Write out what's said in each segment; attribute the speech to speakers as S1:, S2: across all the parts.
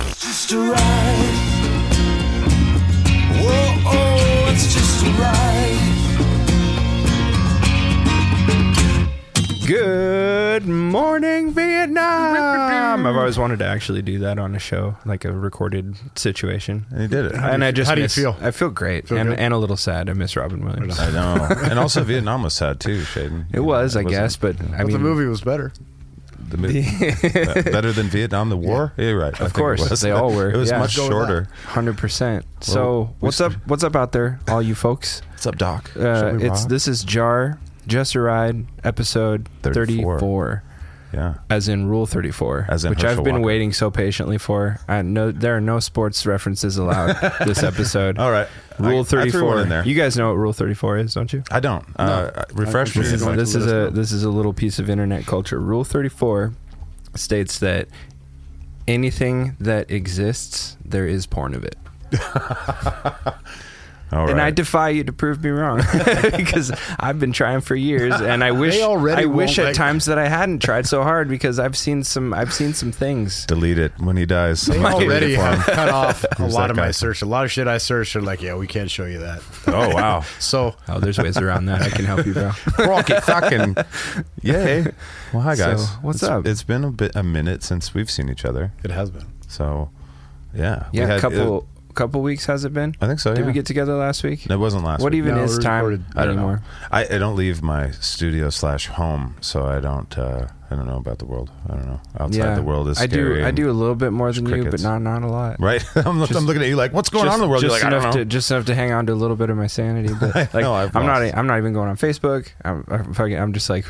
S1: just a ride. Whoa, oh, it's just a ride.
S2: Good morning, Vietnam. I've always wanted to actually do that on a show, like a recorded situation.
S3: And he did it.
S2: and I just
S4: how do you
S2: miss-
S4: feel?
S2: I feel great and,
S4: good?
S2: and a little sad. I miss Robin Williams.
S3: I know. and also, Vietnam was sad too, Shaden.
S2: It was, I
S3: wasn't
S2: guess, but I
S4: But
S2: mean,
S4: the movie was better.
S3: The movie. Better than Vietnam, the war? Yeah, you're right. I think it
S2: course,
S3: was.
S2: they all were.
S3: It was
S2: Yeah.
S3: much
S4: Go with that.
S3: shorter.
S2: hundred percent.
S3: Well,
S2: So
S3: we
S2: what's
S3: sp-
S2: up? What's up out there, all you folks?
S3: What's up, Doc?
S2: Uh,
S3: Should we
S2: it's
S3: rock?
S2: this is Jar Just a Ride episode
S3: 34.
S2: 34.
S3: Yeah.
S2: as in Rule 34,
S3: As in
S2: which
S3: Herschel
S2: I've been
S3: Walker.
S2: waiting so patiently for. I know there are no sports references allowed this episode.
S3: All right.
S2: Rule
S3: I- I threw
S2: 34.
S3: one in there.
S2: You guys know what Rule 34 is, don't you?
S3: I don't. Uh, refresh me.
S4: This is
S3: It's like-
S2: this is
S4: let us
S2: a this is a little piece of internet culture. Rule 34 states that anything that exists, there is porn of it.
S3: all right.
S2: And I defy you to prove me wrong because I've been trying for years, and I wish
S4: They already
S2: I wish
S4: won't
S2: at
S4: let-
S2: times that I hadn't tried so hard because I've seen some I've seen some things.
S3: Delete it when he dies.
S4: They
S3: Someone delete
S4: already
S3: it for
S4: have
S3: him.
S4: cut off a
S3: Who's
S4: lot
S3: that
S4: of
S3: guy?
S4: my search. A lot of shit I searched are like, yeah, we can't show you that.
S3: Oh wow.
S4: So
S2: Oh, there's ways around that. I can help you, bro.
S3: Rocket fucking. Yay. Well, hi
S2: So,
S3: guys.
S2: what's
S3: It's-
S2: up?
S3: It's been a bit a minute since we've seen each other.
S4: it has been.
S3: So, yeah. We
S2: Yeah,
S3: had- uh,
S2: couple couple weeks has it been?
S3: I think so.
S2: Did
S3: yeah.
S2: we get together last week?
S3: No, It wasn't last.
S2: what
S3: week.
S2: even
S4: No,
S2: is
S4: we
S2: time
S4: recorded-
S3: I don't
S2: anymore?
S3: know. I, I don't leave my studio slash home, so I don't. Uh, I don't know about the world. I don't know. Outside the world is
S2: I
S3: scary.
S2: do. I
S3: and-
S2: do a little bit more than you, but
S3: crickets.
S2: not not a lot.
S3: Right. I'm, look- I'm looking at you like, what's going on in the world? You're
S2: Just
S3: like, I don't
S2: enough
S3: know.
S2: to just enough to hang on to a little bit of my sanity. But like,
S3: know,
S2: I'm
S3: I've
S2: not. e,
S3: lost.
S2: I'm not even going on Facebook. I'm, I'm fucking. I'm just like,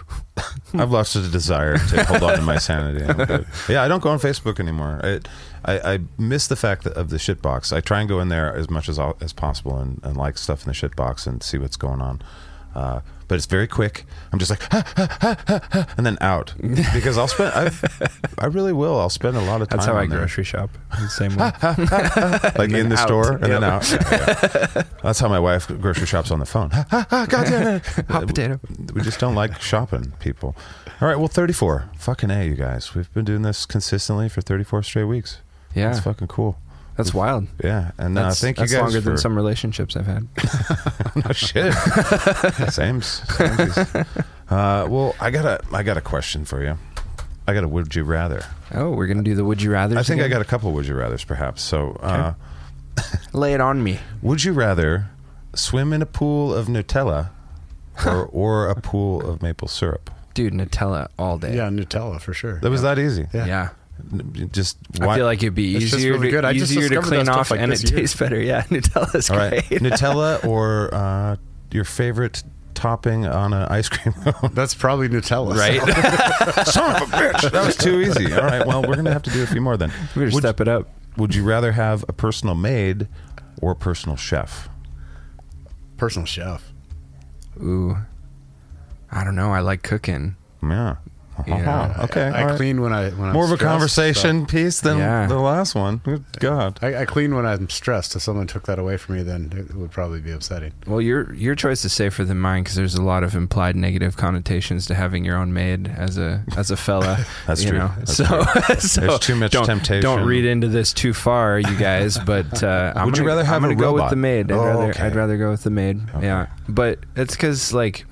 S3: I've lost the desire to hold on to my sanity. I'm good. Yeah, I don't go on Facebook anymore. I, I, I miss the fact that, of the shitbox. I try and go in there as much as as possible and, and like stuff in the shitbox and see what's going on. Uh, but it's very quick. I'm just like, and then out because I'll spend. I've, I really will. I'll spend a lot of time.
S2: that's how
S3: on
S2: I
S3: there.
S2: grocery shop. The same way.
S3: like
S2: then
S3: in the
S2: out.
S3: store and then
S2: Yeah.
S3: out. Yeah, yeah. That's how my wife grocery shops on the phone. Ha, ha, ha, God damn it.
S2: Hot potato.
S3: We just don't like shopping, people. All right, well, 34. Fucking A, you guys. We've been doing this consistently for 34 straight weeks.
S2: Yeah,
S3: It's
S2: that's,
S3: fucking cool.
S2: wild.
S3: Yeah, and uh,
S2: That's,
S3: thank
S2: that's
S3: you guys
S2: longer than
S3: for-
S2: some relationships I've had.
S3: no shit. Same. Uh, well, I got a I got a question for you. I got a would you rather.
S2: Oh, we're gonna do the would you rather.
S3: I think I got a couple would you rather's perhaps. So, uh,
S2: lay it on me.
S3: Would you rather swim in a pool of Nutella or, or a pool of maple syrup?
S2: Dude, Nutella all day.
S4: Yeah, Nutella for sure.
S3: That was that easy.
S4: Yeah.
S2: yeah.
S3: N- Just
S2: I
S3: why-
S2: feel like it'd be
S4: It's just
S2: easier
S4: really
S2: to,
S4: good. I just
S2: easier to
S4: discovered
S2: clean
S4: that stuff
S2: off
S4: like
S2: and it
S4: this year.
S2: tastes better. Yeah, Nutella's
S3: all right,
S2: great.
S3: Nutella or uh, your favorite topping on an ice cream cone.
S4: That's probably Nutella.
S3: Son of a bitch, that was too easy. All right, well, we're gonna have to do a few more then.
S2: we better
S3: Would,
S2: step it up.
S3: would you rather have a personal maid or a personal chef?
S4: Personal chef.
S2: Ooh, I don't know. I like cooking.
S3: Yeah.
S2: Yeah.
S3: Okay.
S4: I
S3: all right.
S4: clean when I when I'm
S3: More of a
S4: stressed,
S3: conversation piece than
S2: Yeah.
S3: the last one. Good God.
S4: so- I, I clean when I'm stressed. If someone took that away from me, then it would probably be upsetting.
S2: Well, your your choice is safer than mine because there's a lot of implied negative connotations to having your own maid as a as a fella.
S3: That's
S2: you
S3: true.
S2: know.
S3: That's
S2: so, so
S3: There's too much
S2: don't,
S3: temptation.
S2: Don't read into this too far, you guys. But uh, I'm
S3: Would you
S2: gonna-
S3: rather have
S2: I'm gonna
S3: a
S2: go with
S3: robot?
S2: the maid? I'd,
S3: Oh,
S2: rather,
S3: okay.
S2: I'd rather go with the maid.
S3: Okay.
S2: Yeah, but it's because like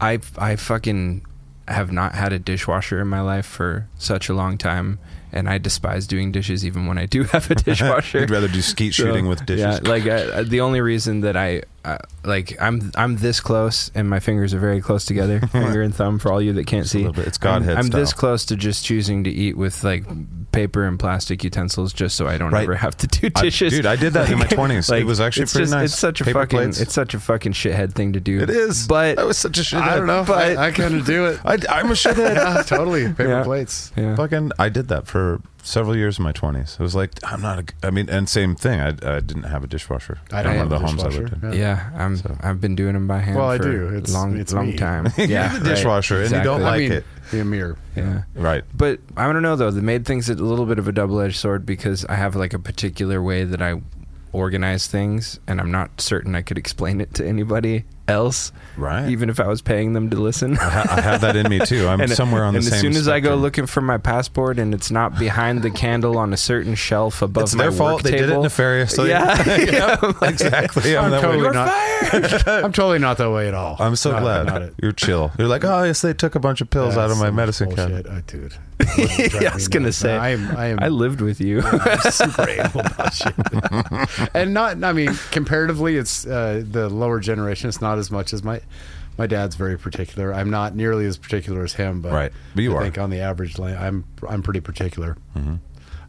S2: I I fucking have not had a dishwasher in my life for such a long time, and I despise doing dishes even when I do have a dishwasher.
S3: You'd rather do skeet
S2: So,
S3: shooting with dishes.
S2: Yeah, like I, I- the only reason that I, I like I'm I'm this close and my fingers are very close together, finger and thumb for all you that can't
S3: a
S2: see.
S3: little bit. It's Godhead
S2: I'm, I'm
S3: style.
S2: this close to just choosing to eat with like paper and plastic utensils just so I don't
S3: Right.
S2: ever have to do
S3: I-
S2: dishes.
S3: dude, I did that in my 20s. It was actually
S2: it's
S3: pretty nice.
S2: It's such a
S3: Paper
S2: fucking
S3: plates.
S2: it's such a fucking shithead thing to do.
S3: It is.
S2: But
S3: that was such a shit.
S4: I don't know.
S2: But-
S4: I, I kind of do it.
S3: I, I'm a shithead.
S4: Yeah, totally. Paper
S2: Yeah.
S4: plates.
S2: yeah.
S3: Fucking, I did that for several years in my 20s. It was like I'm not. A, g- I mean, and same thing. I, I didn't have a dishwasher.
S4: I don't
S3: in
S4: have
S3: one
S4: a
S3: of the homes I
S4: dishwasher.
S3: lived in.
S4: Yeah.
S2: Yeah, I'm.
S3: So.
S2: I've been doing them by hand.
S4: Well, I
S2: for
S4: do. It's-
S2: long,
S4: it's
S2: long
S4: me.
S2: time.
S3: You
S2: yeah,
S3: have a
S2: right.
S3: dishwasher and you don't
S2: Exactly.
S3: like
S4: I mean,
S3: it.
S4: be a mirror.
S2: Yeah.
S3: Right.
S2: But I don't know though. The maid thing's a little bit of a double edged sword because I have like a particular way that I organize things, and I'm not certain I could explain it to anybody else,
S3: Right.
S2: even if I was paying them to listen.
S3: I, ha- I have that in me too. I'm
S2: and,
S3: somewhere on
S2: and
S3: the
S2: as
S3: same.
S2: soon as I go
S3: spectrum.
S2: looking for my passport and it's not behind the candle on a certain shelf above
S3: it's
S2: my
S3: their fault.
S2: work
S3: They did it
S2: table-
S3: nefariously.
S2: Yeah.
S3: Yep, exactly. I'm,
S4: I'm
S3: that way.
S4: totally
S2: You're
S4: not-
S2: fired.
S4: I'm totally not that way at all.
S3: I'm so
S4: Not-
S3: glad
S4: not it.
S3: you're chill. You're like, oh yes, they took a bunch of pills out
S4: That's
S3: of my
S4: so much
S3: medicine cabinet.
S4: bullshit. I, dude. it drives
S2: Yeah, I was
S4: me
S2: gonna
S4: nuts.
S2: say,
S4: I am. I am.
S2: I lived with you.
S4: I'm super anal about shit. and not. I mean, comparatively, it's uh, the lower generation. It's not as much as my. My dad's very particular. I'm not nearly as particular as him, but
S3: Right. But you
S4: I
S3: are. Mm-hmm.
S4: think on the average, la- I'm I'm pretty particular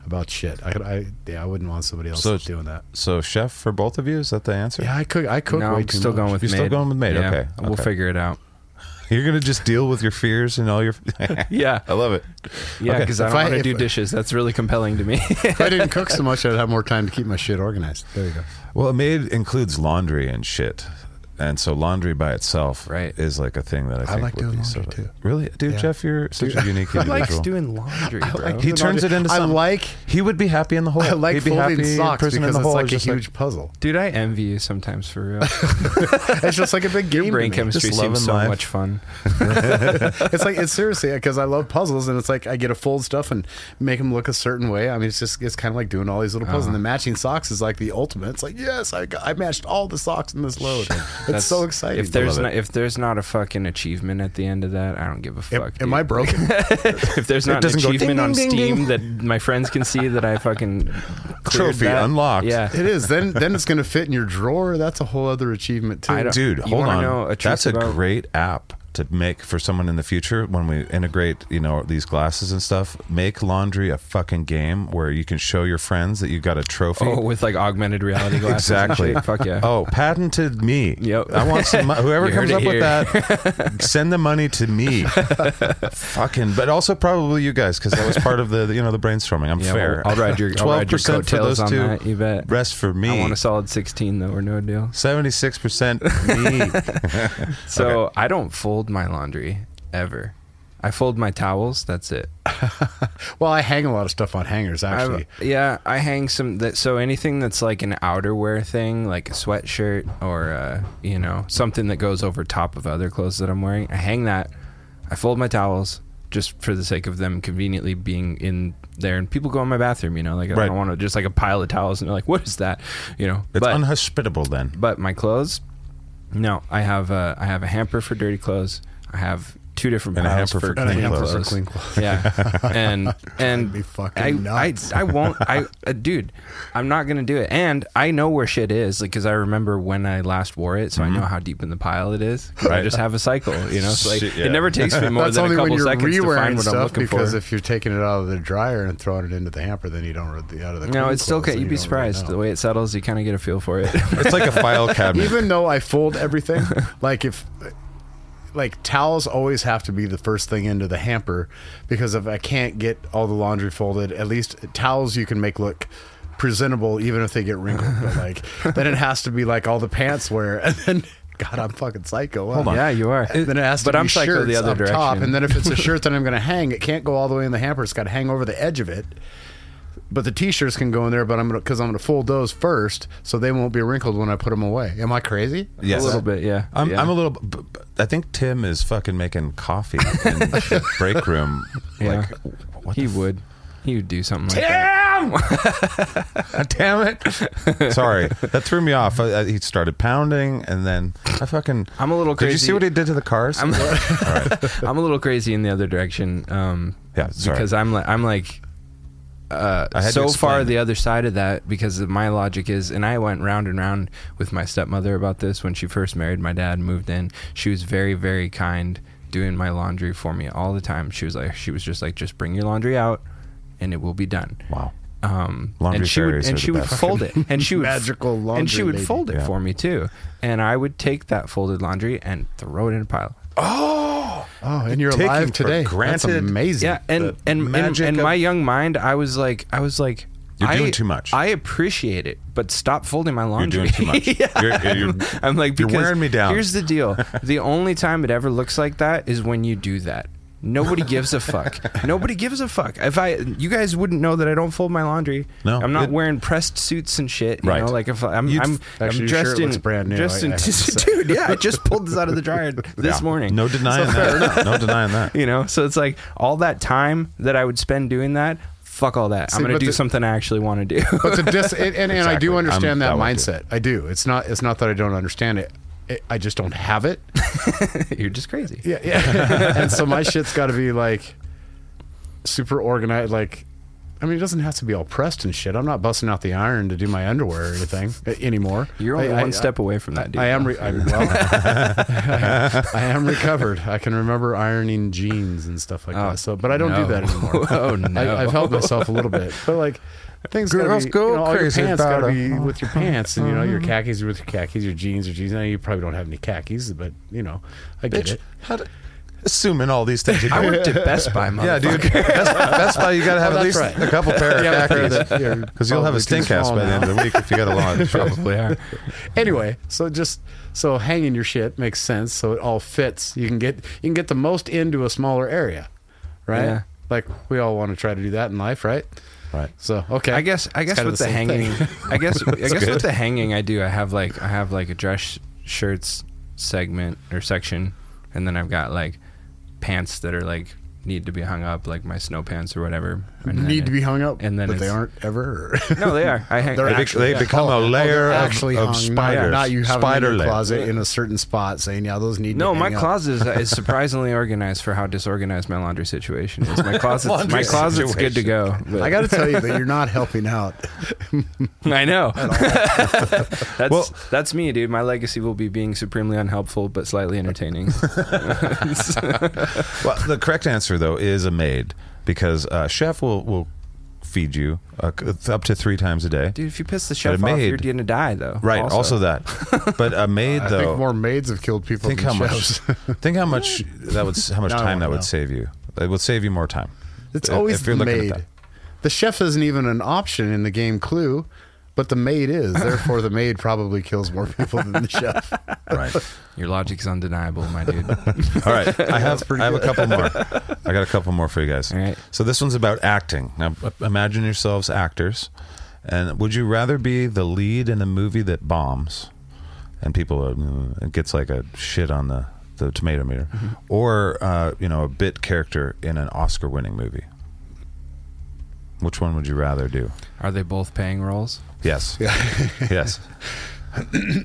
S4: about shit. I, could- I yeah, I wouldn't want somebody else
S3: So-
S4: doing that.
S3: So chef for both of you is that the answer?
S4: Yeah, I cook. I cook.
S2: no,
S4: way
S2: I'm
S4: too
S2: still
S4: much.
S2: going with
S3: You're still
S2: maid.
S3: going with maid,
S2: Yeah,
S3: okay,
S2: we'll
S3: okay.
S2: figure it out.
S3: You're gonna just deal with your fears and all your.
S2: Yeah,
S3: I love it.
S2: yeah,
S3: Okay.
S2: because I
S4: If
S2: don't
S4: I-
S2: want to
S4: if-
S2: do dishes. That's really compelling to me.
S4: If I didn't cook so much, I'd have more time to keep my shit organized. There you go.
S3: Well, a maid includes laundry and shit. And so laundry by itself
S2: Right.
S3: is like a thing that I,
S4: I
S3: think
S4: like
S3: would
S4: doing
S3: be so
S4: laundry, too.
S3: Really? Dude,
S4: Yeah.
S3: Jeff, you're such a unique individual.
S2: doing laundry, bro.
S3: he turns it into
S4: I
S3: something.
S4: like
S3: he would be happy in the hole.
S4: I like
S3: He'd be
S4: folding
S3: happy
S4: socks
S3: prison
S4: because
S3: in the
S4: it's
S3: hole.
S4: like a
S3: just
S4: huge puzzle.
S2: Dude, I envy you sometimes for real.
S4: It's just like a big game.
S2: Your brain
S4: to me.
S2: chemistry
S3: Just loving
S2: seems so
S3: life.
S2: much fun.
S4: It's like it's seriously because I love puzzles, and it's like I get to fold stuff and make them look a certain way. I mean, it's just it's kind of like doing all these little puzzles. And the matching socks is like the ultimate. It's like yes, I got, I matched all the socks in this load.
S2: That's-
S4: It's so exciting.
S2: If there's not, if there's not a fucking achievement at the end of that, I don't give a
S4: Am-
S2: fuck.
S4: am
S2: dude.
S4: I broken?
S2: if there's not an
S3: doesn't go
S2: achievement
S3: ding,
S2: on
S3: ding, ding,
S2: Steam that my friends can see that I fucking cleared
S3: Trophy
S2: that-
S3: unlocked.
S2: Yeah.
S4: it is. Then then it's going to fit in your drawer. That's a whole other achievement too.
S2: I don't-
S3: Dude,
S2: You
S3: hold
S2: wanna
S3: on.
S2: know a truth
S3: That's a
S2: about-
S3: great app to make for someone in the future when we integrate, you know, these glasses and stuff. Make laundry a fucking game where you can show your friends that you got a trophy.
S2: Oh, with like augmented reality glasses. and
S3: Exactly.
S2: shit. Fuck yeah.
S3: Oh, patented me.
S2: Yep.
S3: I want some. mo- Whoever
S2: You
S3: comes
S2: heard
S3: up
S2: it
S3: with that, send the money to me. Fucking. But also probably you guys because that was part of the you know the brainstorming. I'm
S2: Yeah,
S3: fair.
S2: I'll, I'll ride your I'll ride your
S3: 12% for
S2: coattails
S3: those
S2: on
S3: two.
S2: that. You bet.
S3: Rest for me.
S2: I want a solid 16 though, or no deal.
S3: Seventy-six percent me.
S2: So I don't fold my laundry ever. I fold my towels. That's it.
S4: Well, I hang a lot of stuff on hangers
S2: I've-
S4: actually.
S2: yeah, I hang some. That, so anything that's like an outerwear thing, like a sweatshirt or uh, you know something that goes over top of other clothes that I'm wearing, I hang that. I fold my towels just for the sake of them conveniently being in there, and people go in my bathroom. You know, like I
S3: Right.
S2: don't want to just like a pile of towels and they're like, "What is that?" You know,
S3: It's
S2: but
S3: unhospitable then.
S2: but my clothes, no, I have a, I have a hamper for dirty clothes. I have two different
S3: And a
S2: piles
S3: hamper for
S4: And a
S3: clean
S4: hamper
S3: clothes.
S4: for clean clothes.
S2: yeah, and and
S4: That'd be fucking
S2: I,
S4: nuts.
S2: I I won't. I uh, dude, I'm not gonna do it. And I know where shit is because I remember when I last wore it, so
S4: Mm-hmm.
S2: I know how deep in the pile it is. 'cause I
S3: Right.
S2: just have a cycle, you know. So like,
S3: Shit, yeah.
S2: it never takes me more
S4: That's
S2: than
S4: only
S2: a couple
S4: when you're
S2: seconds to
S4: re-wearing
S2: find what I'm
S4: stuff
S2: looking
S4: because
S2: for.
S4: if you're taking it out of the dryer and throwing it into the hamper, then you don't really the out of the.
S2: no,
S4: clean
S2: it's still.
S4: clothes,
S2: ca-
S4: then
S2: You'd
S4: you
S2: be
S4: don't really
S2: surprised.
S4: know.
S2: The way it settles, you kind of get a feel for it.
S3: It's like a file cabinet.
S4: Even though I fold everything, like if like towels always have to be the first thing into the hamper because if I can't get all the laundry folded, at least towels you can make look presentable even if they get wrinkled. but like then it has to be like all the pants wear and then God, I'm fucking psycho. Hold
S2: yeah, you are.
S4: then it has to
S2: but
S4: be
S2: I'm psycho
S4: shirts
S2: the other
S4: up
S2: direction.
S4: top, and then if it's a shirt that I'm going to hang, it can't go all the way in the hamper. It's got to hang over the edge of it. But the t-shirts can go in there, but I'm gonna because I'm gonna fold those first, so they won't be wrinkled when I put them away. Am I crazy?
S3: Yes.
S2: a little bit, yeah.
S3: I'm,
S2: yeah.
S3: I'm a little. b- b- I think Tim is fucking making coffee in the break room.
S2: Yeah.
S3: Like, what
S2: he
S3: the
S2: would. He would do something like that.
S3: f- damn it! Sorry, that threw me off. I, I, he started pounding, and then I fucking.
S2: I'm a little
S3: Did you
S2: crazy.
S3: see what he did to the cars?
S2: I'm, I'm a little crazy in the other direction. Um,
S3: Yeah, sorry.
S2: because I'm like I'm like uh,
S3: I had to
S2: so far
S3: explain.
S2: the other side of that because of my logic is, and I went round and round with my stepmother about this when she first married my dad and moved in. She was very very kind, doing my laundry for me all the time. She was like she was just like just bring your laundry out, and it will be done.
S3: wow.
S2: Um,
S3: Laundry
S2: and she would
S3: fairies are
S2: and
S3: the
S2: she would
S3: best.
S2: fold it, and she would
S4: Magical laundry
S2: and she would
S4: lady.
S2: fold it
S3: Yeah.
S2: for me too. And I would take that folded laundry and throw it in a pile.
S4: Oh, and you're
S3: Taking
S4: alive
S3: for
S4: today.
S3: granted-
S4: That's amazing.
S2: Yeah, and and and,
S3: magic
S2: and
S3: of-
S2: my young mind, I was like, I was like,
S3: You're
S2: I,
S3: doing too much.
S2: I appreciate it, but stop folding my
S3: You're
S2: laundry.
S3: doing too much.
S2: yeah.
S3: You're, you're-
S2: I'm like,
S3: You're
S2: because
S3: wearing me down.
S2: Here's the deal: the only time it ever looks like that is when you do that. Nobody gives a fuck. Nobody gives a fuck. If I, you guys wouldn't know that I don't fold my laundry.
S3: No,
S2: I'm
S3: it-
S2: not wearing pressed suits and shit. You
S3: Right.
S2: Know? Like if I- I'm,
S3: You'd-
S2: I'm,
S4: Actually,
S2: I'm
S4: your
S2: dressed
S4: shirt
S2: in,
S4: looks brand new,
S2: Dressed
S4: I-
S2: in,
S4: I have to say.
S2: dude, yeah, I just pulled this out of the dryer this
S3: Yeah.
S2: morning.
S3: No denying that. No denying that.
S2: You know, so it's like all that time that I would spend doing that. Fuck all that. I'm
S4: See,
S2: gonna
S4: but
S2: do
S4: the-
S2: something I actually want to do.
S4: but the dis- and, and, and I
S3: Exactly.
S4: do
S3: I'm
S4: understand that
S3: that way, too.
S4: mindset. I do. It's not. It's not that I don't understand it. it I just don't have it.
S2: You're just crazy.
S4: Yeah, yeah. and so my shit's got to be like super organized. Like, I mean, it doesn't have to be all pressed and shit. I'm not busting out the iron to do my underwear or anything uh, anymore.
S2: You're only
S4: I- I-
S2: one step away from that, dude.
S4: I am. Re- I'm, well, I, am recovered. I can remember ironing jeans and stuff like
S2: Oh,
S4: that. So, but I don't
S2: no.
S4: do that anymore.
S2: oh no!
S4: I, I've helped myself a little bit, but like things gotta
S3: Girls
S4: be,
S3: go
S4: you know, all your
S3: crazy
S4: pants
S3: about
S4: gotta
S3: it.
S4: be with your pants, and you know your khakis are with your khakis, your jeans are jeans. Now you probably don't have any khakis, but you know I get
S3: Bitch,
S4: it.
S3: how do, assuming all these things. You
S2: I
S3: do.
S2: worked at Best Buy, motherfucker.
S3: Yeah, dude. That's, that's why you got to have
S4: Oh,
S3: at
S4: that's
S3: least a
S4: right.
S3: couple pair of
S4: Yeah,
S3: khakis.
S4: that- yeah,
S3: Because you'll have a
S4: probably too
S3: stink ass
S4: small
S3: by the end
S4: now.
S3: of the week if you got a launch.
S2: Probably are.
S4: Anyway, so just so hanging your shit makes sense, so it all fits. You can get you can get the most into a smaller area, right?
S2: Yeah.
S4: Like we all want to try to do that in life, right?
S3: Right.
S4: So okay,
S2: I guess I
S4: It's
S2: guess
S4: kinda
S2: with
S4: the
S2: the,
S4: same
S2: hanging, I guess I guess
S3: good.
S2: with the hanging, I do. I have like I have like a dress shirts segment or section, and then I've got like pants that are like need to be hung up, like my snow pants or whatever. And then
S4: need to
S2: it-
S4: be hung up,
S2: and then
S4: but they
S2: it's-
S4: aren't ever.
S2: No, they are. I hang.
S4: They're
S3: They, be-
S4: actually- Oh,
S3: they become a layer of,
S4: actually
S3: of
S4: hung,
S3: spiders.
S4: Not, not you have
S3: spider
S4: them in your
S3: layer.
S4: closet in a certain spot saying, yeah, those need
S2: no,
S4: to
S2: my
S4: hang up."
S2: closet is, is surprisingly organized for how disorganized my laundry situation is. My closet, my
S3: Laundry
S2: closet's good to go. but-
S4: I got to tell you that you're not helping out.
S2: I know. that's
S3: Well-
S2: that's me, dude. My legacy will be being supremely unhelpful but slightly entertaining.
S3: Well, the correct answer though is a maid because uh, chef will will feed you uh, c- up to three times a day.
S2: Dude, if you piss the chef
S3: a
S2: off, you're
S3: maid-
S2: gonna die, though.
S3: Right. Also, that, but a maid
S4: I
S3: though.
S4: think more maids have killed people
S3: think
S4: than
S3: how
S4: chefs.
S3: much. think how much that would s- how much
S4: No, I
S3: time
S4: won't
S3: that would
S4: know.
S3: save you. It would save you more time.
S4: It's
S3: If-
S4: always
S3: if you're
S4: the
S3: looking at
S4: maid.
S3: that.
S4: The chef isn't even an option in the game Clue, but the maid is. Therefore, the maid probably kills more people than the chef.
S3: Right.
S2: your logic's undeniable, my dude.
S3: All right, I have I have a couple more. I got a couple more for you guys.
S2: All right.
S3: So this one's about acting. Now b- imagine yourselves actors, and would you rather be the lead in a movie that bombs, and people uh, mm, it gets like a shit on the the tomato meter,
S2: Mm-hmm.
S3: or uh, you know a bit character in an Oscar-winning movie? Which one would you rather do?
S2: Are they both paying roles?
S3: Yes. yes.
S4: Do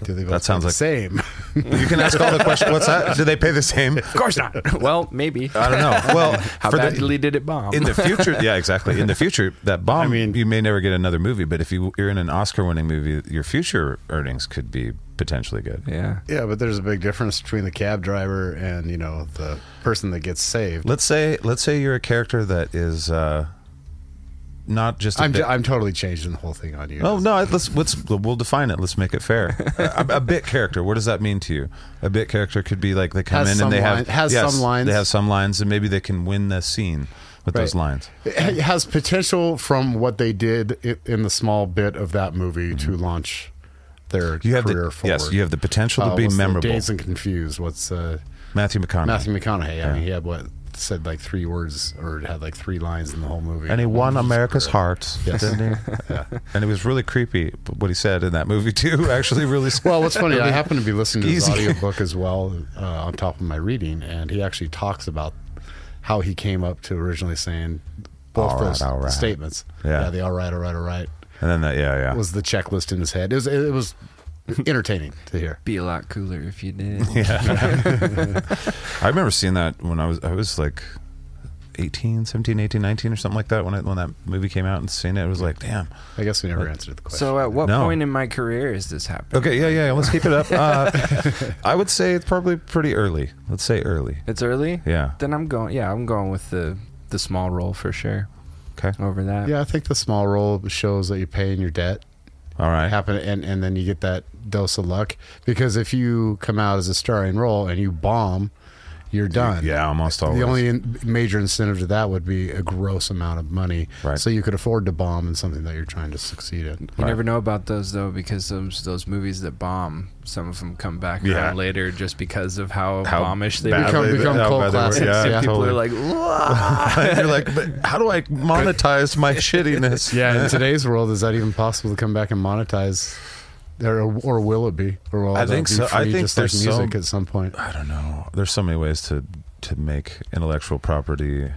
S4: they both
S3: That sounds
S4: look
S3: like-
S4: the same.
S3: You can ask all the questions. What's that? Do they pay the same?
S2: Of course not. well, maybe.
S3: I don't know. Well,
S2: How
S3: Uh, for the-
S2: badly did it bomb?
S3: in the future yeah exactly in the future that bomb
S4: I mean-
S3: you may never get another movie but if you, you're in an oscar winning movie your future earnings could be potentially good
S2: yeah.
S4: yeah, but there's a big difference between the cab driver and you know the person that gets saved.
S3: let's say let's say you're a character that is uh not just a
S4: I'm,
S3: bit-
S4: ju- I'm totally changing the whole thing on you.
S3: Oh no! Let's let's we'll define it. Let's make it fair. a, a bit character. What does that mean to you? A bit character could be like they come
S4: Has
S3: in and
S4: some
S3: they have
S4: line- has
S3: yes,
S4: some lines.
S3: They have some lines, and maybe they can win the scene with those
S4: Right.
S3: lines.
S4: it has potential from what they did i- in the small bit of that movie to launch their
S3: Mm-hmm. You have
S4: career
S3: the
S4: forward.
S3: yes, you have the potential to
S4: Uh,
S3: be
S4: what's the
S3: memorable.
S4: Dazed and confused. What's uh,
S3: Matthew McConaughey.
S4: Matthew McConaughey? I mean, he had what said like three words or had like three lines in the whole movie,
S3: and he won America's heart,
S4: Yes.
S3: didn't he? yeah. And it was really creepy but what he said in that movie too. Actually, really. sc-
S4: Well, what's funny, I happen to be listening to his
S3: Easy.
S4: audiobook as well uh, on top of my reading, and he actually talks about how he came up to originally saying both
S3: All right,
S4: those
S3: all right.
S4: statements.
S3: Yeah.
S4: yeah, the all right, all right, all right.
S3: And then that, yeah, yeah.
S4: was the checklist in his head. It was it was entertaining to hear.
S2: Be a lot cooler if you did.
S3: I remember seeing that when I was I was like 18, 17, 18, 19 or something like that when I, when that movie came out and seeing it. It was like, damn.
S4: I guess we never answered the question.
S2: so, uh, at what
S3: No. Uh,
S2: point in my career is this happening?
S3: Okay, yeah, yeah. Let's keep it up. Uh, I would say it's probably pretty early. Let's say early.
S2: It's early.
S3: Yeah.
S2: Then I'm going. Yeah, I'm going with the the small role for sure.
S3: Okay.
S2: Over that.
S4: yeah, I think the small role shows that you're paying your debt.
S3: All right.
S4: Happen and and then you get that dose of luck because if you come out as a starring role and you bomb, you're done.
S3: Yeah, almost always.
S4: The only in- major incentive to that would be a gross amount of money,
S3: Right.
S4: so you could afford to bomb in something that you're trying to succeed in.
S2: You
S3: Right.
S2: never know about those though, because those those movies that bomb, some of them come back
S3: Yeah.
S2: around later just because of how,
S3: How
S2: bombish they
S3: bad
S2: become.
S4: Become- become
S3: how
S4: cult
S3: bad they were.
S4: classics,
S3: Yeah,
S4: yeah.
S2: People
S3: totally.
S2: are like, "Whoa."
S3: you're like, but how do I monetize my shittiness?
S4: Yeah, in today's world, is that even possible to come back and monetize? Or, or will it be? Or will
S3: I
S4: that
S3: think
S4: be
S3: so. I
S4: free,
S3: think
S4: just like
S3: there's so-
S4: music at some point.
S3: I don't know. There's so many ways to to make intellectual property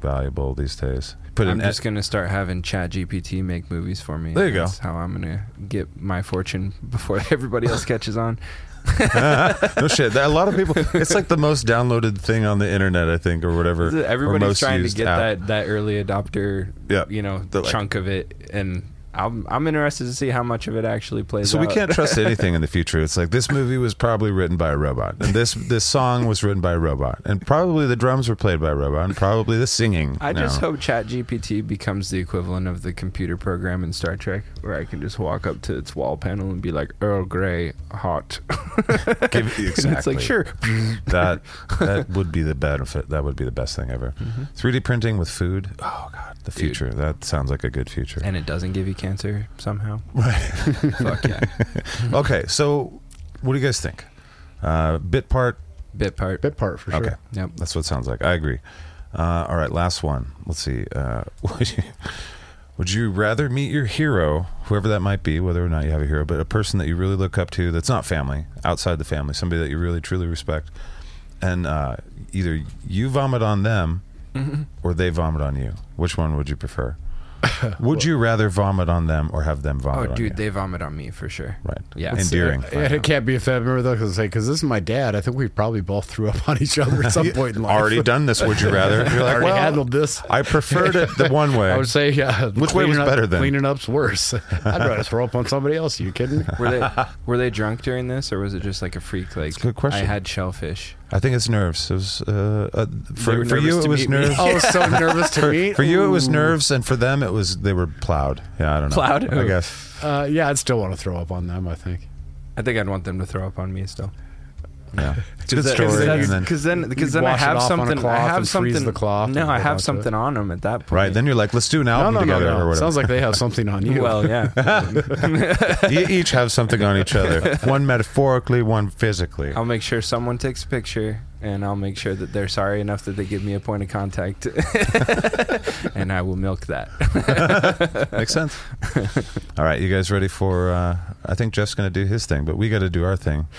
S3: valuable these days. Put an
S2: I'm
S3: e-
S2: just gonna start having Chat GPT make movies for me.
S3: There you go.
S2: That's how I'm gonna get my fortune before everybody else catches on.
S3: no shit. There- A lot of people. It's like the most downloaded thing on the internet, I think, or whatever. or
S2: Everybody's
S3: most
S2: trying to
S3: used
S2: get
S3: app.
S2: that that early adopter,
S3: Yeah.
S2: you know,
S3: They're like-
S2: chunk of it, and I'm I'm interested to see how much of it actually plays.
S3: So we
S2: out.
S3: can't trust anything in the future. It's like this movie was probably written by a robot, and this this song was written by a robot, and probably the drums were played by a robot, and probably the singing.
S2: I just
S3: now.
S2: hope ChatGPT becomes the equivalent of the computer program in Star Trek, where I can just walk up to its wall panel and be like, "Earl Grey, hot."
S3: Give-
S2: And it's like,
S3: exactly.
S2: sure.
S3: that that would be the benefit. That would be the best thing ever. 3D printing with food. Oh god, the
S2: Mm-hmm. Dude.
S3: future. That sounds like a good future.
S2: And it doesn't give you cancer somehow.
S3: Right.
S2: Fuck yeah.
S3: okay, so what do you guys think? Uh, bit part.
S2: Bit part.
S4: Bit part for sure.
S3: Okay,
S2: Yep.
S3: that's what it sounds like. I agree. Uh, all right, last one. Let's see. Uh, would, you, would you rather meet your hero, whoever that might be, whether or not you have a hero, but a person that you really look up to that's not family, outside the family, somebody that you really truly respect, and uh, either you vomit on them
S2: Mm-hmm.
S3: or they vomit on you? Which one would you prefer? Would you rather vomit on them or have them
S2: Oh,
S3: vomit on you?
S2: dude, they vomit on me for sure.
S3: Right.
S2: Yeah.
S3: Endearing.
S4: Yeah, it can't be a fab member though, because like, 'cause this is my dad. I think we probably both threw up on each other at some point in life.
S3: Already done this, would you rather? You're like,
S4: already
S3: well,
S4: handled this.
S3: I preferred it the one way.
S4: I would say, yeah.
S3: Which way was
S4: cleaning up-
S3: better then?
S4: Cleaning up's worse. I'd rather throw up on somebody else. Are you kidding me?
S2: Were they were they drunk during this, or was it just like a freak? Like,
S3: a good question.
S2: I had shellfish.
S3: I think it's nerves. It was uh, uh,
S2: They
S3: for,
S2: were
S3: for you.
S2: nervous
S3: It
S2: to
S3: was
S2: meet me. Oh,
S3: nerves.
S4: I was Oh, so nervous to meet.
S3: For you, it was
S4: Ooh.
S3: nerves, and for them, it was they were plowed. Yeah, I don't know.
S2: Plowed?
S3: I
S2: Ooh.
S3: guess.
S4: Uh, yeah, I'd still want to throw up on them. I think.
S2: I think I'd want them to throw up on me still.
S3: Yeah. Good
S2: that-
S3: story.
S2: that's-
S3: and then-
S2: Because then, because then I
S4: wash it
S2: have
S4: off on a
S2: something.
S4: cloth
S2: I have
S4: and freeze
S2: something.
S4: the cloth
S2: no,
S4: and
S2: I
S4: hold on
S2: have
S4: to
S2: something on them at that point.
S3: right then, you're like, let's do an album together or whatever.
S4: Sounds like they have something on you.
S2: Well, yeah.
S3: you E-, each have something on each other. One metaphorically, one physically.
S2: I'll make sure someone takes a picture, and I'll make sure that they're sorry enough that they give me a point of contact, and I will milk that.
S3: Makes sense. All right, you guys ready for? Uh, I think Jeff's going to do his thing, but we got to do our thing.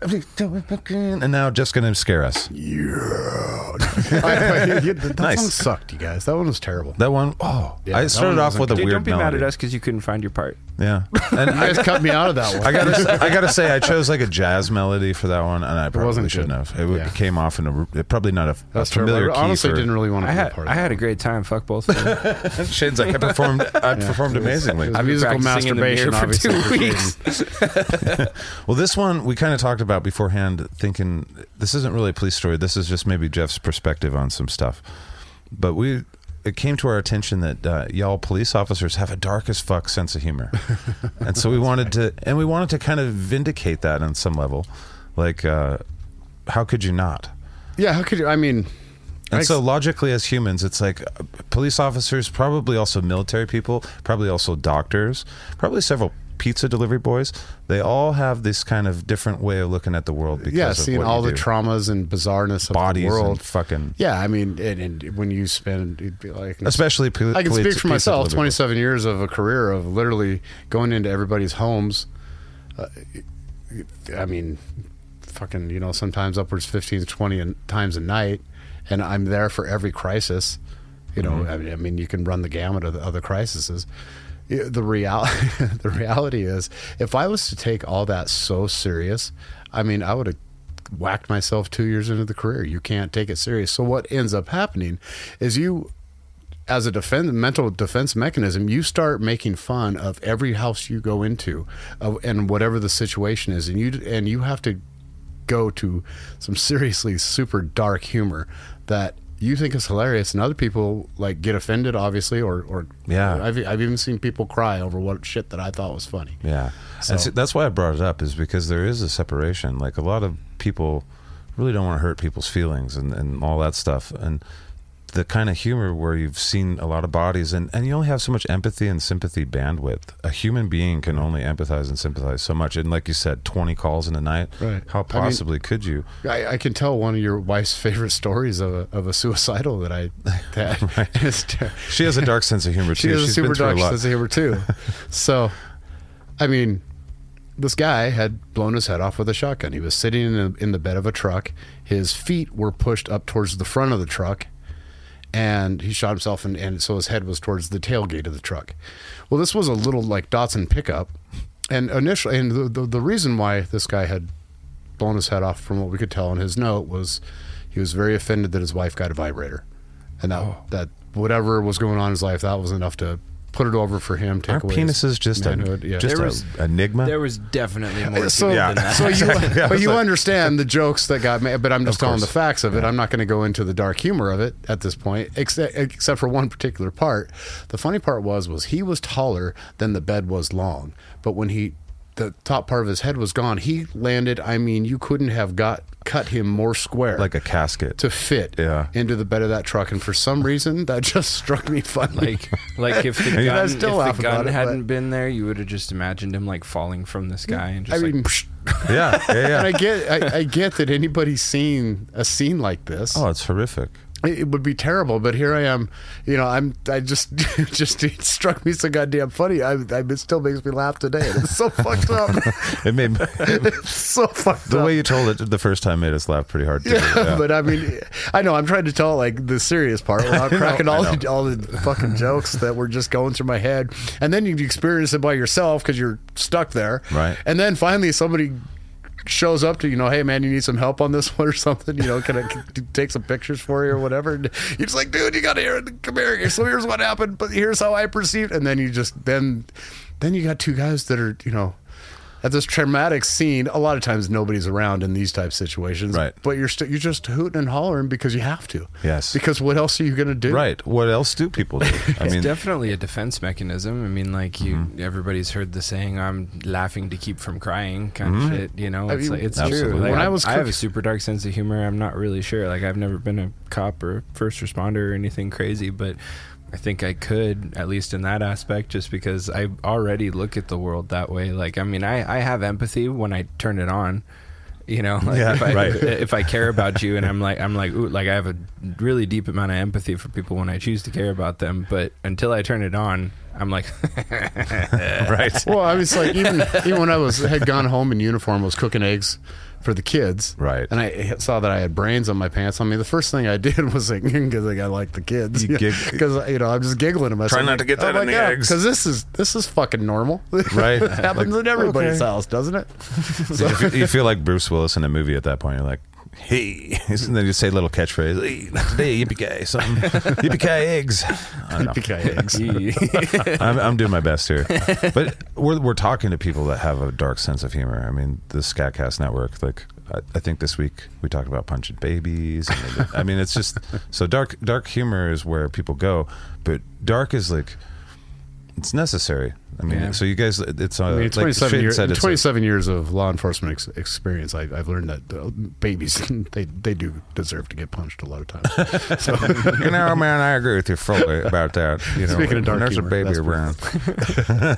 S3: And now Jeff's going to scare us.
S4: that
S3: Nice.
S4: one sucked, you guys. That one was terrible.
S3: That one, oh, I
S4: that
S3: started
S4: one
S3: off with a
S2: Dude,
S3: weird
S2: don't be mad
S3: melody.
S2: at us because you couldn't find your part.
S3: Yeah, and
S4: You guys cut me out of that one.
S3: I gotta, I gotta say, I chose like a jazz melody for that one, and I probably
S4: wasn't
S3: shouldn't
S4: good.
S3: have. It would-
S4: Yeah.
S3: came off in a probably not a, a
S4: That's terrible.
S3: familiar
S4: I honestly
S3: key. For,
S4: didn't really want to
S2: I
S4: be
S2: had
S4: a part of
S2: I
S4: that.
S2: had a great time. Fuck both of them.
S3: Shane's like I performed, I performed
S4: it was-
S3: amazingly.
S4: it was- A musical
S2: Practicing in the
S4: masturbation,
S2: mirror for
S4: obviously,
S2: two
S4: for sure.
S2: weeks.
S3: Well, this one we kind of talked about beforehand, thinking this isn't really a police story. This is just maybe Jeff's perspective on some stuff. But we, it came to our attention that uh, y'all police officers have a dark as fuck sense of humor, and so we wanted to, and we wanted to kind of vindicate that on some level, like uh, how could you not?
S4: Yeah, how could you? I mean,
S3: And
S4: Makes-
S3: so logically, as humans, it's like uh, police officers, probably also military people, probably also doctors, probably several pizza delivery boys. They all have this kind of different way of looking at the world because
S4: yeah,
S3: of
S4: seeing
S3: what
S4: all
S3: you
S4: the
S3: do.
S4: traumas and bizarreness of
S3: bodies
S4: the world.
S3: and fucking.
S4: yeah, I mean, and, and when you spend, it'd be like,
S3: Especially, poli-
S4: I can
S3: police-
S4: speak
S3: pizza
S4: for myself.
S3: delivery boys.
S4: Twenty-seven years of a career of literally going into everybody's homes. Uh, I mean, fucking, you know, sometimes upwards 15 to 20 an- times a night, and I'm there for every crisis. You know, I, mean, I mean, you can run the gamut of the other crises. Yeah, The real, the reality is, if I was to take all that so serious, I mean, I would have whacked myself two years into the career. You can't take it serious. So what ends up happening is you as a defense mental defense mechanism, you start making fun of every house you go into, of, and whatever the situation is, and you and you have to go to some seriously super dark humor that you think is hilarious, and other people like get offended, obviously, or or
S3: Yeah.
S4: I've I've even seen people cry over what shit that I thought was funny.
S3: Yeah.
S4: So-
S3: And see, that's why I brought it up is because there is a separation. Like a lot of people really don't want to hurt people's feelings and, and all that stuff. And the kind of humor where you've seen a lot of bodies and, and you only have so much empathy and sympathy bandwidth. A human being can only empathize and sympathize so much. And like you said, 20 calls in a night.
S4: Right.
S3: How
S4: I mean-
S3: possibly could you?
S4: I, I can tell one of your wife's favorite stories of a, of a suicidal that I that is ter-
S3: She has a dark sense of humor
S4: she
S3: too.
S4: has a
S3: She's
S4: super
S3: been through a
S4: dark
S3: lot.
S4: sense of humor too. so, I mean, this guy had blown his head off with a shotgun. He was sitting in, the in the bed of a truck. His feet were pushed up towards the front of the truck, and he shot himself. And, and so his head was towards the tailgate of the truck. Well, this was a little like Datsun pickup, and initially, and the the, the reason why this guy had blown his head off, from what we could tell in his note, was he was very offended that his wife got a vibrator, and that that whatever was going on in his life, that was enough to put it over for him. Take
S3: Aren't
S4: away his
S3: penises just
S4: manhood.
S3: a,
S4: Yeah.
S3: just
S2: There
S3: a
S2: was-
S3: enigma?
S2: There was definitely more to
S4: so,
S2: it
S3: Yeah.
S2: than that.
S4: so you, but you
S3: like-
S4: understand the jokes that got made, but I'm just
S3: Of
S4: telling
S3: course.
S4: the facts of it. I'm not going to go into the dark humor of it at this point, except, except for one particular part. The funny part was, was he was taller than the bed was long, but when he, the top part of his head was gone, he landed. I mean, you couldn't have got cut him more square.
S3: like a casket.
S4: to fit
S3: Yeah.
S4: into the bed of that truck, and for some reason that just struck me funny.
S2: Like, like if the
S3: I
S2: gun, if
S4: still laugh
S2: the
S4: about
S2: gun
S4: it,
S2: hadn't
S4: but-
S2: been there, you would have just imagined him like falling from the sky and
S4: I
S2: just
S4: mean,
S2: like,
S3: yeah. Yeah. yeah.
S4: and I get, I, I get that anybody's seen a scene like this.
S3: oh, it's horrific.
S4: it it would be terrible. But here I am, you know, I'm, I just, just, it struck me so goddamn funny. I, I it still makes me laugh today. It's so fucked up.
S3: It made
S4: It's so fucked
S3: The
S4: up.
S3: way you told it the first time made us laugh pretty hard. Too.
S4: yeah, but uh, I mean, I know I'm trying to tell like the serious part without cracking all the all the fucking jokes that were just going through my head, and then you experience it by yourself because you're stuck there,
S3: Right.
S4: And then finally somebody shows up to you know, hey man, you need some help on this one or something, you know, can I can I take some pictures for you or whatever? And you're just like, dude, you got to hear it. Come here. So here's what happened, but here's how I perceived, and then you just then then you got two guys that are you know. At this traumatic scene, a lot of times nobody's around in these type of situations
S3: Right.
S4: but you're still you're just hooting and hollering because you have to.
S3: Yes.
S4: Because what else are you going to do?
S3: Right. What else do people do? I mean, Mm-hmm.
S2: It's definitely a defense mechanism. I mean, like you, everybody's heard the saying, "I'm laughing to keep from crying," kind of shit. You know,
S4: I
S2: it's
S4: mean,
S2: like, it's
S3: Mm-hmm. Absolutely.
S2: true. Like,
S4: When I
S2: I
S4: was
S2: I have
S4: cook-
S2: a super dark sense of humor. I'm not really sure. Like, I've never been a cop or first responder or anything crazy, but I think I could, at least in that aspect, just because I already look at the world that way. Like, I mean, I, I have empathy when I turn it on. You know, like
S3: Yeah,
S2: if, I,
S3: right.
S2: if I care about you, and I'm like, I'm like, ooh, like I have a really deep amount of empathy for people when I choose to care about them. But until I turn it on, I'm like,
S3: right.
S4: Well, I was like even even when I was had gone home in uniform, I was cooking eggs for the kids.
S3: Right.
S4: And I saw that I had brains on my pants. I mean, the first thing I did was like because like, I like the kids.
S3: You gig-
S4: Because you know I'm just giggling at myself.
S3: Try not to get that in the eggs.
S4: Because this is this is fucking normal.
S3: Right.
S4: it happens
S3: Like,
S4: in everybody's
S3: okay.
S4: house, doesn't it?
S3: You feel- you feel like Bruce Willis in a movie at that point. You're like, hey. And then you say a little catchphrase. Hey, not today. Yippee-ki-yay. Something. Yippee-ki-yay eggs. I don't know.
S4: Okay, eggs.
S3: I'm, I'm doing my best here. But we're, we're talking to people that have a dark sense of humor. I mean, the Scatcast Network, like, I, I think this week we talked about punching babies. And they did- I mean, it's just so dark, dark humor is where people go, but dark is like, it's necessary. I mean,
S2: Yeah.
S3: so you guys, it's uh,
S4: I mean,
S3: like
S4: 27,
S3: Shane
S4: year-
S3: said,
S4: in
S3: it's a-
S4: 27 years of law enforcement ex- experience, I, I've learned that uh, babies, they, they do deserve to get punched a lot of times. So,
S3: you know, man, I agree with you fully about that. You know,
S4: Speaking of dark
S3: when there's
S4: humor,
S3: a baby
S4: that's pretty-
S3: around.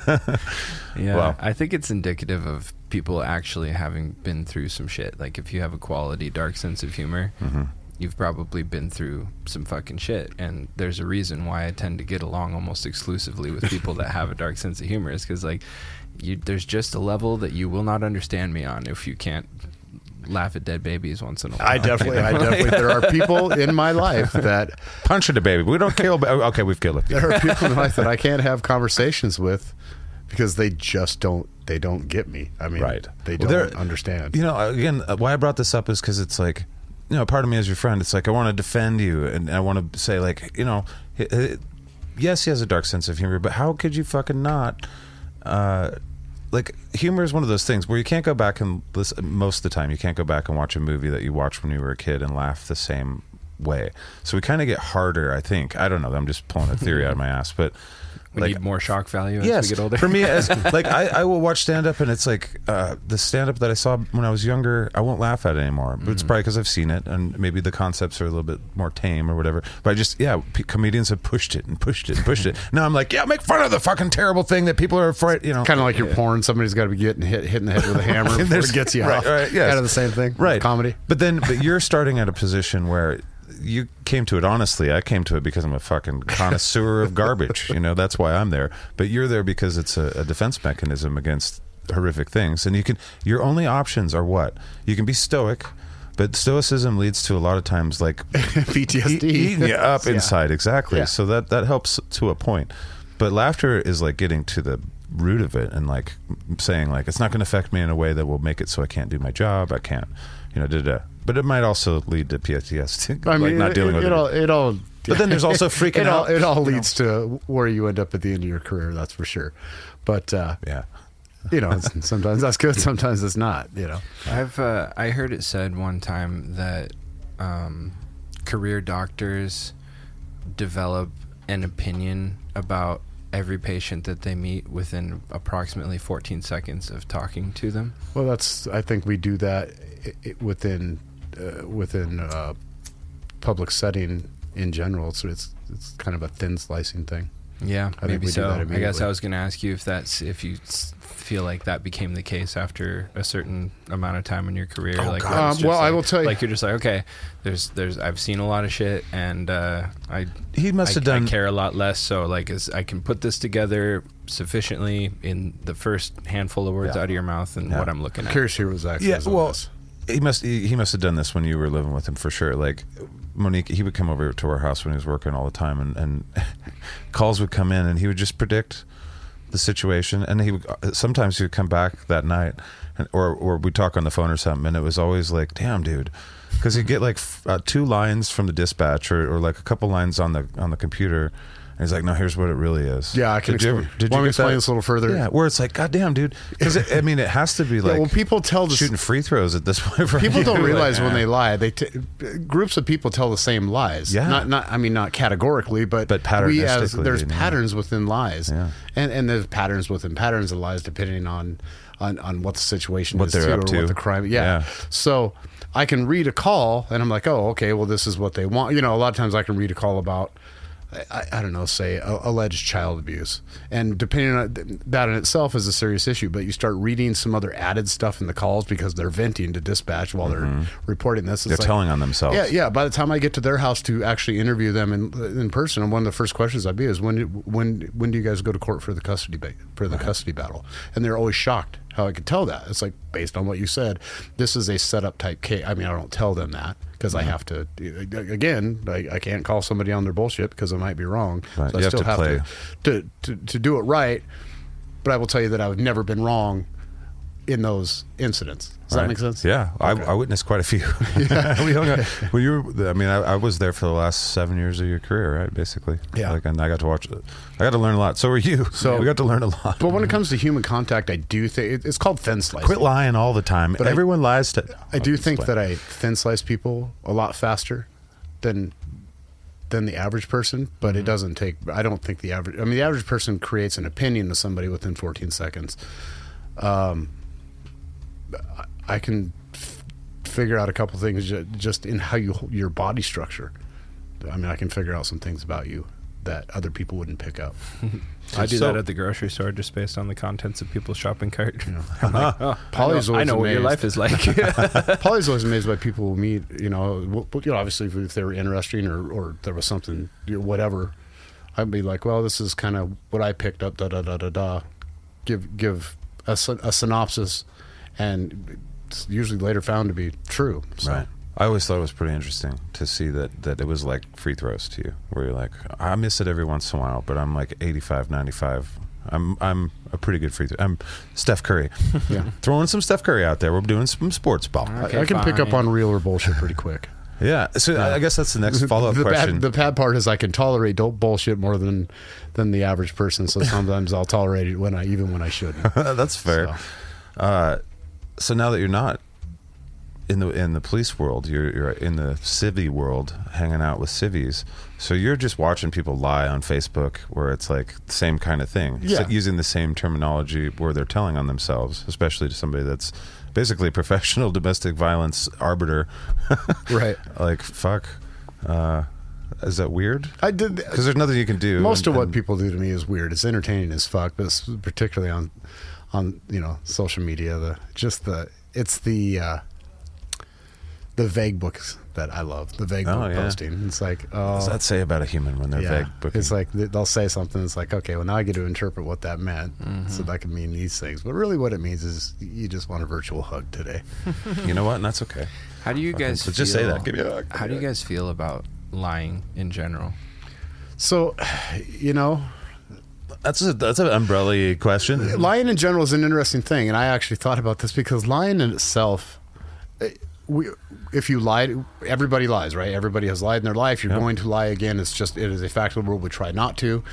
S2: Yeah,
S3: Wow.
S2: I think it's indicative of people actually having been through some shit. Like if you have a quality dark sense of humor, you've probably been through some fucking shit. And there's a reason why I tend to get along almost exclusively with people that have a dark sense of humor is because like you, there's just a level that you will not understand me on if you can't laugh at dead babies once in a while.
S4: I definitely, I definitely, there are people in my life that,
S3: Punching a baby. We don't kill. Ba- okay, we've killed it.
S4: there are people in my life that I can't have conversations with because they just don't, they don't get me. I mean,
S3: Right.
S4: they
S3: Well,
S4: don't
S3: there-
S4: understand.
S3: You know, again, uh, why I brought this up is because it's like, you know, part of me as your friend, it's like I want to defend you and I want to say, like, you know, h- h- yes, he has a dark sense of humor, but how could you fucking not? Uh, like humor is one of those things where you can't go back and listen. Most of the time, you can't go back and watch a movie that you watched when you were a kid and laugh the same way. So we kind of get harder, I think. I don't know. I'm just pulling a theory out of my ass, but
S2: We need more shock value as
S3: yes,
S2: we get older.
S3: for me, as like I, I will watch stand up and it's like uh, the stand up that I saw when I was younger, I won't laugh at it anymore. But
S2: Mm.
S3: it's probably because I've seen it and maybe the concepts are a little bit more tame or whatever. But I just yeah, p- comedians have pushed it and pushed it and pushed it. Now I'm like yeah, make fun of the fucking terrible thing that people are afraid. You know,
S4: Kind of like your porn. Somebody's got to be getting hit, hitting the head with a hammer before
S3: there's-
S4: it gets you
S3: right,
S4: off.
S3: right, yes.
S4: Kind of the same thing.
S3: right
S4: Comedy.
S3: but then but you're starting at a position where you came to it honestly i came to it because i'm a fucking connoisseur of garbage you know that's why i'm there but you're there because it's a, a defense mechanism against horrific things and you can your only options are what you can be stoic but stoicism leads to a lot of times like
S4: PTSD.
S3: e- eating you up
S4: Yeah.
S3: inside exactly
S4: Yeah.
S3: so that that helps to a point but laughter is like getting to the root of it and like m- saying like it's not going to affect me in a way that will make it so i can't do my job i can't you know da da but it might also lead to ptsd
S4: I mean,
S3: like not
S4: it-
S3: dealing
S4: it,
S3: with
S4: it
S3: it
S4: all. It all.
S3: But then there's also freaking
S4: it all,
S3: out,
S4: It all
S3: you know.
S4: leads to where you end up at the end of your career. That's for sure. But uh,
S3: yeah
S4: you know, it's- sometimes that's good. Sometimes it's not. You know.
S2: I've uh, I heard it said one time that um, career doctors develop an opinion about every patient that they meet within approximately 14 seconds of talking to them.
S4: Well, that's. I think we do that i i within uh, within uh, public setting in general. So it's it's kind of a thin slicing thing.
S2: Yeah,
S4: think
S2: maybe
S4: we do
S2: so.
S4: that
S2: I guess
S4: immediately.
S2: I was going to ask you if that's if you s- feel like that became the case after a certain amount of time in your career. like, that
S4: God.
S2: was
S4: Um,
S2: just
S4: well, I
S2: like-
S4: will tell you-
S2: Like you're just like, okay, there's there's I've seen a lot of shit, and uh, I
S3: He must
S2: I-
S3: have done-
S2: I care a lot less, so like is, I can put this together sufficiently in the first handful of words
S3: Yeah.
S2: out of your mouth and
S3: Yeah.
S2: what I'm looking at.
S4: Curious here was actually.
S3: yeah
S4: on
S3: well
S4: this.
S3: he must he, he must have done this when you were living with him for sure like monique he would come over to our house when he was working all the time and, and calls would come in and he would just predict the situation and he would uh, sometimes he would come back that night and, or or we talk on the phone or something and it was always like damn dude because he'd get like f- uh, two lines from the dispatch or, or like a couple lines on the on the computer and he's like no here's what it really is
S4: Yeah, I can
S3: did you
S4: explain-
S3: ever, did
S4: Want
S3: you
S4: me to
S3: get
S4: explain
S3: that?
S4: this a little further?
S3: yeah where it's like god damn dude because i mean it has to be like
S4: yeah, well, people tell the
S3: shooting free throws at this point. For
S4: People
S3: you.
S4: don't
S3: Like,
S4: realize when
S3: eh.
S4: they lie. They t- groups of people tell the same lies.
S3: Yeah.
S4: Not not I mean not categorically, but
S3: But
S4: we as
S3: patternistically,
S4: there's
S3: yeah.
S4: patterns within lies.
S3: Yeah.
S4: And and there's patterns within patterns of lies depending on on, on what the situation
S3: What
S4: is
S3: they're
S4: too,
S3: up
S4: or
S3: to.
S4: what the crime. Yeah.
S3: Yeah.
S4: So I can read a call and I'm like, oh, okay, well this is what they want. You know, a lot of times I can read a call about. I- I, I don't know, say a, alleged child abuse, and depending on that in itself is a serious issue. But you start reading some other added stuff in the calls because they're venting to dispatch while they're reporting this. It's
S3: Mm-hmm. They're
S4: like-
S3: telling on themselves.
S4: Yeah, yeah. By the time I get to their house to actually interview them in in person, one of the first questions I'd be is when did- when when do you guys go to court for the custody ba- for the custody battle? And they're always shocked how I could tell that. It's like based on what you said, this is a setup type case. I mean, I don't tell them that because
S3: Uh-huh.
S4: I have to. Again, I, I can't call somebody on their bullshit because I might be wrong.
S3: Right.
S4: So
S3: You
S4: I
S3: have
S4: still
S3: to
S4: have
S3: play.
S4: to, to to to do it right. But I will tell you that I've never been wrong in those incidents. Does
S3: Right.
S4: that make sense?
S3: Yeah, I, I witnessed quite a few. we hung out. Well, you were, I mean, I, I was there for the last seven years of your career, right? Basically.
S4: Yeah.
S3: Like, and I got to watch. it. I got to learn a lot. So were you. So we got to learn a lot.
S4: But when it comes to human contact, I do think it- it's called thin slice.
S3: Quit lying all the time. But
S4: I-
S3: everyone lies to.
S4: I do think that I thin slice people a lot faster than than the average person, but
S3: Mm-hmm.
S4: it doesn't take. I don't think the average. I mean, the average person creates an opinion of somebody within 14 seconds. Um, I I can f- figure out a couple things ju- just in how you hold your body structure. I mean, I can figure out some things about you that other people wouldn't pick up.
S2: I do
S3: So-
S2: that at the grocery store just based on the contents of people's shopping cart. "Oh,
S4: Polly's
S2: I know, I
S4: always
S2: know what your
S4: amazed.
S2: life is like.
S4: Polly's always amazed by people we meet. You know, w- w- you know, obviously if, if they were interesting or, or there was something, you know, whatever, I'd be like, well, this is kind of what I picked up. Da da da da da. Give give a, syn- a synopsis, and it's usually later found to be true. So.
S3: Right. I always thought it was pretty interesting to see that, that it was like free throws to you, where you're like, I miss it every once in a while, but I'm like 85, 95. I'm I'm a pretty good free throw. I'm Steph Curry.
S4: Yeah.
S3: Throwing some Steph Curry out there. We're doing some sports ball.
S4: I-
S2: Okay,
S4: I, can pick up
S2: fine.
S4: on real or bullshit pretty quick.
S3: Yeah. So I I guess that's the next follow up
S4: the
S3: question.
S4: Bad, the bad part is I can tolerate don't bullshit more than than the average person. So sometimes I'll tolerate it when I even when I shouldn't.
S3: that's fair. Uh, so now that you're not in the in the police world, you're you're in the civvy world, hanging out with civvies. So you're just watching people lie on Facebook, where it's like the same kind of thing,
S4: Yeah.
S3: Except using the same terminology where they're telling on themselves, especially to somebody that's basically a professional domestic violence arbiter.
S4: Right.
S3: Like fuck, uh, is that weird?
S4: I did.
S3: Because there's nothing you can do.
S4: Most
S3: and-
S4: of what
S3: and-
S4: people do to me is weird. It's entertaining as fuck, but it's particularly on, on you know, social media. The just the it's the, uh, the vague books that I love. The vague
S3: Oh,
S4: book
S3: yeah.
S4: posting. It's like oh,
S3: What does that say about a human when they're
S4: yeah.
S3: vague? Booking?
S4: It's like th- they'll say something. It's like okay, well now I get to interpret what that meant,
S3: Mm-hmm.
S4: so that can mean these things. But really, what it means is you just want a virtual hug today.
S3: you know what? And that's okay.
S2: How do you guys
S3: So just say
S2: feel-
S3: that. Give me a hug.
S2: How do you guys feel about lying in general?
S4: So, you know,
S3: That's a, that's an umbrella question.
S4: lying in general is an interesting thing, and I actually thought about this because lying in itself, eh, we, if you lied, everybody lies, right? Everybody has lied in their life. You're
S3: Yep.
S4: going to lie again. It's just it is a factual rule. We try not to.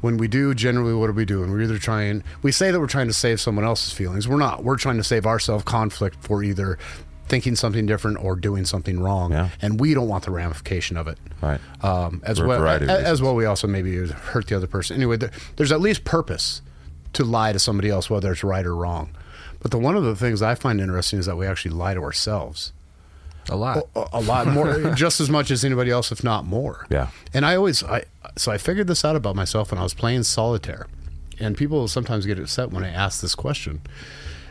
S4: When we do, generally, what are we doing? We're either trying. We say that we're trying to save someone else's feelings. We're not. We're trying to save ourselves conflict for either thinking something different or doing something wrong,
S3: Yeah.
S4: and we don't want the ramification of it
S3: Right.
S4: um, as
S3: For a
S4: well
S3: variety of
S4: a-
S3: reasons.
S4: as well. We also maybe hurt the other person. Anyway, there, there's at least purpose to lie to somebody else, whether it's right or wrong. But the one of the things I find interesting is that we actually lie to ourselves
S2: A lot.
S4: a, a lot more, just as much as anybody else, if not more.
S3: Yeah.
S4: And I always, I so I figured this out about myself when I was playing solitaire, and people sometimes get upset when I ask this question,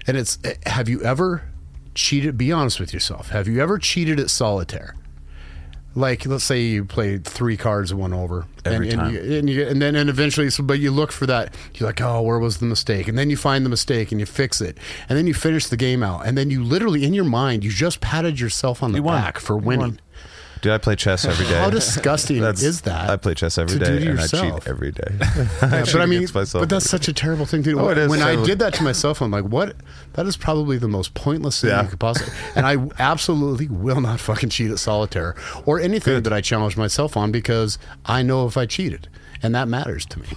S4: and it's, eh, have you ever cheated? Be honest with yourself. Have you ever cheated at solitaire? Like, let's say you played three cards and one over,
S3: Every
S4: and,
S3: time.
S4: And, you, and, you, and then and eventually, so, but you look for that. You're like, oh, where was the mistake? And then you find the mistake and you fix it, and then you finish the game out, and then you literally, in your mind, you just patted yourself on the
S3: You won.
S4: back for
S3: You
S4: winning.
S3: won. Dude, I play chess every day.
S4: How disgusting is that?
S3: I play chess every
S4: to
S3: day,
S4: do to
S3: and I
S4: yourself?
S3: cheat every day. I
S4: Yeah,
S3: cheat
S4: but I mean,
S3: against myself
S4: but that's
S3: every
S4: such a terrible thing to do.
S3: Oh, it is
S4: when I
S3: terrible.
S4: did that to myself, I'm like, what? That is probably the most pointless thing
S3: Yeah.
S4: you could possibly. And I absolutely will not fucking cheat at solitaire or anything that I challenge myself on because I know if I cheated, and that matters to me.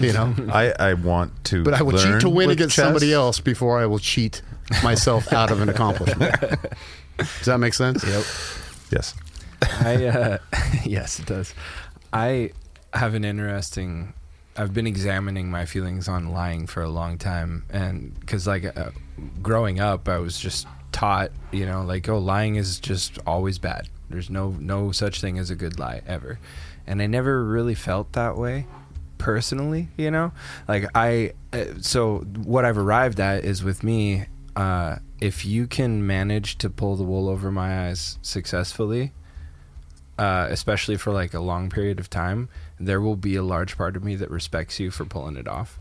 S4: you know.
S3: day. I, I want to.
S4: But I will cheat
S3: learn
S4: to win
S3: with
S4: against
S3: chess.
S4: somebody else before I will cheat myself out of an accomplishment. Does that make sense? Yep.
S3: Yes.
S2: I uh, yes, it does. I have an interesting. I've been examining my feelings on lying for a long time, and because like uh, growing up, I was just taught, you know, like oh, lying is just always bad. There's no no such thing as a good lie ever, and I never really felt that way personally, you know? Like I uh, so what I've arrived at is with me uh if you can manage to pull the wool over my eyes successfully, uh especially for like a long period of time, there will be a large part of me that respects you for pulling it off.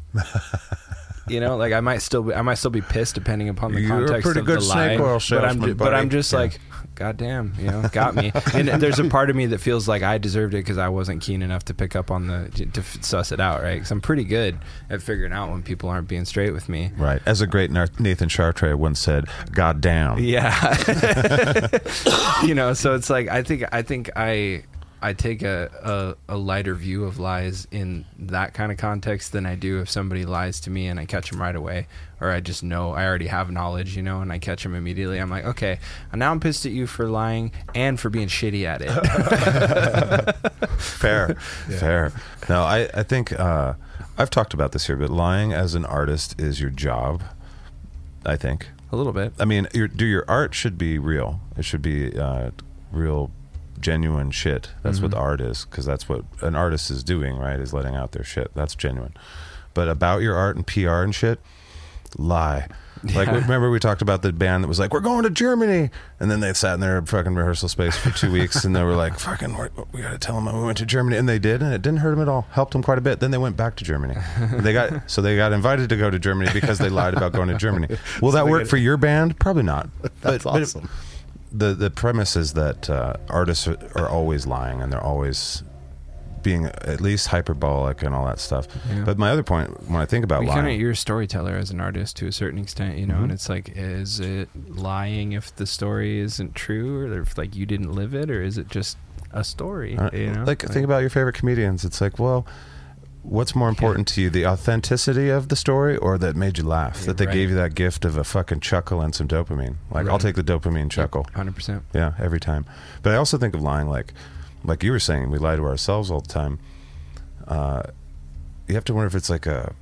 S2: You know, like I might still be, I might still be pissed depending upon the
S3: You're a
S2: context
S3: pretty
S2: of
S3: good
S2: the
S3: snake
S2: line,
S3: oil
S2: but I'm
S3: salesman,
S2: ju- but I'm
S3: buddy.
S2: just
S3: Yeah.
S2: like God damn, you know, got me. And there's a part of me that feels like I deserved it because I wasn't keen enough to pick up on the to f- suss it out, right? Because I'm pretty good at figuring out when people aren't being straight with me.
S3: Right. As a great Nar- Nathan Chartre once said, "God damn."
S2: Yeah, you know. So it's like I think I think I I take a, a a lighter view of lies in that kind of context than I do if somebody lies to me and I catch them right away, or I just know I already have knowledge, you know, and I catch them immediately. I'm like, okay, now I'm pissed at you for lying and for being shitty at it.
S3: fair fair no i i think uh i've talked about this here but lying as an artist is your job i think
S2: a little bit.
S3: i mean your do your art should be real it should be uh real genuine shit that's what art is because that's what an artist is doing right is letting out their shit that's genuine but about your art and pr and shit lie like remember we talked about the band that was like we're going to Germany and then they sat in their fucking rehearsal space for two weeks and they were like fucking we we gotta tell them we went to Germany and they did and it didn't hurt them at all helped them quite a bit then they went back to Germany And they got so they got invited to go to Germany because they lied about going to Germany will that work for your band probably not
S4: That's
S3: but,
S4: awesome.
S3: the the premise is that uh, artists are, are always lying and they're always being at least hyperbolic and all that stuff.
S2: Yeah.
S3: But my other point, when I think about
S2: You
S3: lying,
S2: kind of you're a storyteller as an artist to a certain extent, you know.
S4: Mm-hmm.
S2: And it's like, is it lying if the story isn't true, or if like you didn't live it, or is it just a story?
S3: Uh,
S2: you know,
S3: Like, think about your favorite comedians. It's like, well, what's more important to you, the authenticity of the story or that made you laugh? that they
S2: right.
S3: gave you that gift of a fucking chuckle and some dopamine. Like I'll
S2: Right.
S3: take the dopamine chuckle.
S2: Hundred percent.
S3: Yeah, every time. But I also think of lying like, like you were saying, we lie to ourselves all the time. Uh, you have to wonder if it's like a,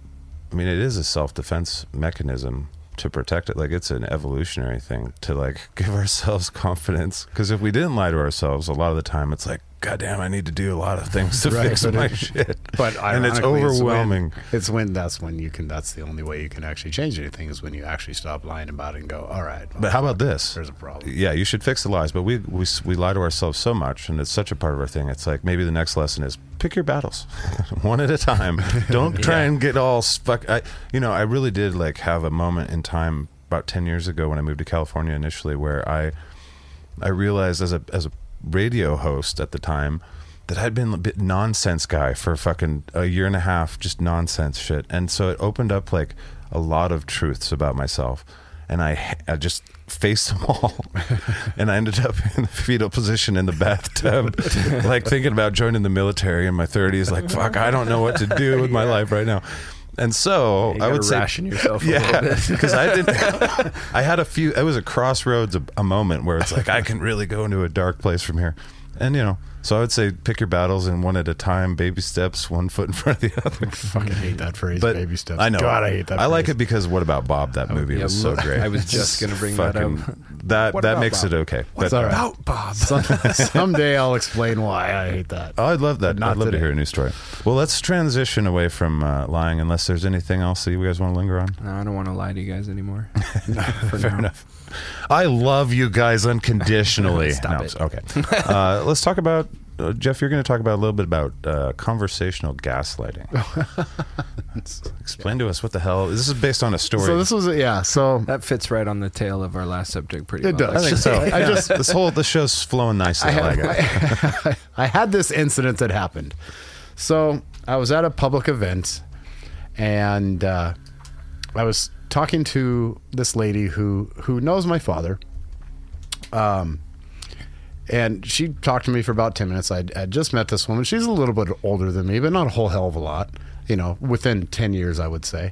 S3: I mean, it is a self defense mechanism to protect it. Like it's an evolutionary thing to like give ourselves confidence. Because if we didn't lie to ourselves, a lot of the time it's like, God damn, I need to do a lot of things to
S4: Right,
S3: fix
S4: but
S3: my
S4: it-
S3: shit.
S4: But
S3: And it's
S4: ironically, when-
S3: overwhelming.
S4: It's when, that's when you can. That's the only way you can actually change anything is when you actually stop lying about it and go, all right. well,
S3: But how about this?
S4: there's a problem.
S3: yeah, you should fix the lies, but we, we we lie to ourselves so much, and it's such a part of our thing. It's like maybe the next lesson is pick your battles, one at a time. Don't try and get all fuck. I you know I really did like have a moment in time about ten years ago when I moved to California initially, where I I realized as a as a radio host at the time that I'd been a bit nonsense guy for fucking a year and a half, just nonsense shit, and so it opened up like a lot of truths about myself, and I I just faced them all, and I ended up in the fetal position in the bathtub, like thinking about joining the military in my thirties, like fuck, I don't know what to do with my life right now. And so
S2: You
S3: I
S2: gotta
S3: would say
S2: ration yourself a little
S3: yeah,
S2: bit.
S3: because I didn't. I had a few. It was a crossroads, a, a moment where it's like I can really go into a dark place from here, and you know. So I would say pick your battles and one at a time, baby steps, one foot in front of the other.
S4: Fucking hate that phrase,
S3: But
S4: baby steps.
S3: I know.
S4: God, I hate that.
S3: I like
S4: phrase.
S3: it because what about Bob? That movie
S2: Oh, yeah,
S3: was so
S2: look,
S3: great.
S2: I was just gonna bring that up.
S3: That
S2: What
S3: that
S2: about
S3: makes
S2: Bob?
S3: it okay.
S4: What's
S3: But-
S4: all right.
S2: Bob.
S4: Someday I'll explain why I hate that.
S3: Oh, I'd love that.
S4: Not
S3: I'd love
S4: today.
S3: to hear a new story. Well, let's transition away from uh, lying, unless there's anything else that you guys want to linger on.
S2: No, I don't want to lie to you guys anymore. For
S3: Fair
S2: now.
S3: enough. I love you guys unconditionally.
S2: Stop
S3: No,
S2: it.
S3: I'm s- Okay. Uh, let's talk about uh, Jeff. You're going to talk about a little bit about uh, conversational gaslighting.
S4: Oh,
S3: Explain to us what the hell this is based on a story.
S4: So this was yeah. So
S2: That fits right on the tail of our last subject pretty
S4: It
S2: well.
S4: does.
S3: I think so.
S4: I
S3: I just
S4: just-
S3: this whole the show's flowing nicely.
S4: I
S3: I
S4: had,
S3: like it.
S4: I, I had this incident that happened. So I was at a public event, and uh, I was talking to this lady who who knows my father. Um, and she talked to me for about ten minutes. I had just met this woman. She's a little bit older than me, but not a whole hell of a lot. You know, within ten years, I would say.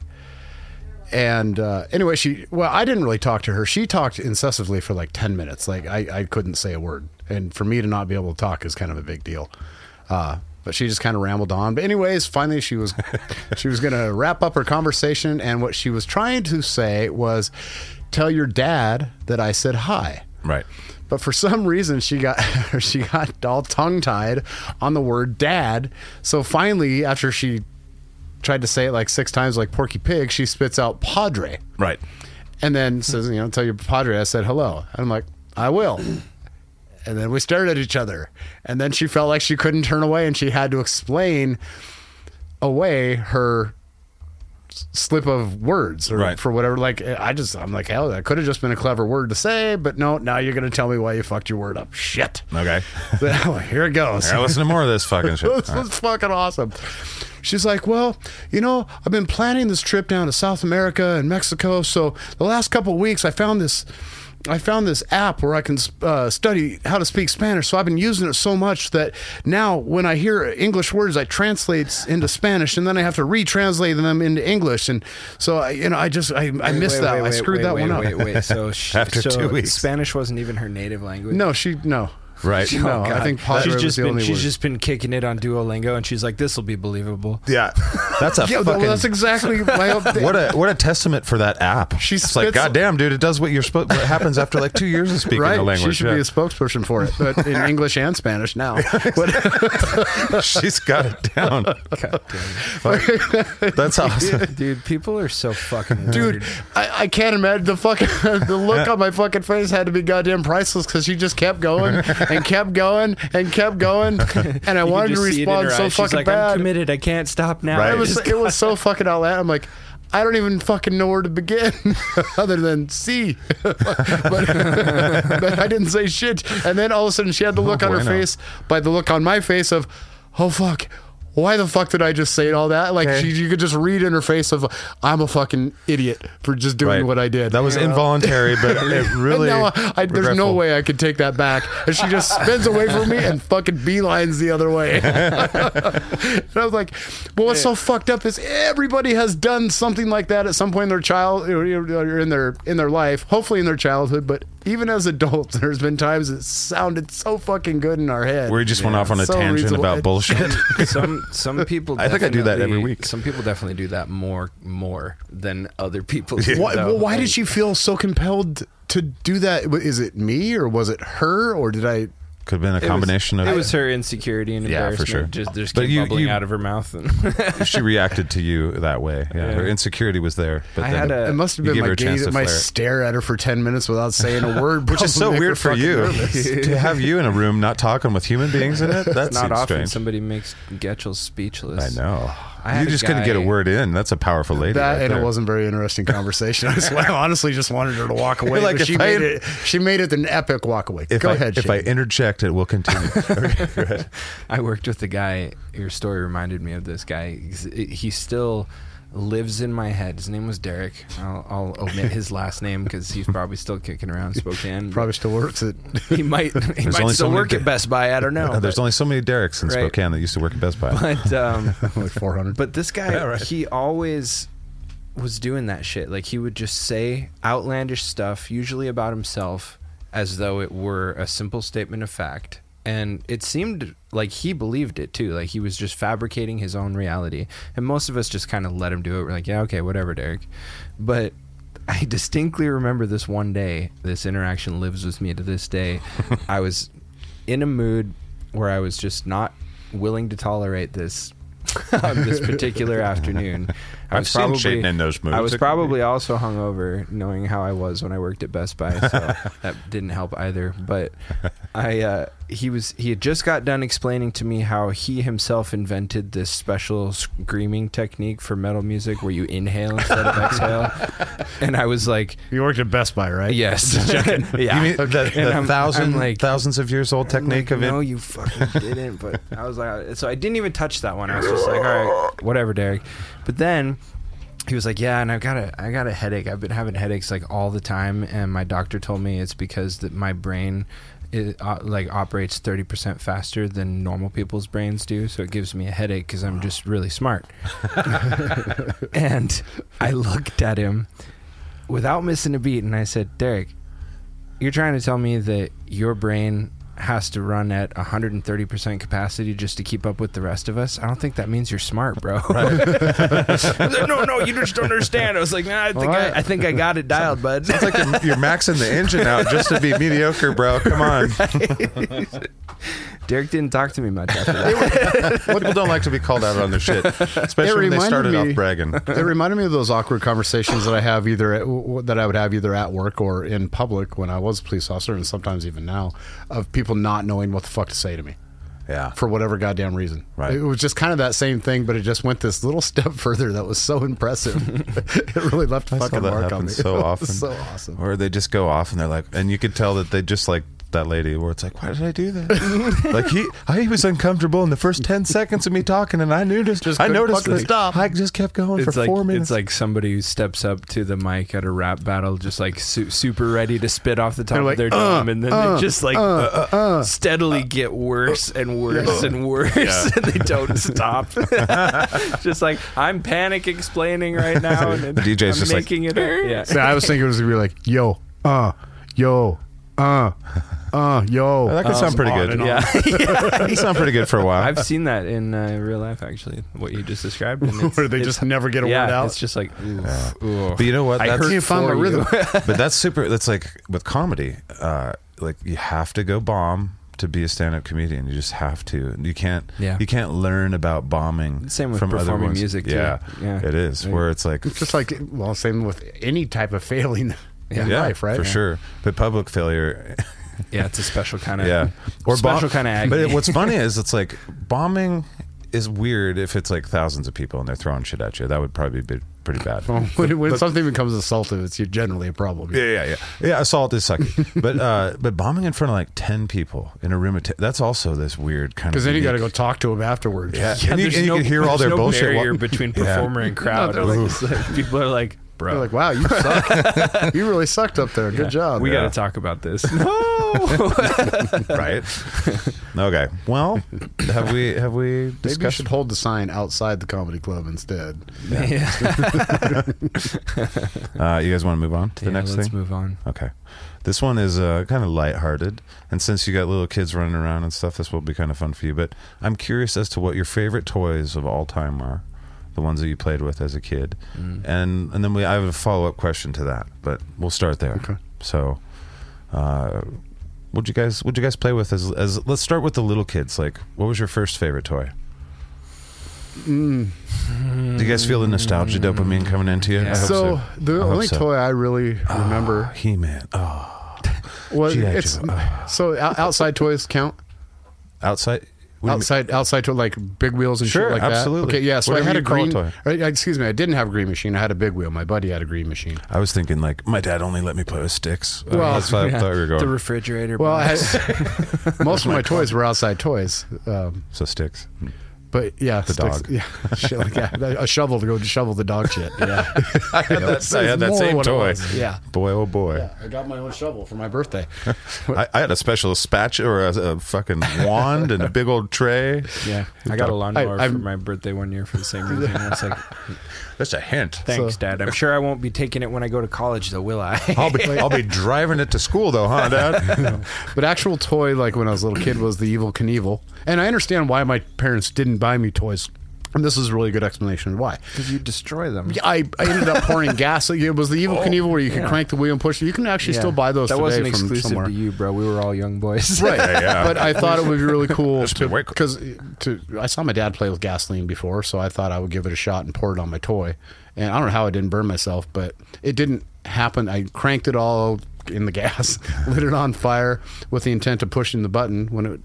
S4: And uh, anyway, she well, I didn't really talk to her. She talked incessantly for like ten minutes. Like I, I couldn't say a word, and for me to not be able to talk is kind of a big deal. Uh, but she just kind of rambled on. But anyways, finally she was she was going to wrap up her conversation, and what she was trying to say was, "Tell your dad that I said hi."
S3: Right.
S4: But for some reason, she got she got all tongue tied on the word dad. So finally, after she tried to say it like six times, like Porky Pig, she spits out Padre,
S3: Right.
S4: and then says, "You know, tell your Padre I said hello." And I'm like, "I will." And then we stared at each other, and then she felt like she couldn't turn away, and she had to explain away her s- slip of words or
S3: Right.
S4: for whatever like i just i'm like hell that could have just been a clever word to say but no now you're gonna tell me why you fucked your word up shit
S3: Okay.
S4: Well, here it goes
S3: All right. Listen to more of this fucking shit.
S4: this
S3: All right.
S4: was fucking awesome. She's like, well, you know, I've been planning this trip down to South America and Mexico. So the last couple of weeks, I found this, I found this app where I can uh, study how to speak Spanish. So I've been using it so much that now when I hear English words, I translate into Spanish, and then I have to retranslate them into English. And so, I, you know, I just I, I missed
S2: Wait,
S4: that.
S2: wait,
S4: I
S2: wait,
S4: screwed
S2: wait,
S4: that
S2: wait,
S4: one up.
S2: Wait, wait. So, sh-
S3: After
S2: so
S3: two weeks.
S2: Spanish wasn't even her native language.
S4: No, she no.
S3: Right.
S4: No,
S2: Oh,
S4: I
S2: God.
S4: think Padre
S2: she's
S4: was
S2: just
S4: the
S2: been
S4: only
S2: she's
S4: word.
S2: just been kicking it on Duolingo, and she's like, "This will be believable."
S3: Yeah. That's a
S4: yeah, well,
S3: fucking.
S4: that's exactly my update.
S3: what a what a testament for that app.
S4: She
S3: it's like,
S4: spits-
S3: goddamn, dude, it does what you're supposed. What happens after like two years of speaking the language?
S4: She should
S3: yeah.
S4: be a spokesperson for it, but in English and Spanish now.
S3: She's got it down.
S2: God damn
S3: That's awesome.
S2: it. dude, people are so fucking weird.
S4: Dude, I, I can't imagine the fucking the look on my fucking face had to be goddamn priceless because she just kept going and kept going and kept going, and I
S2: You can
S4: wanted to
S2: just see it in her
S4: respond so
S2: eyes. She's
S4: fucking
S2: like, I'm
S4: bad.
S2: committed. I can't stop now.
S3: Right.
S2: I
S4: It was
S2: just-
S4: it was so fucking all that. I'm like. I don't even fucking know where to begin other than C. but, but I didn't say
S3: Oh,
S4: shit. And then all of a sudden she had the look on her
S3: bueno.
S4: face by the look on my face of, oh fuck, why the fuck did I just say all that? Like
S3: Okay.
S4: she, you could just read in her face of I'm a fucking idiot for just doing
S3: Right.
S4: what I did.
S3: That was involuntary, but it
S4: And
S3: really.
S4: now I, I- there's no
S3: regretful.
S4: way I could take that back. And she just spins away from me and fucking beelines the other way. and I was like, well, what's so fucked up is everybody has done something like that at some point in their child or or in their in their life, hopefully in their childhood, but even as adults, there's been times it sounded so fucking good in our head.
S3: We just went off on a
S4: So
S3: tangent
S4: reasonable.
S3: about bullshit.
S2: some some people.
S3: I think I do that every
S2: definitely-
S3: week.
S2: Some people definitely do that more more than other people. do,
S4: Why,
S2: though.
S4: well, why
S2: Like,
S4: did she feel so compelled to do that? W- Is it me or was it her or did I?
S3: Could have been a
S2: it was-
S3: combination of.
S2: It was her insecurity and
S3: Yeah, for
S2: embarrassment.
S3: sure.
S2: Just just
S3: But
S2: came
S3: you-
S2: bubbling
S3: you-
S2: out of her mouth. And
S3: she reacted to you that way. Yeah,
S2: Yeah.
S3: her insecurity was there. But
S2: I
S3: then
S2: had a-
S4: It must have
S3: Uh, You gave
S4: been
S3: her
S4: my
S3: a chance
S4: gaze,
S3: to
S4: my
S3: flare it.
S4: stare at her for ten minutes without saying a word,
S3: which is so
S4: probably make her
S3: weird for
S4: fucking
S3: you
S4: nervous.
S3: to have you in a room not talking with human beings in it. That's
S2: not often
S3: strange.
S2: somebody makes Getchell
S3: I
S2: speechless.
S3: know.
S2: I had
S3: you
S2: a
S3: just couldn't get a
S2: guy-
S3: word in. That's a powerful lady.
S4: That
S3: right
S4: and
S3: there.
S4: it wasn't a very interesting conversation. I, just, I honestly just wanted her to walk away.
S3: Like
S4: but
S3: if
S4: she
S3: I-
S4: made it. She made it an epic walk away.
S3: If
S4: Go
S3: I,
S4: ahead.
S3: If I
S4: Shane.
S3: interject, it will continue. Okay, go ahead.
S2: I worked with a guy. Your story reminded me of this guy. He's- He still lives in my head. His name was Derek. I'll, I'll omit his last name because he's probably still kicking around Spokane.
S4: probably still works it.
S2: he might. He might
S3: only so
S2: still
S3: many
S2: work
S3: Da-
S2: at Best Buy. I don't know.
S3: There's
S2: but,
S3: only so many Derek's in
S2: Right.
S3: Spokane that used to work at Best Buy.
S2: but um,
S4: like four hundred.
S2: But this guy,
S3: Yeah, right.
S2: he always was doing that shit. Like he would just say outlandish stuff, usually about himself, as though it were a simple statement of fact. And it seemed like he believed it too. Like he was just fabricating his own reality. And most of us just kind of let him do it. We're like, yeah, okay, whatever, Derek. But I distinctly remember this one day. This interaction lives with me to this day. I was in a mood where I was just not willing to tolerate this on this particular afternoon. I
S3: I've
S2: was
S3: seen Shaden in those moods.
S2: I was
S3: It-
S2: probably also hungover, knowing how I was when I worked at Best Buy, so that didn't help either. But I, uh, he was, he had just got done explaining to me how he himself invented this special screaming technique for metal music where you inhale instead of exhale, and I was like,
S4: you worked at Best Buy, right?
S2: yes, yeah.
S3: You mean the,
S2: And
S3: the
S2: I'm-
S3: thousand,
S2: I'm like-
S3: thousands of years old technique
S2: like,
S3: of it?
S2: No, you fucking didn't. But I was like, so I didn't even touch that one. I was just like, all right, whatever, Derek. But then he was like, yeah, and I've got a, I got a headache. I've been having headaches like all the time, and my doctor told me it's because that my brain. It uh, like operates thirty percent faster than normal people's brains do, so it gives me a headache because I'm just really smart. and I looked at him without missing a beat, and I said, Derek, you're trying to tell me that your brain has to run at 130% capacity just to keep up with the rest of us? I don't think that means you're smart, bro. no, no, you just don't understand. I was like, nah, I think,
S4: Alright.
S2: I, I think I got it dialed, bud.
S3: It's like you're, you're maxing the engine out just to be mediocre, bro. Come on.
S2: Derek didn't talk to me much after that.
S3: People don't like to be called out on their shit,
S4: It
S3: especially when they
S4: reminded
S3: started
S4: me-
S3: off bragging.
S4: it reminded me of those awkward conversations that I have either at, w- w- that I would have either at work or in public when I was a police officer, and sometimes even now, of people not knowing what the fuck to say to me
S3: Yeah.
S4: for whatever goddamn reason.
S3: Right.
S4: It was just kind of that same thing, but it just went this little step further that was so impressive. it really left a
S3: I saw
S4: fucking
S3: that
S4: mark on
S3: happen
S4: me.
S3: so
S4: It was
S3: often.
S4: so awesome.
S3: Or they just go off and they're like, and you could tell that they just like that lady where it's like, why did I do that? like he, I was uncomfortable in the first ten seconds of me talking, and I knew just,
S2: Just
S3: I
S2: couldn't
S3: noticed
S2: fucking
S3: that
S2: stop.
S3: I just kept going
S2: It's
S3: for
S2: like
S3: four minutes.
S2: it's like somebody who steps up to the mic at a rap battle, just like su- super ready to spit off the top
S4: They're like,
S2: of their
S4: "Uh,
S2: dome, and then
S4: uh,
S2: they just like steadily get worse and worse and worse, and they don't stop. just like I'm panic explaining right now, and
S3: The DJ's
S2: I'm
S3: just like,
S2: making it. Yeah.
S4: See, I was thinking it was gonna be like, yo, uh, yo, uh, uh, yo.
S3: That
S2: Oh,
S3: could
S4: uh,
S3: sound pretty
S4: on
S3: good.
S4: and on.
S2: Yeah.
S3: That sound pretty good for a while.
S2: I've seen that in uh, real life, actually. What you just described, and it's-
S4: Where they
S2: it's-
S4: just never get a
S2: yeah,
S4: word out.
S2: It's just like, oof, oof.
S3: But you know what?
S2: I
S3: That's-
S2: hurt
S4: You found my
S2: for you.
S4: rhythm.
S3: but that's super that's like with comedy uh like you have to go bomb to be a stand-up comedian you just have to you can't
S2: Yeah.
S3: you can't learn about bombing
S2: Same with
S3: from other
S2: performing
S3: ones.
S2: music, too.
S3: yeah
S2: Yeah.
S3: it is where it's like
S4: Just like well, same with any type of failing in
S3: yeah
S4: life, right?
S3: for sure but public failure
S2: yeah, it's a special kind of
S3: yeah
S2: special
S3: bomb-
S2: kind of agony.
S3: but it- what's funny is it's like bombing is weird if it's like thousands of people and they're throwing shit at you that would probably be pretty bad.
S2: Oh
S4: when, when something becomes assaultive, it's generally a problem.
S3: Yeah, yeah, yeah. Yeah, assault is sucky. but uh, but bombing in front of like ten people in a room at t- that's also this weird kind of
S4: Because then you got to
S3: unique-
S4: go talk to him afterwards.
S3: Yeah, and you,
S2: there's
S3: and you
S2: no-
S3: can hear all
S2: there's
S3: their
S2: no
S3: bullshit.
S2: barrier
S3: wa-
S2: between
S3: Yeah.
S2: performer and crowd.
S4: No,
S2: like,
S4: they're
S2: it's like- people are like, bro,
S4: You're like, wow, you suck. you really sucked up there. Good
S2: yeah,
S4: job.
S2: We
S3: Yeah.
S2: got to talk about this. No.
S3: right? okay. Well, have we have we
S4: Maybe you should
S3: discussed?
S4: hold the sign outside the comedy club instead.
S2: yeah.
S3: Uh, you guys want to move on to the
S2: Yeah,
S3: next
S2: let's
S3: thing?
S2: move on.
S3: Okay. This one is uh, kind of lighthearted, and since you got little kids running around and stuff, this will be kind of fun for you. But I'm curious as to what your favorite toys of all time are, the ones that you played with as a kid,
S4: Mm.
S3: and and then we I have a follow up question to that, but we'll start there.
S4: Okay.
S3: So, uh, would you guys would you guys play with as as let's start with the little kids? Like, what was your first favorite toy?
S4: Mm.
S3: Do you guys feel the nostalgia dopamine coming into you? I
S2: Yeah.
S3: hope
S4: so, the
S3: I hope
S4: only
S3: so. Ah,
S4: toy I really remember
S3: He Man. Oh,
S4: was
S3: G.I.
S4: it's
S3: Joe. Oh.
S4: so out- outside toys count.
S3: outside. what do you mean?
S4: outside outside to like big wheels and
S3: Sure,
S4: shit like
S3: absolutely.
S4: that. Okay, yeah. So
S3: Whatever
S4: I had
S3: you
S4: a
S3: call a
S4: green.
S3: toy.
S4: I- I- excuse me, I didn't have a green machine. I had a big wheel. My buddy had a green machine.
S3: I was thinking like my dad only let me play with sticks. Uh,
S4: Well,
S3: that's what I
S2: Yeah.
S3: thought we were going.
S2: The refrigerator.
S4: Well, I
S2: box.
S4: had, most of my toys were outside toys, um,
S3: so sticks.
S4: but yeah,
S3: The
S4: sticks-
S3: dog.
S4: yeah, shit like that. a shovel to go shovel the dog shit. Yeah,
S3: I had that, I had that
S4: more
S3: same
S4: what it
S3: toy.
S4: was. Yeah.
S3: Boy, oh boy.
S4: yeah, I got my own shovel for my birthday.
S3: I, I had a special spatula or a, a fucking wand and a big old tray.
S2: yeah, I got a lawnmower
S4: I-
S2: for
S4: I'm-
S2: my birthday one year for the same reason. I was like,
S3: That's a hint.
S2: thanks,
S4: So-
S2: Dad. I'm sure I won't be taking it when I go to college, though, will I?
S3: I'll be I'll be driving it to school though, huh, Dad?
S4: But actual toy, like when I was a little kid, was the Evil Knievel, and I understand why my parents didn't buy me toys. And this is a really good explanation of why.
S2: Because you destroy them.
S4: Yeah, I, I ended up pouring gas. It was the Evil Knievel where you could crank the wheel and push. it. You can
S2: Oh,
S4: actually
S2: Yeah.
S4: still buy those
S2: That
S4: today
S2: wasn't
S4: from
S2: exclusive
S4: somewhere.
S2: to you, bro. We were all young boys.
S4: Right,
S3: Yeah, yeah.
S4: but I thought it would be really cool
S3: That's been way cool.
S4: because to, I saw my dad play with gasoline before, so I thought I would give it a shot and pour it on my toy. And I don't know how I didn't burn myself, but it didn't happen. I cranked it all in the gas, lit it on fire with the intent of pushing the button when it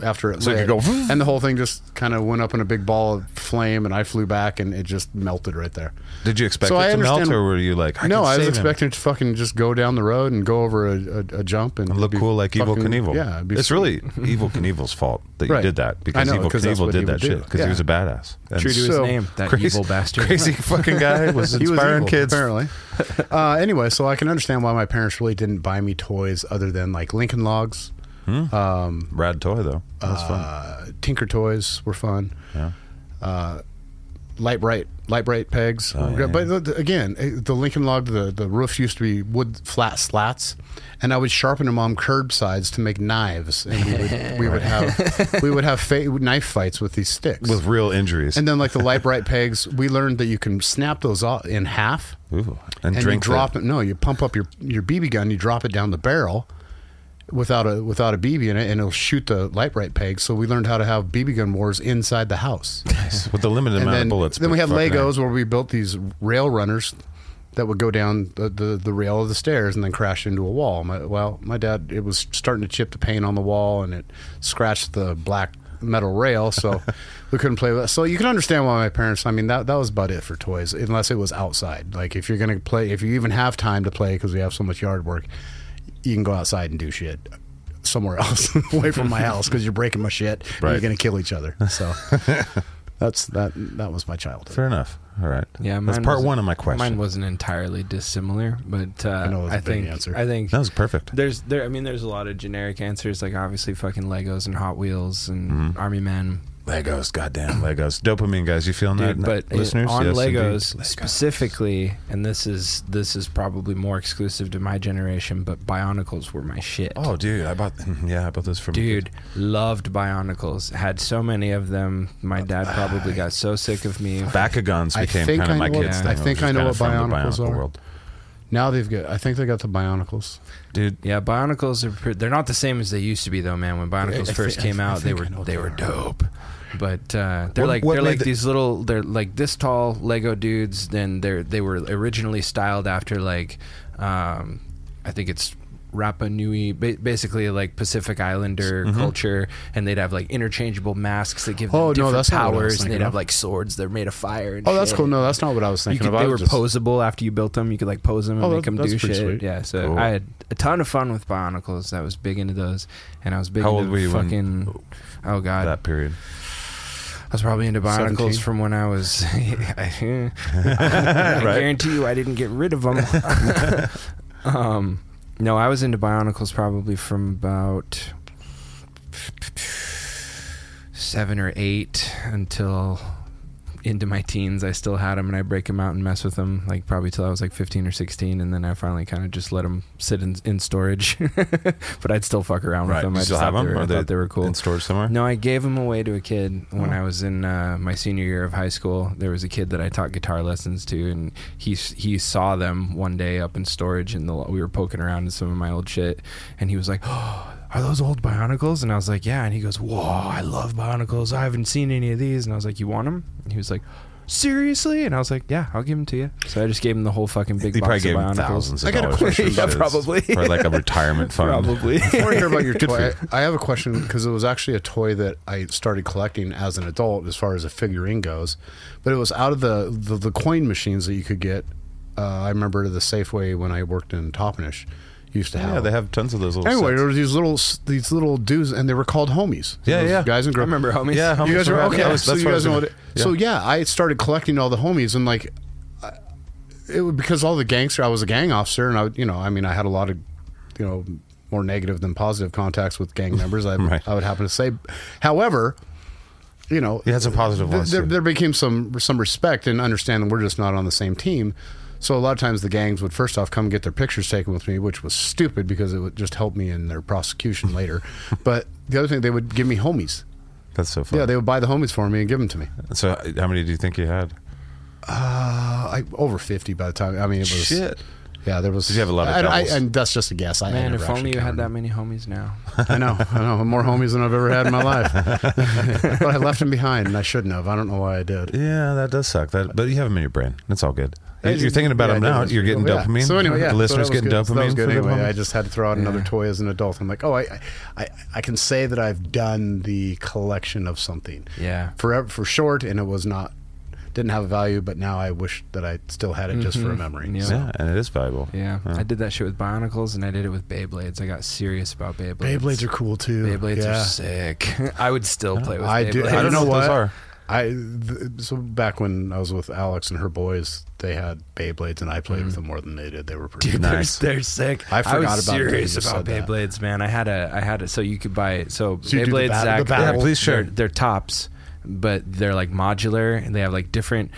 S4: after it
S3: So it
S4: lit,
S3: could go-
S4: and the whole thing just kind of went up in a big ball of flame, and I flew back, and it just melted right there.
S3: Did you expect
S4: So
S3: it
S4: I
S3: to melt,
S4: understand-
S3: or were you like, I
S4: no,
S3: can
S4: I was
S3: save him?
S4: expecting it to fucking just go down the road and go over a, a, a jump and,
S3: And look
S4: be
S3: cool like Evil
S4: fucking-
S3: Knievel.
S4: Yeah, it'd be
S3: it's really Evil Knievel's fault that you
S4: Right.
S3: did that because
S4: know,
S3: Evil
S4: 'cause that's
S3: Knievel
S4: what
S3: did
S4: he
S3: that
S4: would
S3: shit
S4: do.
S3: because he
S4: Yeah.
S3: was a badass. And
S2: True to his
S4: So-
S2: name, that
S3: crazy,
S2: evil bastard.
S3: crazy fucking guy was
S4: He was
S3: inspiring
S4: evil,
S3: kids.
S4: apparently. uh, anyway, so I can understand why my parents really didn't buy me toys other than like Lincoln Logs,
S3: Rad toy though. That's fun.
S4: uh, Tinker Toys were fun. Uh,
S3: Yeah.
S4: Light bright, light bright pegs.
S3: Oh, yeah,
S4: but the- the- again, eh, the Lincoln log, the, the roof used to be wood flat slats, and I would sharpen them on curb sides to make knives, and we would, we would have we would have fa- knife fights with these sticks.
S3: With real injuries.
S4: and then like the light bright pegs, we learned that you can snap those off in half.
S3: Ooh, and,
S4: and
S3: drink
S4: you drop
S3: the-
S4: it. No, you pump up your your BB gun. You drop it down the barrel without a without a BB in it, and it'll shoot the light right peg. So we learned how to have BB gun wars inside the house.
S3: with the limited
S4: and
S3: amount
S4: then
S3: of bullets.
S4: then
S3: but
S4: we had
S3: fucking
S4: Legos where we built these rail runners that would go down the, the, the rail of the stairs and then crash into a wall. My, well, my dad it was starting to chip the paint on the wall and it scratched the black metal rail, so we couldn't play with that. So you can understand why my parents. I mean that that was about it for toys, unless it was outside. Like if you're gonna play, if you even have time to play because we have so much yard work, you can go outside and do shit somewhere else away from my house because you're breaking my shit. and
S3: Right.
S4: you're gonna kill each other. So. That's that. That was my childhood.
S3: Fair enough. All right.
S2: Yeah,
S3: that's
S2: mine
S3: part
S2: wasn't-
S3: one of my question.
S2: Mine wasn't entirely dissimilar, but uh, I,
S4: know it was a big
S2: think
S4: answer.
S2: I think
S3: that was perfect.
S2: there's there. I mean, there's a lot of generic answers, like obviously fucking Legos and Hot Wheels and
S3: Mm-hmm.
S2: Army Men.
S3: Legos, goddamn Legos, dopamine guys. You feeling
S2: Dude,
S3: that,
S2: but
S3: listeners?
S2: on
S3: Yes,
S2: Legos
S3: indeed.
S2: specifically, and this is this is probably more exclusive to my generation, but Bionicles were my shit.
S3: Oh, dude, I bought. Yeah, I bought those for my
S2: Dude,
S3: kids.
S2: loved Bionicles. Had so many of them. My dad probably got so sick of me.
S3: Bakuguns
S4: I
S3: became
S4: think
S3: kind of
S4: I
S3: my
S4: know what-
S3: kids.
S2: I
S3: thing. It was
S4: think
S3: just
S4: I know
S3: kinda
S4: what
S3: from the
S4: Bionicles
S3: Bionicle
S4: are.
S3: World.
S4: Now they've got. I think they got the Bionicles.
S3: Dude,
S2: Yeah, Bionicles are pre- they're not the same as they used to be though, man. When
S4: I
S2: Bionicles
S4: thi-
S2: first
S4: I
S2: came
S4: thi- I
S2: out, they
S4: think
S2: were
S4: I know what
S2: they
S4: they
S2: were
S4: are.
S2: dope. But uh, they're
S3: What-
S2: like
S3: what
S2: they're
S3: made
S2: like
S3: the-
S2: these little they're like this tall Lego dudes. Then they're they were originally styled after like um, I think it's Rapa Nui, ba- basically like Pacific Islander culture, and they'd have like interchangeable masks that give them
S4: Mm-hmm. Oh, no,
S2: different
S4: that's not what I was
S2: powers, and
S4: thinking
S2: they'd have
S4: of.
S2: like swords that are made of fire. And
S4: Oh, that's
S2: shit.
S4: cool. No, that's not what I was
S2: You could,
S4: thinking about.
S2: they
S4: I
S2: were
S4: was just-
S2: posable after you built them. You could like pose them and
S4: Oh,
S2: make
S4: that-
S2: them
S4: that's
S2: do
S4: pretty
S2: shit.
S4: sweet.
S2: Yeah, so
S3: Cool.
S2: I had a ton of fun with bionicles. I was big into those, and I was big
S3: How
S2: into
S3: old were you when-
S2: fucking. oh god,
S3: that period.
S2: I was probably into bionicles
S4: 17?
S2: from when I was. I,
S3: Right.
S2: guarantee you, I didn't get rid of them. um, no, I was into bionicles probably from about seven or eight until into my teens. I still had them, and I break them out and mess with them, like probably till I was like fifteen or sixteen, and then I finally kind of just let them sit in, in storage. but I'd still fuck around with
S3: Right.
S2: them.
S3: You
S2: I
S3: still
S2: just
S3: have
S2: thought
S3: them?
S2: They were,
S3: Are
S2: I
S3: they
S2: thought they were cool.
S3: In storage somewhere?
S2: No, I gave them away to a kid when
S3: Oh.
S2: I was in uh, my senior year of high school. There was a kid that I taught guitar lessons to, and he s- he saw them one day up in storage, and the, lo- we were poking around in some of my old shit, and he was like. Oh, are those old Bionicles? And I was like, yeah. And he goes, whoa, I love Bionicles. I haven't seen any of these. And I was like, you want them? And he was like, seriously? And I was like, yeah, I'll give them to you. So I just gave him the whole fucking big
S3: They probably
S2: box of
S3: gave him
S2: Bionicles.
S3: thousands of
S4: I got a
S3: dollars. worth of
S2: Yeah,
S3: shit.
S2: probably.
S3: Probably like a retirement fund.
S2: Probably.
S4: I want to hear about your
S3: Good for
S4: toy. I I have a question because it was actually a toy that I started collecting as an adult, as far as a figurine goes. But it was out of the the, the coin machines that you could get. Uh, I remember the Safeway when I worked in Toppenish used to have.
S3: Yeah, they have tons of those little
S4: anyway, there
S3: sets.
S4: was these little s- these little dudes, and they were called homies.
S3: Yeah,
S4: Those
S3: yeah.
S4: Guys and
S2: I
S4: girls.
S2: remember, homies.
S3: Yeah, homies
S4: You guys
S3: were
S4: are
S3: out.
S4: okay.
S3: Yeah, that's
S4: so
S3: what
S4: you
S3: I was
S4: guys know
S3: gonna-
S4: what it, So yeah, I started collecting all the homies and like, I- it was because all the gangster. I was a gang officer, and I, would- you know, I mean, I had a lot of, you know, more negative than positive contacts with gang members. I,
S3: Right.
S4: I would happen to say. However, you know,
S3: You had some positive
S4: th-
S3: ones,
S4: there,
S3: too.
S4: there became some some respect and understanding we're just not on the same team. So a lot of times the gangs would first off come get their pictures taken with me, which was stupid because it would just help me in their prosecution later. But the other thing, they would give me homies.
S3: That's so fun.
S4: Yeah, they would buy the homies for me and give them to me.
S3: so uh, how many do you think you had?
S4: Uh, I over fifty by the time. I mean, it was Yeah, there was.
S3: Did you have a lot of
S4: and, I,
S3: doubles?
S4: and that's just a guess. I I
S2: Man,
S4: never
S2: if only
S4: actually
S2: you had
S4: counted.
S2: that many homies now.
S4: I know, I know, more homies than I've ever had in my life. but I left them behind, and I shouldn't have. I don't know why I did.
S3: Yeah, that does suck. That, but you have them in your brain. That's all good. You-
S4: I
S3: You're
S4: just-
S3: thinking about
S4: yeah,
S3: them
S4: I did
S3: now.
S4: lose
S3: You're getting
S4: people. Yeah.
S3: dopamine.
S4: So anyway, yeah,
S3: the
S4: so
S3: listeners
S4: that was
S3: getting
S4: good.
S3: dopamine.
S4: So that was
S3: from
S4: good
S3: the
S4: anyway.
S3: homies?
S4: I just had to throw out another
S2: Yeah.
S4: toy as an adult. I'm like, oh, I, I, I can say that I've done the collection of something
S2: Yeah.
S4: forever for short, and it was not didn't have a value. But now I wish that I still had it just for a
S2: Mhm.
S4: memory.
S2: Yeah.
S4: So-
S3: yeah, and it is valuable.
S2: Yeah, I did that shit with Bionicles, and I did it with Beyblades. I got serious about Beyblades.
S4: Beyblades are cool too.
S2: Beyblades
S4: yeah.
S2: are sick. I would still play with.
S4: I do-
S2: Beyblades.
S3: I don't know
S4: You know
S3: what those
S4: what?
S3: are.
S4: I th- so back when I was with Alex and her boys, they had Beyblades, and I played
S3: Mm.
S4: with them more than they did. They were pretty.
S2: Dude,
S4: cool.
S2: they're,
S3: Nice.
S2: they're sick.
S4: I forgot
S2: was
S4: about it until
S2: serious
S4: you just
S2: about
S4: said that.
S2: Beyblades, man. I had a, I had a. So you could buy so,
S4: So you do the
S2: Beyblades.
S4: bat-
S2: Zach,
S4: the battle?
S3: Yeah, please share.
S2: They're, they're tops, but they're like modular, and they have like different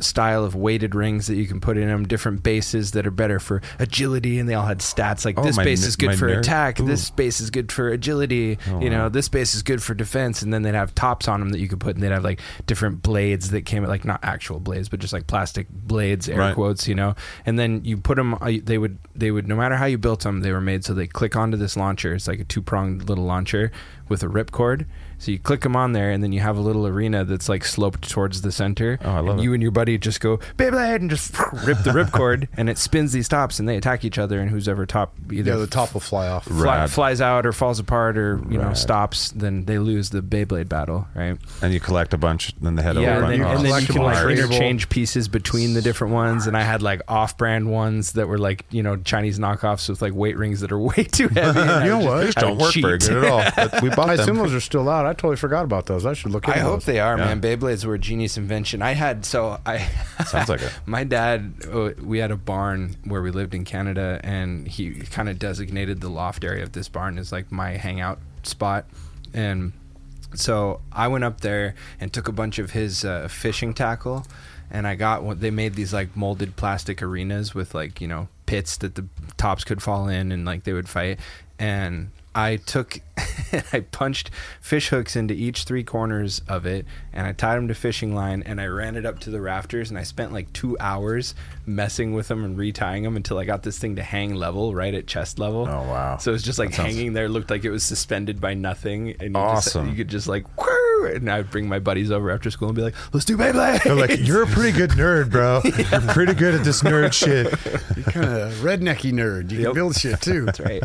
S2: style of weighted rings that you can put in them. Different bases that are better for agility, and they all had stats like
S3: Oh,
S2: this
S3: my
S2: base
S3: ner-
S2: is good
S3: my
S2: for
S3: ner-
S2: attack,
S3: Ooh.
S2: this base is good for agility. you know,
S3: Oh, wow.
S2: this base is good for defense, and then they'd have tops on them that you could put, and they'd have like different blades that came like not actual blades, but just like plastic blades, air
S3: Right.
S2: quotes quotes, you know. And then you put them. They would. They would. No matter how you built them, they were made so they click onto this launcher. It's like a two pronged little launcher with a ripcord. So you click them on there, and then you have a little arena that's like sloped towards the center.
S3: Oh, I love
S2: and
S3: it.
S2: You and your buddy just go Beyblade and just rip the ripcord, and it spins these tops, and they attack each other, and who's ever top either
S4: yeah, the top will fly off.
S3: Right.
S2: fly,
S3: Rad.
S2: flies out or falls apart or you know
S3: Rad.
S2: stops, then they lose the Beyblade battle, right?
S3: And you collect a bunch, then they head
S2: Yeah,
S3: over.
S2: and then,
S3: oh,
S2: and then you
S3: it's
S2: can like
S3: smart.
S4: Smart.
S2: interchange pieces between the different ones. And I had like off-brand ones that were like you know Chinese knockoffs with like weight rings that are way too heavy. and I
S4: You know
S2: would just-
S4: what?
S3: They just
S2: I
S3: don't
S2: would
S3: work very
S2: cheat.
S3: good at all. But we
S4: I
S3: bought
S4: assume
S3: them.
S4: those are still out. I totally forgot about those. I should look.
S2: I
S4: into
S2: hope
S4: those.
S2: they are,
S3: Yeah.
S2: man. Beyblades were a genius invention. I had so I
S3: Sounds like it.
S2: My dad, uh, we had a barn where we lived in Canada, and he kind of designated the loft area of this barn as like my hangout spot, and so I went up there and took a bunch of his uh, fishing tackle, and I got what they made these like molded plastic arenas with like you know pits that the tops could fall in, and like they would fight, and I took, I punched fish hooks into each three corners of it, and I tied them to fishing line, and I ran it up to the rafters, and I spent like two hours messing with them and retying them until I got this thing to hang level, right at chest level.
S3: Oh, wow.
S2: So it was just like
S3: That sounds-
S2: hanging there, looked like it was suspended by nothing, and you just-
S3: Awesome.
S2: you could just like Woo! And I'd bring my buddies over after school and be like, let's do Beyblade.
S3: They're like, you're a pretty good nerd, bro. You're pretty good at this nerd shit.
S4: Kind of rednecky nerd. You
S2: Yep.
S4: can build shit too.
S2: That's right.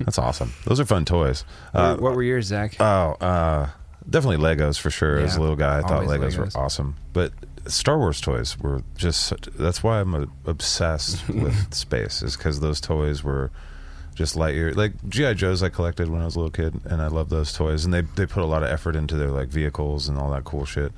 S3: That's awesome. Those are fun toys.
S2: What
S3: Uh,
S2: were- what were yours, Zach?
S3: Oh, uh, definitely Legos for sure. As a
S2: Yeah,
S3: little guy, I thought
S2: always
S3: Legos,
S2: Legos.
S3: were awesome. But Star Wars toys were just such, that's why I'm uh, obsessed with space is because those toys were just light year like GI Joes I collected when I was a little kid, and I love those toys. And they they put a lot of effort into their like vehicles and all that cool shit.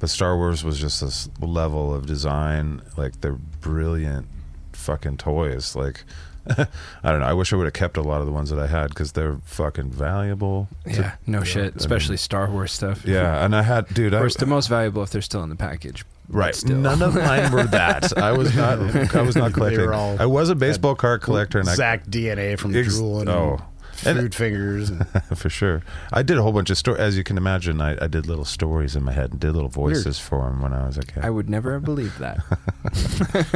S3: But Star Wars was just this level of design, like they're brilliant fucking toys. Like I don't know. I wish I would have kept a lot of the ones that I had because they're fucking valuable. to
S2: yeah, no shit.
S3: mean-
S2: Especially Star Wars stuff.
S3: yeah, and I had, dude.
S2: Of
S3: I,
S2: course, the most valuable if they're still in the package. but
S3: right.
S2: Still.
S3: None of mine were that. I was not. I was not
S4: They
S3: collecting.
S4: were all-
S3: I was a baseball card collector, and
S4: Zach DNA
S3: I
S4: from
S3: ex-
S4: drool and
S3: oh,
S4: food
S3: And-
S4: fingers. and-
S3: for sure. I did a whole bunch of stories, as you can imagine. I, I did little stories in my head and did little voices for them when I was a kid.
S2: I would never have believed that.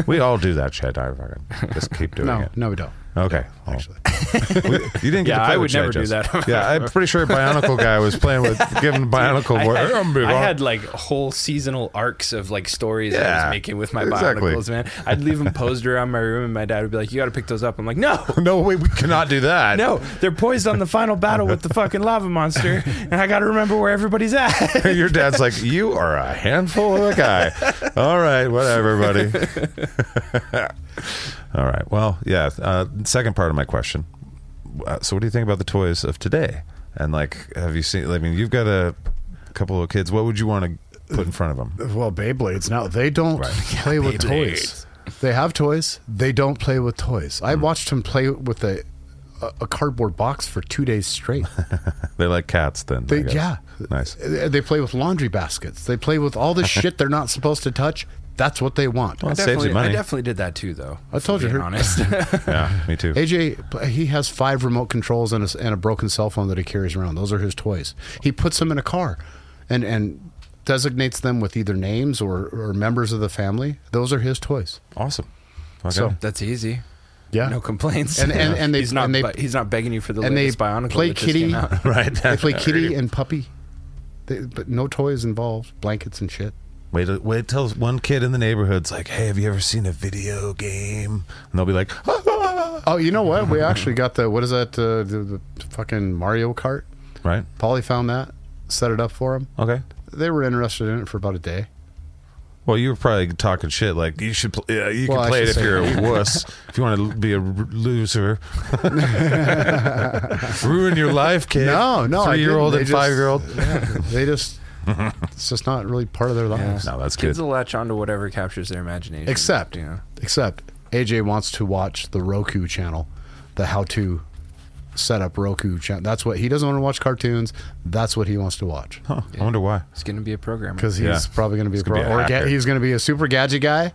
S3: we all do that shit. I fucking just keep doing
S4: no,
S3: it.
S4: no, we don't.
S3: Okay, well,
S4: Actually,
S3: we- you didn't. Get
S2: Yeah,
S3: to play
S2: I
S3: with
S2: would never
S3: G.I.
S2: do
S3: Joes.
S2: that.
S3: yeah, I'm pretty sure Bionicle guy was playing with giving Bionicle.
S2: I
S3: voice.
S2: had,
S3: I'm big
S2: I
S3: on-
S2: had, like whole seasonal arcs of like stories I
S3: Yeah,
S2: was making with my
S3: exactly.
S2: bionicles, man. I'd leave them posed around my room, and my dad would be like, "You got to pick those up." I'm like, "No,
S3: no, wait, we cannot do that.
S2: no, they're poised on the final battle with the fucking lava monster, and I got to remember where everybody's at."
S3: Your dad's like, you are a handful of a guy. All right, whatever, buddy. All right. Well, yeah. Uh, second part of my question. Uh, so, what do you think about the toys of today? And like, have you seen? I mean, you've got a couple of kids. What would you want to put in front of them?
S4: well, Beyblades now they don't
S3: Right.
S4: play with toys. They have toys. They don't play with toys.
S3: Hmm.
S4: I watched him play with a a a cardboard box for two days straight.
S3: They like cats, then. I
S4: They,
S3: guess.
S4: yeah,
S3: Nice.
S4: They they play with laundry baskets. They play with all this shit they're not supposed to touch. That's what they want.
S3: Well, it saves
S2: definitely,
S3: you money.
S2: I definitely did that too, though.
S4: I
S2: if
S4: told
S2: I'm
S4: you,
S2: being
S4: her-
S2: honest.
S3: yeah, me too.
S4: AJ, pl- he has five remote controls and a, s- and a broken cell phone that he carries around. Those are his toys. He puts them in a car, and and designates them with either names or, or members of the family. Those are his toys.
S3: Awesome. Okay.
S4: So-
S2: That's easy.
S4: Yeah,
S2: No complaints.
S4: And- and- and they-
S2: he's not
S4: and they-
S2: bu- he's not begging you for the
S4: and they
S2: latest Bionicle
S4: play
S2: that just came
S4: kitty.
S2: out.
S3: right.
S4: They play kitty and puppy, they, but no toys involved. Blankets and shit.
S3: Wait, uh, wait till one kid in the neighborhood's like, "Hey, have you ever seen a video game?" And they'll be like,
S4: Oh, you know what? We actually got the what is that? Uh, the, the fucking Mario Kart.
S3: "Right?
S4: Polly found that, set it up for him.
S3: Okay."
S4: They were interested in it for about a day.
S3: Well, you were probably talking shit like you should. Pl- yeah, you
S4: Well,
S3: can
S4: I
S3: play it if
S4: should say-
S3: you're a wuss. if you want to be a r- loser, ruin your life, kid.
S4: No, no, I
S3: three year old and
S4: didn't. They just-
S3: five year old.
S4: Yeah, they just it's just not really part of their lives.
S3: No, that's
S2: Kids
S3: good.
S2: will latch onto whatever captures their imagination.
S4: Except,
S2: you know.
S4: except AJ wants to watch the Roku channel, the how to set up Roku channel. That's what he doesn't want to watch cartoons. That's what he wants to watch
S3: Huh, I wonder why.
S2: It's going to be a programmer.
S4: because he's
S3: Yeah.
S4: probably going to be a,
S3: gonna
S4: pro-
S3: be a
S4: or ga-
S3: hacker.
S4: he's going to be a super gadget guy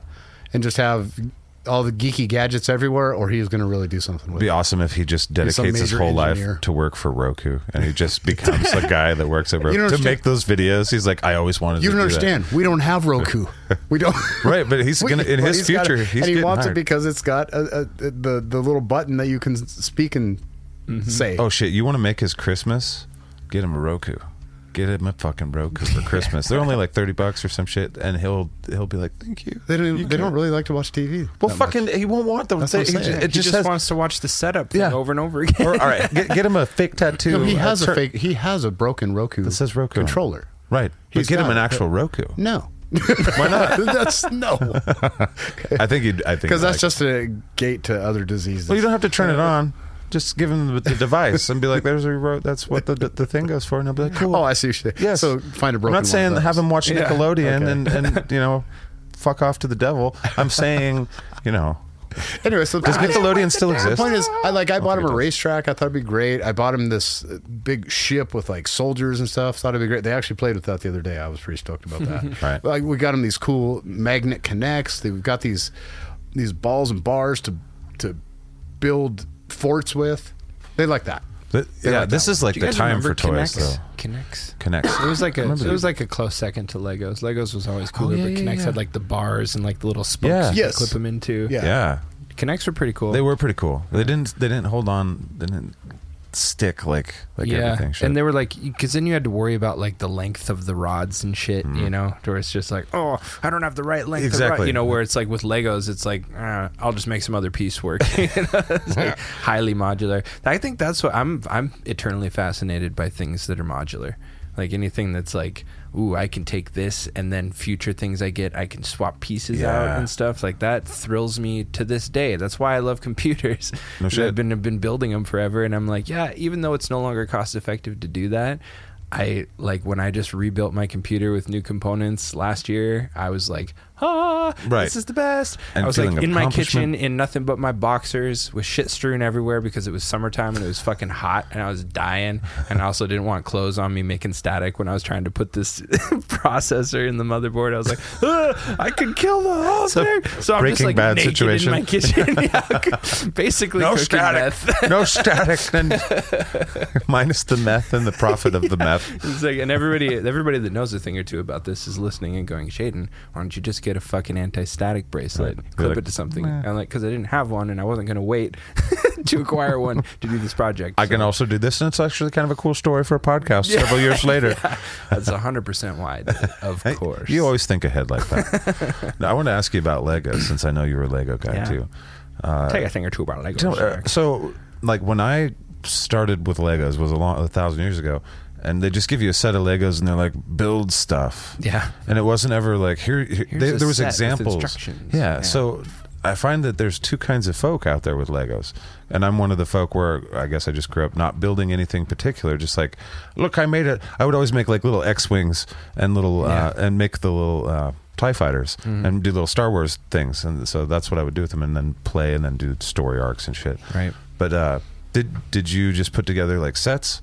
S4: and just have all the geeky gadgets everywhere, or he's going to really do something with
S3: It'd be
S4: it.
S3: awesome if he just
S4: He's some
S3: dedicates his
S4: major
S3: whole
S4: engineer.
S3: life to work for Roku, and he just becomes the guy that works at Roku to
S4: understand.
S3: make those videos. He's like, I always wanted.
S4: You
S3: to
S4: don't
S3: do that."
S4: understand. We don't have Roku. We don't.
S3: Right, but he's
S4: We-
S3: gonna in
S4: well,
S3: his
S4: he's
S3: future.
S4: got it,
S3: he's
S4: and he
S3: getting
S4: wants it
S3: hired.
S4: because it's got a, a, the the little button that you can s- speak and say.
S3: Oh shit! You want to make his Christmas? Get him a Roku. Get him a fucking Roku for Christmas. They're only like thirty bucks or some shit, and he'll he'll be like, "Thank you."
S4: they don't.
S3: You
S4: They
S3: can't-
S4: don't really like to watch TV.
S3: Well,
S4: that
S3: fucking, he won't want them.
S4: That's what I'm
S3: He
S4: saying.
S3: ju-
S4: Yeah,
S3: It
S2: he
S3: just,
S2: just,
S3: has.
S2: wants to watch the setup thing
S3: Yeah.
S2: over and over again.
S3: or, all right, get, get him a fake tattoo.
S4: much. No, he
S3: uh,
S4: has a
S3: tur-
S4: fake. He has a broken Roku.
S3: That says Roku on it.
S4: controller.
S3: Right, but
S4: He's
S3: get him
S4: got
S3: an
S4: it,
S3: actual
S4: but-
S3: Roku.
S4: No. Why not? that's no.
S3: I think you'd. I think
S4: Because that's
S3: like-
S4: just a gate to other diseases.
S3: Well, you don't have to turn it on. Just give him the, the device and be like, "There's a ro- that's what the, the the thing goes for," and he'll be like, "Cool."
S4: Oh, I see. What you're saying.
S3: Yes.
S4: So find a
S3: I'm
S4: broken.
S3: not saying
S4: one of
S3: have
S4: those.
S3: him watch
S2: Yeah.
S3: Nickelodeon
S4: Okay.
S3: and, and you know, fuck off to the devil. I'm saying, you know,
S4: Anyway, so
S3: does Nickelodeon still
S4: The
S3: exist? Oh,
S4: point is, I like I bought him
S3: it
S4: a
S3: does.
S4: racetrack. I thought it'd be great. I bought him this uh, big ship with like soldiers and stuff. Thought it'd be great. They actually played with that the other day. I was pretty stoked about that.
S3: Right.
S4: Like we got him these cool magnet connects. They- We've got these these balls and bars to to build forts with. They like that.
S3: Th- yeah,
S4: like
S3: this
S4: that
S3: is like
S2: Do you
S3: the
S2: guys
S3: time for
S2: remember
S3: toys,
S2: Kinects?
S3: though.
S2: Kinects.
S3: Connects.
S2: It was like a it
S3: Remember Oh,
S2: was like a close second to Legos. Legos was always cooler,
S3: yeah,
S2: but
S3: yeah,
S2: Kinects
S3: yeah.
S2: had like the bars and like the little spokes
S3: Yeah.
S2: you could
S4: Yes.
S2: clip them into.
S4: Yeah.
S3: yeah,
S2: Kinects were pretty cool.
S3: they were pretty cool. They didn't they didn't hold on. They didn't stick like like
S2: yeah,
S3: everything should.
S2: and they were like, because then you had to worry about like the length of the rods and shit, you know, where it's just like, oh, I don't have the right length, of rod,"
S3: Mm-hmm. Exactly.
S2: you know, where it's like with Legos, it's like, uh, I'll just make some other piece work, you know? It's like highly modular. I think that's what I'm. I'm eternally fascinated by things that are modular, like anything that's like, ooh, I can take this, and then future things I get, I can swap pieces out
S3: Yeah.
S2: and stuff like that. Thrills me to this day. That's why I love computers.
S3: No
S2: 'Cause
S3: shit.
S2: I've been have been building them forever and I'm like, yeah, even though it's no longer cost effective to do that, I like when I just rebuilt my computer with new components last year, I was like, ah,
S3: Right.
S2: this is the best.
S3: And
S2: I was like
S3: feeling
S2: in my
S3: accomplishment.
S2: kitchen in nothing but my boxers with shit strewn everywhere because it was summertime and it was fucking hot and I was dying and I also didn't want clothes on me making static when I was trying to put this processor in the motherboard. I was like, ah, I could kill the whole thing. So I'm just
S3: Breaking
S2: like
S3: Bad
S2: naked
S3: situation.
S2: in my kitchen, Yeah, basically
S3: no
S2: cooking
S3: static,
S2: meth.
S3: no static, and minus the meth and the profit of the meth.
S2: It's like, and everybody, everybody that knows a thing or two about this is listening and going, Shaden, why don't you just get a fucking anti-static bracelet,
S3: Right.
S2: clip
S3: Like,
S2: it to something? I'm like, because I didn't have one, and I wasn't going to wait to acquire one to do this project.
S3: I can also do this, and it's actually kind of a cool story for a podcast. Several years later,
S2: That's 100 percent wide, of
S3: Hey,
S2: course.
S3: You always think ahead like that. now, I want to ask you about Lego since I know you're a Lego guy
S2: Yeah.
S3: too. Uh,
S2: take a thing or two about Lego.
S3: Tell- uh, so, like when I started with Legos was a long a thousand years ago, and they just give you a set of Legos and they're like build stuff.
S2: Yeah.
S3: and it wasn't ever like here. here
S2: Here's
S3: they,
S2: a
S3: there was
S2: set with
S3: examples.
S2: instructions.
S3: Yeah,
S2: Yeah.
S3: so. I find that there's two kinds of folk out there with Legos. And I'm one of the folk where I guess I just grew up not building anything particular, just like, look, I made it. I would always make like little X-Wings and little, uh, and make the little, uh, TIE fighters
S2: Mm-hmm.
S3: and do little Star Wars things. And so that's what I would do with them and then play and then do story arcs and shit.
S2: Right.
S3: But uh, did did you just put together like sets,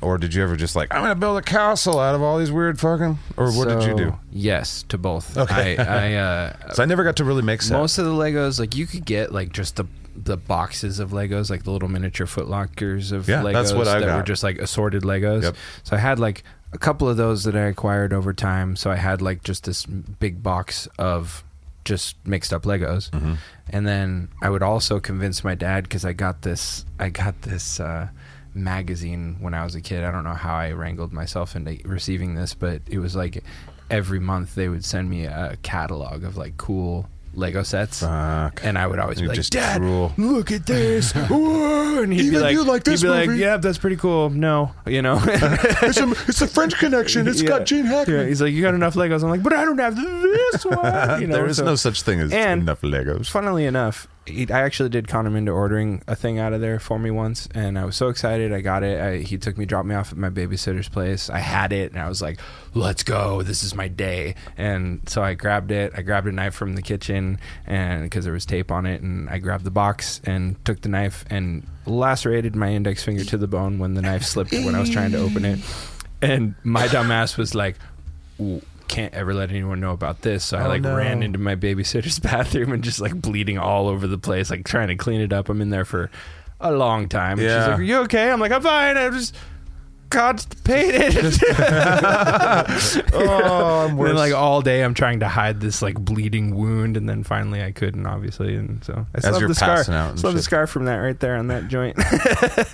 S3: or did you ever just like I'm gonna build a castle out of all these weird fucking? Or what did you
S2: So,
S3: do?
S2: Yes, to both.
S3: Okay.
S2: I, I, uh,
S3: So I never got to really make sets.
S2: Most of the Legos, like you could get like just the the boxes of Legos, like the little miniature footlockers of
S3: Yeah,
S2: Legos
S3: that's what I
S2: that were
S3: got.
S2: just like assorted Legos.
S3: Yep.
S2: So I had like a couple of those that I acquired over time. So I had like just this big box of just mixed up Legos.
S3: Mm-hmm.
S2: And then I would also convince my dad cuz I got this I got this uh magazine when I was a kid. I don't know how I wrangled myself into receiving this, but it was like every month they would send me a catalog of like cool Lego sets.
S3: Fuck.
S2: And I would always be
S3: You're
S2: like,
S3: just
S2: Dad,
S3: cruel."
S2: look at this. Whoa, and he'd be
S3: Even
S2: like,
S3: you like this
S2: he'd be like,
S3: movie.
S2: yeah, that's pretty cool. No, you know,
S3: it's, a, it's the French Connection. It's
S2: Yeah.
S3: got Gene
S2: Yeah,
S3: Hackman.
S2: he's like, you got enough Legos. I'm like, but I don't have this one. You know,
S3: Uh, there is
S2: so-
S3: no such thing as
S2: and-
S3: enough Legos.
S2: Funnily enough, he, I actually did con him into ordering a thing out of there for me once, and I was so excited. I got it. I, he took me, dropped me off at my babysitter's place. I had it, and I was like, "Let's go! This is my day!" And so I grabbed it. I grabbed a knife from the kitchen, and because there was tape on it, and I grabbed the box and took the knife and lacerated my index finger to the bone when the knife slipped when I was trying to open it. And my dumbass was like, "Ooh, can't ever let anyone know about this. So I
S3: Oh,
S2: like
S3: no.
S2: ran into my babysitter's bathroom and just like bleeding all over the place, like trying to clean it up. I'm in there for a long time. And
S3: Yeah.
S2: She's like, Are you okay? I'm like, I'm fine. I'm just constipated.
S3: Oh, I'm
S2: and then,
S3: worse.
S2: like all day I'm trying to hide this like bleeding wound and then finally I couldn't obviously and so I still have
S3: you're
S2: the scar.
S3: passing out and
S2: Still have the
S3: shit. Oh,
S2: scar from that right there on that joint.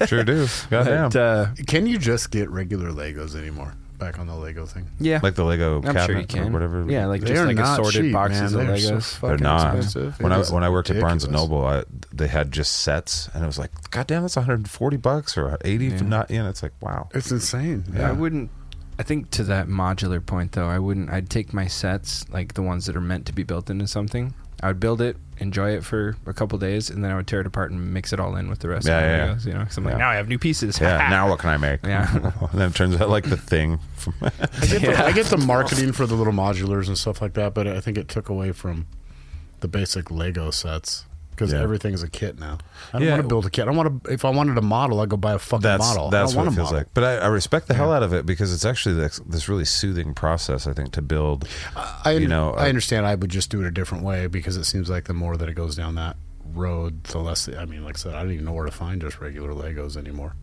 S3: sure do. Goddamn.
S2: But, uh,
S4: Can you just get regular Legos anymore? Back on the Lego thing.
S2: yeah.
S3: like the Lego
S2: I'm
S3: cabinet
S2: sure you
S3: or
S2: can.
S3: whatever.
S2: Yeah, like
S4: They
S2: just
S4: are
S2: like
S4: not
S2: assorted
S4: cheap,
S2: boxes
S4: man.
S2: of
S4: They're so
S2: Legos.
S4: fucking
S3: They're not.
S4: expensive.
S3: When
S4: It
S3: I
S4: is
S3: when I worked at Barnes and
S4: ridiculous.
S3: Noble, I, they had just sets, and it was like, God damn, that's 140 bucks or 80. for Not, you know, it's like, wow.
S4: It's insane.
S2: I
S4: Yeah.
S2: wouldn't. I think to that modular point though, I wouldn't. I'd take my sets, like the ones that are meant to be built into something. I would build it, enjoy it for a couple days, and then I would tear it apart and mix it all in with the rest
S3: Yeah,
S2: of the
S3: yeah, yeah.
S2: Legos. You know, 'cause I'm
S3: Yeah.
S2: like, now I have new pieces.
S3: Yeah. now what can I make?
S2: Yeah.
S3: and then it turns out like the thing. From
S4: I get,
S2: Yeah.
S4: the, I get the marketing for the little modulars and stuff like that, but I think it took away from the basic Lego sets because
S3: Yeah.
S4: everything's a kit now. I don't
S3: Yeah.
S4: want to build a kit. I want to. If I wanted a model, I go buy a fucking
S3: that's
S4: model.
S3: that's
S4: I
S3: what
S4: don't
S3: it
S4: want
S3: feels
S4: a model.
S3: like. But I, I respect the hell out of it because it's actually this, this really soothing process. I think to build.
S4: I,
S3: you know,
S4: I
S3: uh,
S4: understand. I would just do it a different way because it seems like the more that it goes down that road, the less. I mean, like I said, I don't even know where to find just regular Legos anymore.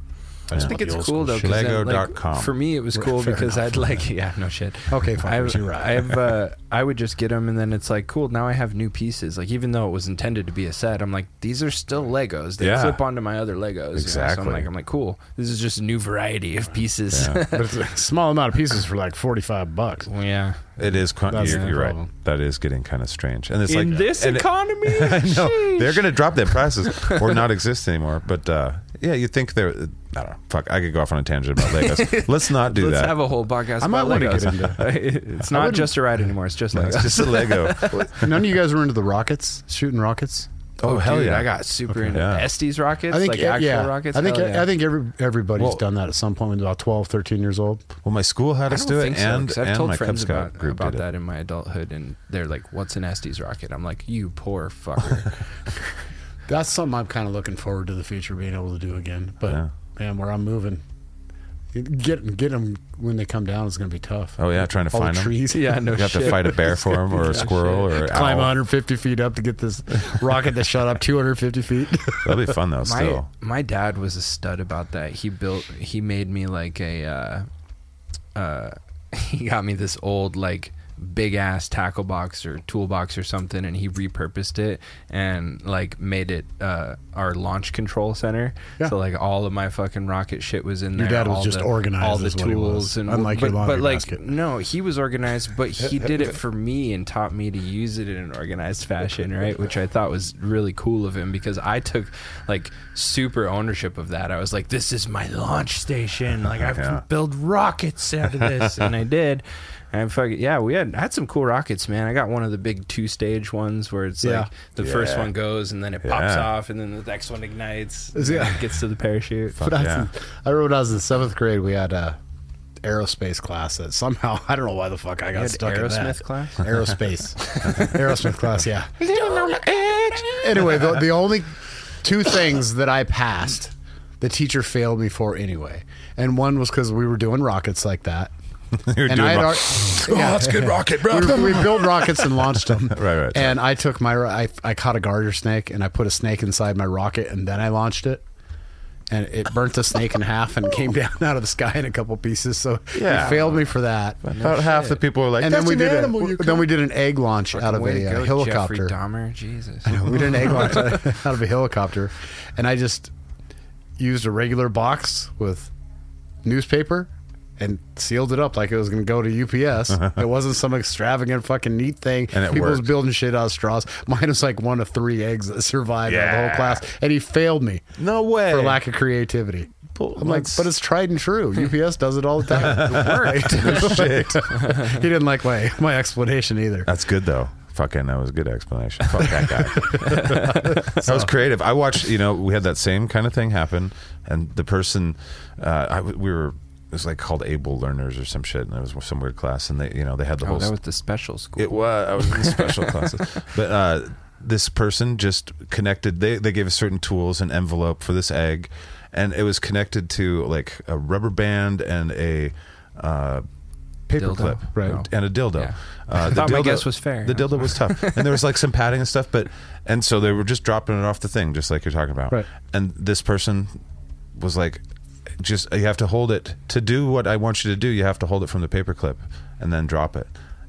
S2: I think it's cool though. 'cause
S3: Lego
S2: that, like,
S3: dot com.
S2: For me, it was cool
S4: Fair
S2: because I'd like, yeah, no shit.
S4: Okay,
S2: I
S4: fuckers,
S2: have,
S4: you're right.
S2: I have, uh, I would just get them, and then it's like, cool. Now I have new pieces. Like, even though it was intended to be a set, I'm like, these are still Legos. They
S3: Yeah.
S2: clip onto my other Legos. you know?
S3: Exactly.
S2: So I'm like, I'm like, cool. This is just a new variety of pieces.
S3: Yeah.
S4: But it's a small amount of pieces for like 45 bucks.
S2: Well, yeah.
S3: It is. Con-
S4: That's
S3: you're
S4: the
S3: you're right.
S4: problem.
S3: That is getting kind of strange. And it's
S2: In
S3: like
S2: this
S3: and it-
S2: economy,
S3: I know
S2: Sheesh.
S3: they're going to drop their prices or not exist anymore. But uh, yeah, you think they're. I don't know. Fuck, I could go off on a tangent about Legos. Let's not do
S2: Let's
S3: that.
S2: have a whole podcast.
S4: I might
S2: about
S4: wanna
S2: Legos.
S4: get into
S2: it's
S4: I
S2: not
S4: wouldn't-
S2: just a ride anymore. It's just
S3: No,
S2: Legos.
S3: it's just a Lego.
S4: None of you guys were into the rockets, shooting rockets?
S3: oh, hell
S2: dude,
S3: yeah!
S2: I got super into
S3: Yeah.
S2: Estes rockets,
S4: I think
S2: like
S4: yeah,
S2: actual
S4: yeah.
S2: rockets.
S4: I think e-,
S2: Hell yeah.
S4: I think every, everybody's
S3: Well-
S4: done that at some point when they're about 12, 13 years old.
S3: Well, my school had
S2: I
S3: us
S2: don't
S3: do it,
S2: think so,
S3: and
S2: 'cause I've
S3: and
S2: told
S3: my Cub
S2: friends
S3: Scout
S2: about,
S3: group
S2: about
S3: did it.
S2: that in my adulthood, and they're like, "What's an Estes rocket?" I'm like, "You poor fucker."
S4: That's something I'm kind of looking forward to the future being able to do again. But
S3: Yeah.
S4: man, where I'm moving, get get them when they come down is going to be tough.
S3: Oh yeah, trying to
S4: All
S3: find
S4: the
S3: them.
S4: trees.
S2: yeah, no
S3: You have
S2: shit.
S3: to fight a bear for him, or a
S2: Yeah,
S3: squirrel, or an
S4: Climb
S3: owl.
S4: 150 feet up to get this rocket that shot up 250 feet.
S3: That'd be fun though.
S2: my
S3: Still,
S2: my dad was a stud about that. He built. He made me like a. Uh, uh, he got me this old like big ass tackle box or toolbox or something, and he repurposed it and like made it uh, our launch control center.
S4: Yeah.
S2: So like all of my fucking rocket shit was in
S4: Your
S2: there.
S4: dad was
S2: all
S4: just
S2: the,
S4: organized
S2: All the
S4: is what he
S2: tools
S4: was,
S2: and
S4: unlike your
S2: but,
S4: laundry
S2: but like
S4: basket.
S2: no, he was organized, but he did it for me and taught me to use it in an organized fashion, right? Which I thought was really cool of him because I took like super ownership of that. I was like, this is my launch station. Like I
S3: Yeah.
S2: can build rockets out of this, and I did. And fuck it, yeah, we had I had some cool rockets, man. I got one of the big two stage ones where it's
S4: Yeah.
S2: like the first
S3: Yeah.
S2: one goes and then it pops
S3: Yeah.
S2: off, and then the next one ignites,
S4: Is
S2: and
S4: it-
S2: then it gets to the parachute.
S4: But I, was
S3: yeah.
S4: in- I remember when I was in seventh grade, we had a aerospace class that somehow I don't know why the fuck I got
S2: had
S4: stuck in that.
S2: Aerosmith class?
S4: Aerospace, aerosmith class. Yeah. anyway, the, the only two things that I passed, the teacher failed me for anyway, and one was because we were doing rockets like that.
S3: you're
S4: And I had
S3: all-
S4: already, yeah,
S3: that's a good rocket, bro.
S4: We, were- we built rockets and launched them.
S3: Right, right,
S4: And I took my, ro- I, I caught a garter snake and I put a snake inside my rocket and then I launched it. And it burnt the snake in half and came down out of the sky in a couple pieces. So
S3: Yeah.
S4: he failed me for that.
S3: About half the people are like,
S4: And
S3: "That's
S4: then we
S3: an
S4: did
S3: animal."
S4: a,
S3: you
S4: then we did an egg launch out of
S2: Way
S4: a
S2: to
S4: uh,
S2: go,
S4: helicopter.
S2: Jeffrey Dahmer, Jesus. Oh,
S4: We did an egg launch out of out of a helicopter, and I just used a regular box with newspaper and sealed it up like it was going to go to UPS. it wasn't some extravagant fucking neat thing.
S3: Uh-huh. And it
S4: People was
S3: worked.
S4: building shit out of straws. Mine was like one of three eggs that survived out of the
S3: Yeah.
S4: whole class, and he failed me
S3: No way.
S4: for lack of creativity.
S3: But
S4: I'm like,
S3: let's-
S4: but it's tried and true. UPS does it all the time.
S3: Shit.
S4: he didn't like my my explanation either.
S3: That's good though. Fucking, that was a good explanation. Fuck that guy. that was creative. I watched. You know, we had that same kind of thing happen, and the person, uh, I w we were. It was like called able learners or some shit, and it was some weird class, and they, you know, they had the
S2: Oh,
S3: whole.
S2: that was the special school.
S3: It was. I was in special classes, but uh, this person just connected. They they gave us certain tools, an envelope for this egg, and it was connected to like a rubber band and a. Uh,
S2: Dildo? Oh.
S3: Paperclip,
S4: Right.
S3: and a dildo.
S2: Yeah.
S3: Uh,
S2: I thought my guess was fair.
S3: The dildo was tough, and there was like some padding and stuff, but and so they were just dropping it off the thing, just like you're talking about.
S4: Right.
S3: And this person was like, "Just you have to hold it to do what I want you to do. You have to hold it from the paperclip and then drop it."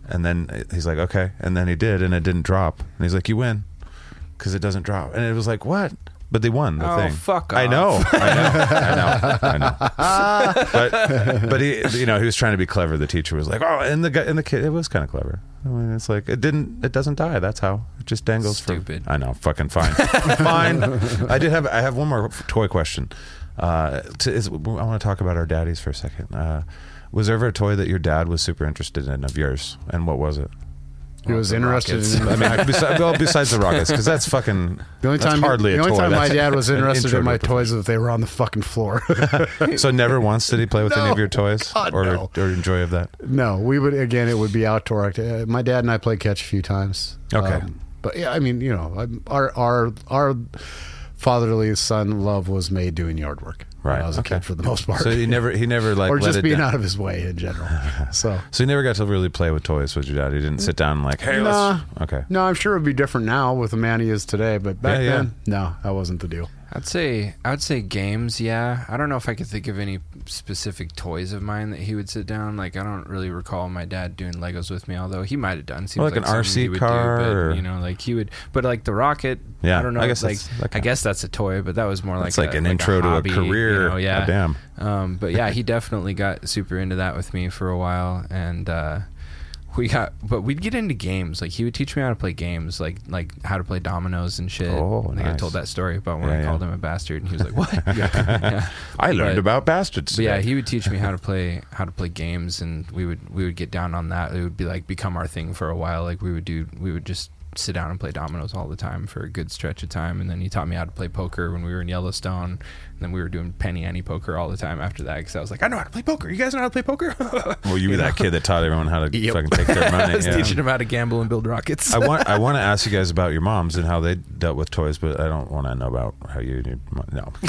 S3: And then uh, he's like, "Okay," and then he did, and it didn't drop. And he's like, "You win," because it doesn't drop. And it was like, "What?" But they won the
S2: Oh,
S3: thing.
S2: fuck
S3: I
S2: off.
S3: know, I know, I know, I know but but he you know he was trying to be clever. The teacher was like, oh, and the guy and the kid, it was kind of clever. I mean, it's like it didn't, it doesn't die. That's how it just dangles.
S2: Stupid.
S3: From, I know, fucking fine, fine. I did have I have one more f- toy question. Uh, to, is, I want to talk about our daddies for a second. Uh, was there ever a toy that your dad was super interested in of yours, and what was it?
S4: He was
S2: the
S4: interested
S2: rockets.
S4: in
S3: I mean, besides, well, besides the rockets, because that's fucking.
S4: The only
S3: that's
S4: time
S3: hardly
S4: the
S3: a
S4: only
S3: toy.
S4: time my
S3: That's
S4: dad was
S3: an
S4: interested in my
S3: intro to
S4: toys is if they were on the fucking floor.
S3: a- So never once did he play with any
S4: No.
S3: of your toys
S4: God,
S3: or
S4: no.
S3: or enjoy of that.
S4: no, we would again. It would be outdoor. act- uh, My dad and I played catch a few times. Um,
S3: Okay.
S4: but yeah, I mean, you know, I'm- our our our fatherly son love was made doing yard work. when
S3: Right,
S4: I was
S3: okay.
S4: a kid for the most part,
S3: So he never he never like
S4: or
S3: let
S4: just
S3: it
S4: being
S3: down.
S4: out of his way in general. So.
S3: So you never got to really play with toys with your dad. He didn't sit down and like, hey,
S4: Nah.
S3: let's okay.
S4: No, I'm sure it would be different now with the man he is today, but back
S3: Yeah, yeah.
S4: then, no, that wasn't the deal.
S2: I'd say I'd say games. Yeah, I don't know if I could think of any specific toys of mine that he would sit down. Like I don't really recall my dad doing Legos with me, although he might have done. Seems
S3: Or like an
S2: something
S3: RC
S2: he would
S3: car
S2: do, but,
S3: or-
S2: you know, like he would. But like the rocket,
S3: Yeah,
S2: I don't know.
S3: I
S2: I
S3: guess
S2: guess like
S3: that's- that
S2: I
S3: kind-
S2: guess that's a toy, but that was more like
S3: It's like
S2: a-
S3: an intro to
S2: hobby,
S3: a career.
S2: You know, yeah,
S3: Goddamn.
S2: Um, but yeah, he definitely got super into that with me for a while, and uh, we got. But we'd get into games. Like he would teach me how to play games, like like how to play dominoes and shit.
S3: Oh,
S2: I think I
S3: nice.
S2: told that story about when
S3: Yeah,
S2: I
S3: yeah.
S2: called him a bastard, and he was like, "What?" yeah.
S3: I learned
S2: But-
S3: about bastards.
S2: But yeah, he would teach me how to play how to play games, and we would we would get down on that. It would be like become our thing for a while. Like we would do, we would just sit down and play dominoes all the time for a good stretch of time. And then he taught me how to play poker when we were in Yellowstone. And then we were doing penny ante poker all the time after that because I was like, I know how to play poker. You guys know how to play poker.
S3: well, you were that kid that taught everyone how to
S2: Yep.
S3: fucking take their money.
S2: I was
S3: yeah.
S2: teaching him how to gamble and build rockets.
S3: I want I want to ask you guys about your moms and how they dealt with toys, but I don't want to know about how you and your mom. No,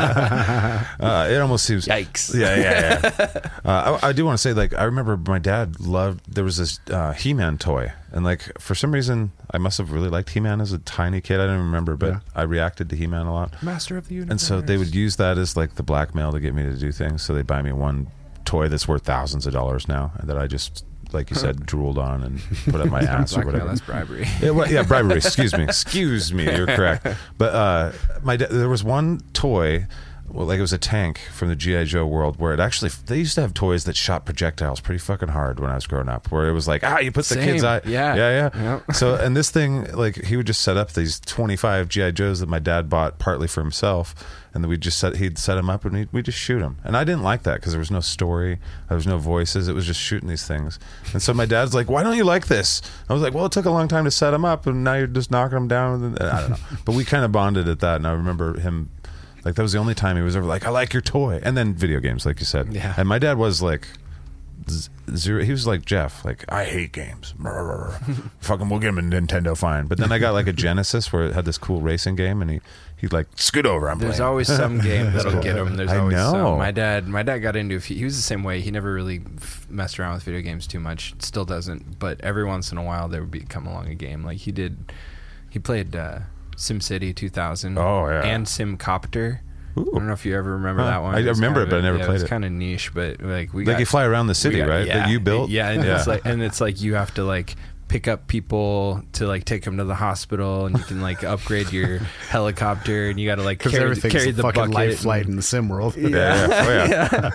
S3: uh, it almost seems
S2: Yikes.
S3: Yeah, yeah, yeah. uh, I, I do want to say like I remember my dad loved there was this uh, He Man toy, and like for some reason I must have really liked He Man as a tiny kid. I don't remember, but
S4: Yeah.
S3: I reacted to He Man a lot,
S2: Master of the universe.
S3: and so they would use that as like the blackmail to get me to do things. So they buy me one toy that's worth thousands of dollars now, and that I just. Like you said, drooled on and put up my ass or
S2: Blackmail,
S3: whatever.
S2: that's bribery.
S3: Yeah, well, yeah, bribery. Excuse me. Excuse me. You're correct. But uh, my da- there was one toy, well, like it was a tank from the GI Joe world, where it actually they used to have toys that shot projectiles pretty fucking hard when I was growing up. Where it was like, ah, you put the kids'
S2: Same.
S3: eye,
S2: Yeah.
S3: yeah, yeah.
S2: Yep.
S3: So and this thing, like he would just set up these 25 GI Joes that my dad bought partly for himself, and then we just set he'd set them up and we we just shoot them. And I didn't like that because there was no story, there was no voices. It was just shooting these things. And so my dad's like, "Why don't you like this?" I was like, "Well, it took a long time to set them up, and now you're just knocking them down." And I don't know. but we kind of bonded at that, and I remember him. Like that was the only time he was ever like, "I like your toy," and then video games, like you said.
S2: Yeah.
S3: And my dad was like z- zero. He was like Jeff, like I hate games. Fucking, we'll get him a Nintendo fine. But then I got like a Genesis where it had this cool racing game, and he he like scoot over. I'm
S2: There's
S3: playing.
S2: always some game that'll
S3: cool.
S2: get him. There's
S3: I
S2: always
S3: know.
S2: some. My dad, my dad got into. A few, he was the same way. He never really f- messed around with video games too much. Still doesn't. But every once in a while, there would be come along a game like he did. He played uh, SimCity 2000.
S3: Oh, yeah.
S2: And SimCopter.
S3: Ooh.
S2: I don't know if you ever remember
S3: Huh.
S2: that one.
S3: I
S2: was
S3: remember
S2: kind
S3: it,
S2: of
S3: but I never
S2: yeah,
S3: played
S2: It's
S3: it.
S2: kind of niche, but like we
S3: like
S2: got
S3: you fly around the city,
S2: we got-
S3: right?
S2: Yeah,
S3: That you built.
S2: Yeah, and it's like and it's like you have to like pick up people to like take them to the hospital, and you can like upgrade your helicopter, and you got to like
S4: Because
S2: carry,
S4: everything's
S2: carry
S4: a
S2: the
S4: fucking
S2: bucket.
S4: life flight in the sim world.
S3: yeah, yeah. Oh, yeah.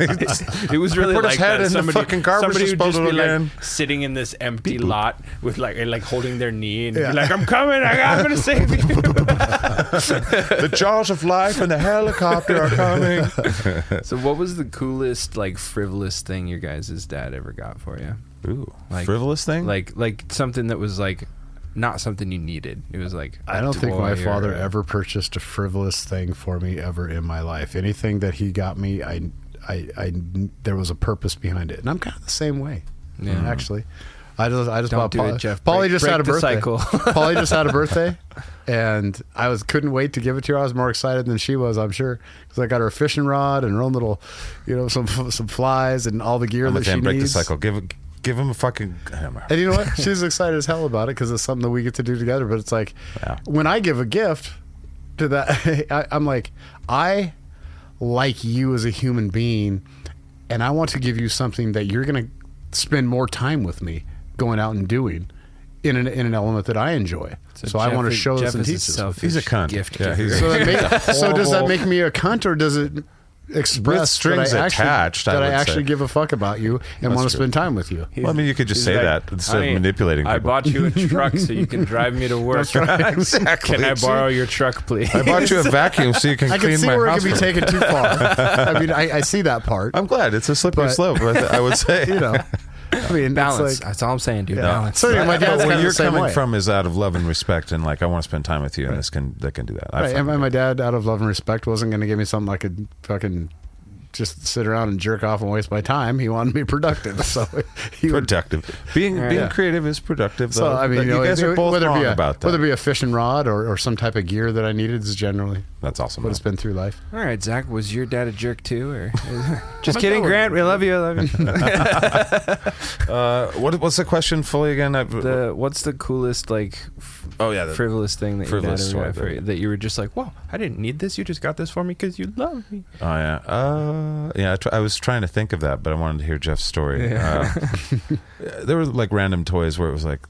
S2: it was really
S3: Put his
S2: like
S3: head
S2: that.
S3: in the
S2: somebody,
S3: fucking garbage
S2: somebody would just
S3: disposal
S2: be like
S3: again.
S2: sitting in this empty lot with like and, like holding their knee and be
S4: Yeah.
S2: like, "I'm coming, I, I'm gonna save you."
S3: the jaws of life and the helicopter are coming.
S2: so, what was the coolest like frivolous thing your guys' dad ever got for you?
S3: Ooh,
S2: Like-
S3: frivolous thing.
S2: Like like something that was like not something you needed. It was like I
S4: I don't think my father ever purchased a frivolous thing for me ever in my life. Anything that he got me, I, I, I there was a purpose behind it, and I'm kind of the same way.
S2: Yeah.
S4: actually, I just I just
S2: Don't
S4: bought
S2: do
S4: Polly,
S2: it, Jeff.
S4: Polly
S2: Break-
S4: just
S2: break
S4: had a
S2: the
S4: birthday.
S2: cycle.
S4: Polly just had a birthday, and I was couldn't wait to give it to her. I was more excited than she was, I'm sure, because I got her a fishing rod and her own little, you know, some some flies and all the gear
S3: I'm
S4: that
S3: with
S4: she
S3: him. Break the
S4: needs.
S3: cycle. Give give him a fucking. hammer.
S4: And you know what? She's excited as hell about it because it's something that we get to do together. But it's like
S3: Yeah.
S4: when I give a gift to that, I, I'm like, I like you as a human being, and I want to give you something that you're going to spend more time with me going out and doing in an, in an element that I enjoy. So, I want to show this and teach this.
S3: He's a cunt.
S2: Gift
S3: Yeah, he's a-
S4: So, that make, so does that
S3: horrible-
S4: make me a cunt or does it express
S3: strings
S4: that I actually,
S3: attached, I
S4: that I,
S3: would say.
S4: actually give a fuck about you and want to
S3: true.
S4: spend time with you?
S3: Well, I mean, you could just say that instead of manipulating
S2: I
S3: people."
S2: bought you a truck so you can drive me to work.
S3: exactly.
S2: Can I
S3: See?
S2: borrow your truck, please?
S3: I bought you a vacuum so you can
S4: I
S3: clean
S4: can see
S3: my
S4: where it
S3: house.
S4: could be
S3: for me.
S4: taken too far. I mean, I, I see that part.
S3: I'm glad it's a slippery
S4: But-
S3: slope. I, th- I would say.
S4: you know, I mean,
S2: balance.
S4: It's like,
S2: That's all I'm saying, dude.
S4: yeah.
S2: Balance.
S4: So anyway, my
S3: But
S4: dad's kind
S3: where
S4: of
S3: you're
S4: the same
S3: coming
S4: way.
S3: from is out of love and respect, and like I want to spend time with you, and this can that can do that. I
S4: Right, and
S3: find-
S4: my, my dad, out of love and respect, wasn't going to give me something I could fucking just sit around and jerk off and waste my time. He wanted me productive, so he would-
S3: productive. Being being
S4: Yeah.
S3: creative is productive.
S4: So
S3: though.
S4: I mean,
S3: But
S4: you,
S3: you
S4: know,
S3: guys
S4: it-
S3: are both
S4: whether it
S3: wrong
S4: be a,
S3: about that.
S4: whether it be a fishing rod or, or some type of gear that I needed is generally
S3: That's awesome.
S4: what it's been through life.
S2: All right, Zach, was your dad a jerk too? Or just
S4: My
S2: kidding,
S4: dad was-
S2: Grant. We love you. I love you.
S3: Uh, what, what's the question fully again? I've,
S2: the what's the coolest like f-
S3: oh yeah, the,
S2: frivolous thing that
S3: frivolous
S2: your dad
S3: toy
S2: ever got for you that you were just like, whoa, I didn't need this. You just got this for me because you love me.
S3: Oh yeah, uh, yeah. I, tr- I was trying to think of that, but I wanted to hear Jeff's story.
S2: Yeah.
S3: Uh, there were like random toys where it was like,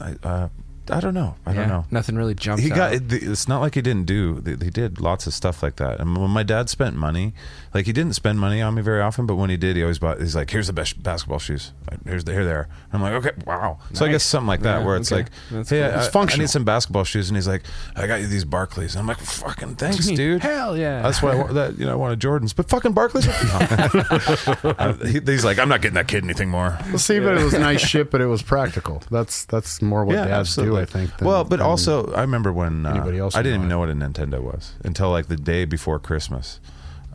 S3: I, uh, I don't know, I don't know.
S2: Nothing really jumps.
S3: He got.
S2: out.
S3: It, it's not like he didn't do. He did lots of stuff like that. And when my dad spent money, like he didn't spend money on me very often, but when he did, he always bought. He's like, "Here's the best basketball shoes. Here's the here they are." And I'm like, "Okay, wow." So I
S2: Nice.
S3: guess something like that,
S2: Yeah,
S3: where it's
S2: okay.
S3: like,
S2: That's
S3: "Hey,
S2: cool.
S3: I-
S4: It's
S3: I- I,
S4: functional.
S3: need some basketball shoes," and he's like, "I got you these Barclays." And I'm like, "Fucking thanks, dude."
S2: Hell yeah.
S3: That's why I want that. You know, I wanted Jordans, but fucking Barclays. Uh, he- he's like, I'm not getting that kid anything more.
S4: Well, see, but it was nice shit, but it was practical. That's that's more what dads do, I think. than-
S3: well, but
S4: than-
S3: also, I remember when uh,
S4: anybody else
S3: I didn't
S4: would
S3: even
S4: know
S3: know what a Nintendo was until like the day before Christmas,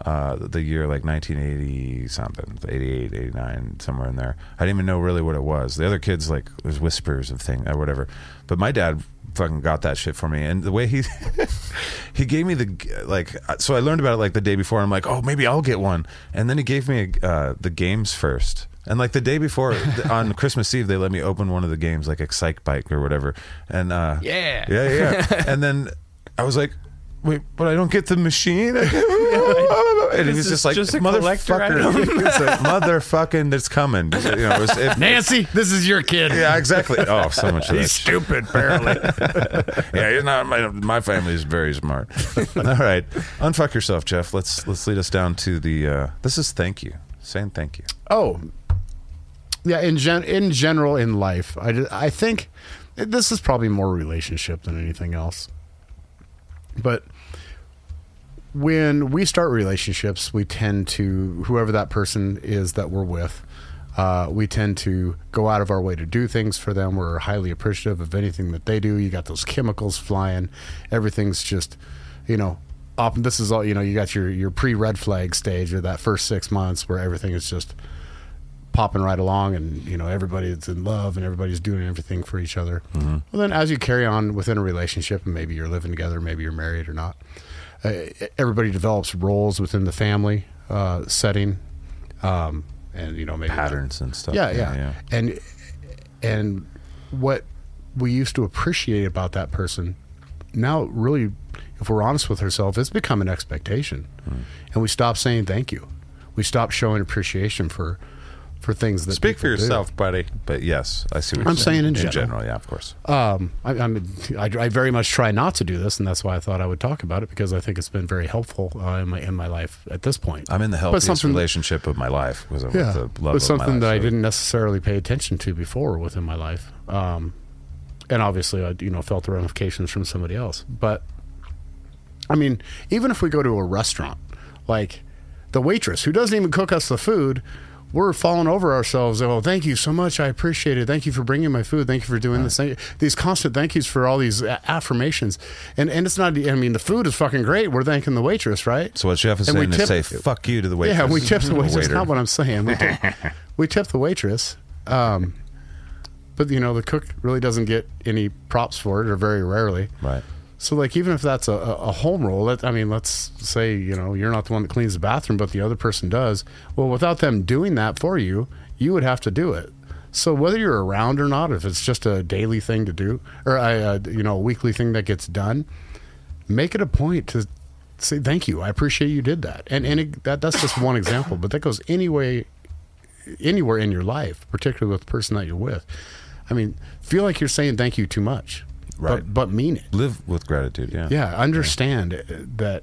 S3: uh, the year like 1980 something, 88, 89, somewhere in there. I didn't even know really what it was. The other kids like there's whispers of thing or whatever, but my dad fucking got that shit for me and the way he he gave me the like uh, so i learned about it like the day before i'm like oh maybe i'll get one and then he gave me uh, the games first and like the day before on christmas eve they let me open one of the games like excite bike or whatever and uh
S2: Yeah.
S3: yeah, yeah. and then I was like, wait, but I don't get the machine. and he
S2: This
S3: was
S2: is
S3: just like,
S2: just a collector
S3: motherfucker, It's like, motherfucking, that's coming. You know, it was- it-
S4: Nancy, this is your kid.
S3: yeah, exactly. Oh, so much. He's
S4: Stupid, apparently.
S3: Yeah, he's not. My, my family is very smart. All right, unfuck yourself, Jeff. Let's let's lead us down to the. Uh, this is thank you. Saying thank you.
S4: Oh, yeah. In gen- in general, in life, I, d- I think this is probably more relationship than anything else. But when we start relationships, we tend to whoever that person is that we're with. Uh, we tend to go out of our way to do things for them. We're highly appreciative of anything that they do. You got those chemicals flying. Everything's just, you know, up. This is all, you know, you got your, your pre red flag stage or that first six months where everything is just popping right along and you know everybody's in love and everybody's doing everything for each other well then as you carry on within a relationship and maybe you're living together maybe you're married or not uh, everybody develops roles within the family uh, setting um, and you know maybe
S3: Patterns and stuff.
S4: yeah, yeah, And and what we used to appreciate about that person now really, if we're honest with ourselves, it's become an expectation,
S3: Hmm.
S4: and we stop saying thank you. We stop showing appreciation for for things that
S3: Speak for
S4: people do.
S3: yourself, buddy. But yes, I see what you're
S4: I'm saying in
S3: in
S4: general.
S3: general. Yeah, of course.
S4: Um, I, I'm, I, I very much try not to do this, and that's why I thought I would talk about it because I think it's been very helpful uh, in my in my life at this point.
S3: I'm in the
S4: But
S3: healthiest
S4: something-
S3: relationship of my life. Was with
S4: yeah,
S3: the love
S4: was
S3: of my
S4: something
S3: life,
S4: that I
S3: so-
S4: didn't necessarily pay attention to before within my life, um, and obviously I you know felt the ramifications from somebody else. But I mean, even if we go to a restaurant, like the waitress who doesn't even cook us the food. We're falling over ourselves. Oh, thank you so much. I appreciate it. Thank you for bringing my food. Thank you for doing this. Thank you. These constant thank yous for all these a- affirmations. And and it's not. I mean, the food is fucking great. We're thanking the waitress, right?
S3: So what Jeff is
S4: And we
S3: saying is say
S4: tip-
S3: fuck you to the waitress.
S4: Yeah, we tipped the
S3: Or
S4: waitress.
S3: waiter.
S4: Not what I'm saying. We tip, we tip the waitress. Um, but you know, the cook really doesn't get any props for it, or very rarely.
S3: Right.
S4: So, like, even if that's a, a a home rule, let, I mean, let's say you know you're not the one that cleans the bathroom, but the other person does. Well, without them doing that for you, you would have to do it. So, whether you're around or not, if it's just a daily thing to do, or a, a you know a weekly thing that gets done, make it a point to say thank you. I appreciate you did that, and and it, that that's just one example, but that goes any way, anywhere in your life, particularly with the person that you're with. I mean, feel like you're saying thank you too much,
S3: Right.
S4: But but mean it.
S3: Live with gratitude. Yeah.
S4: Yeah, understand uh, that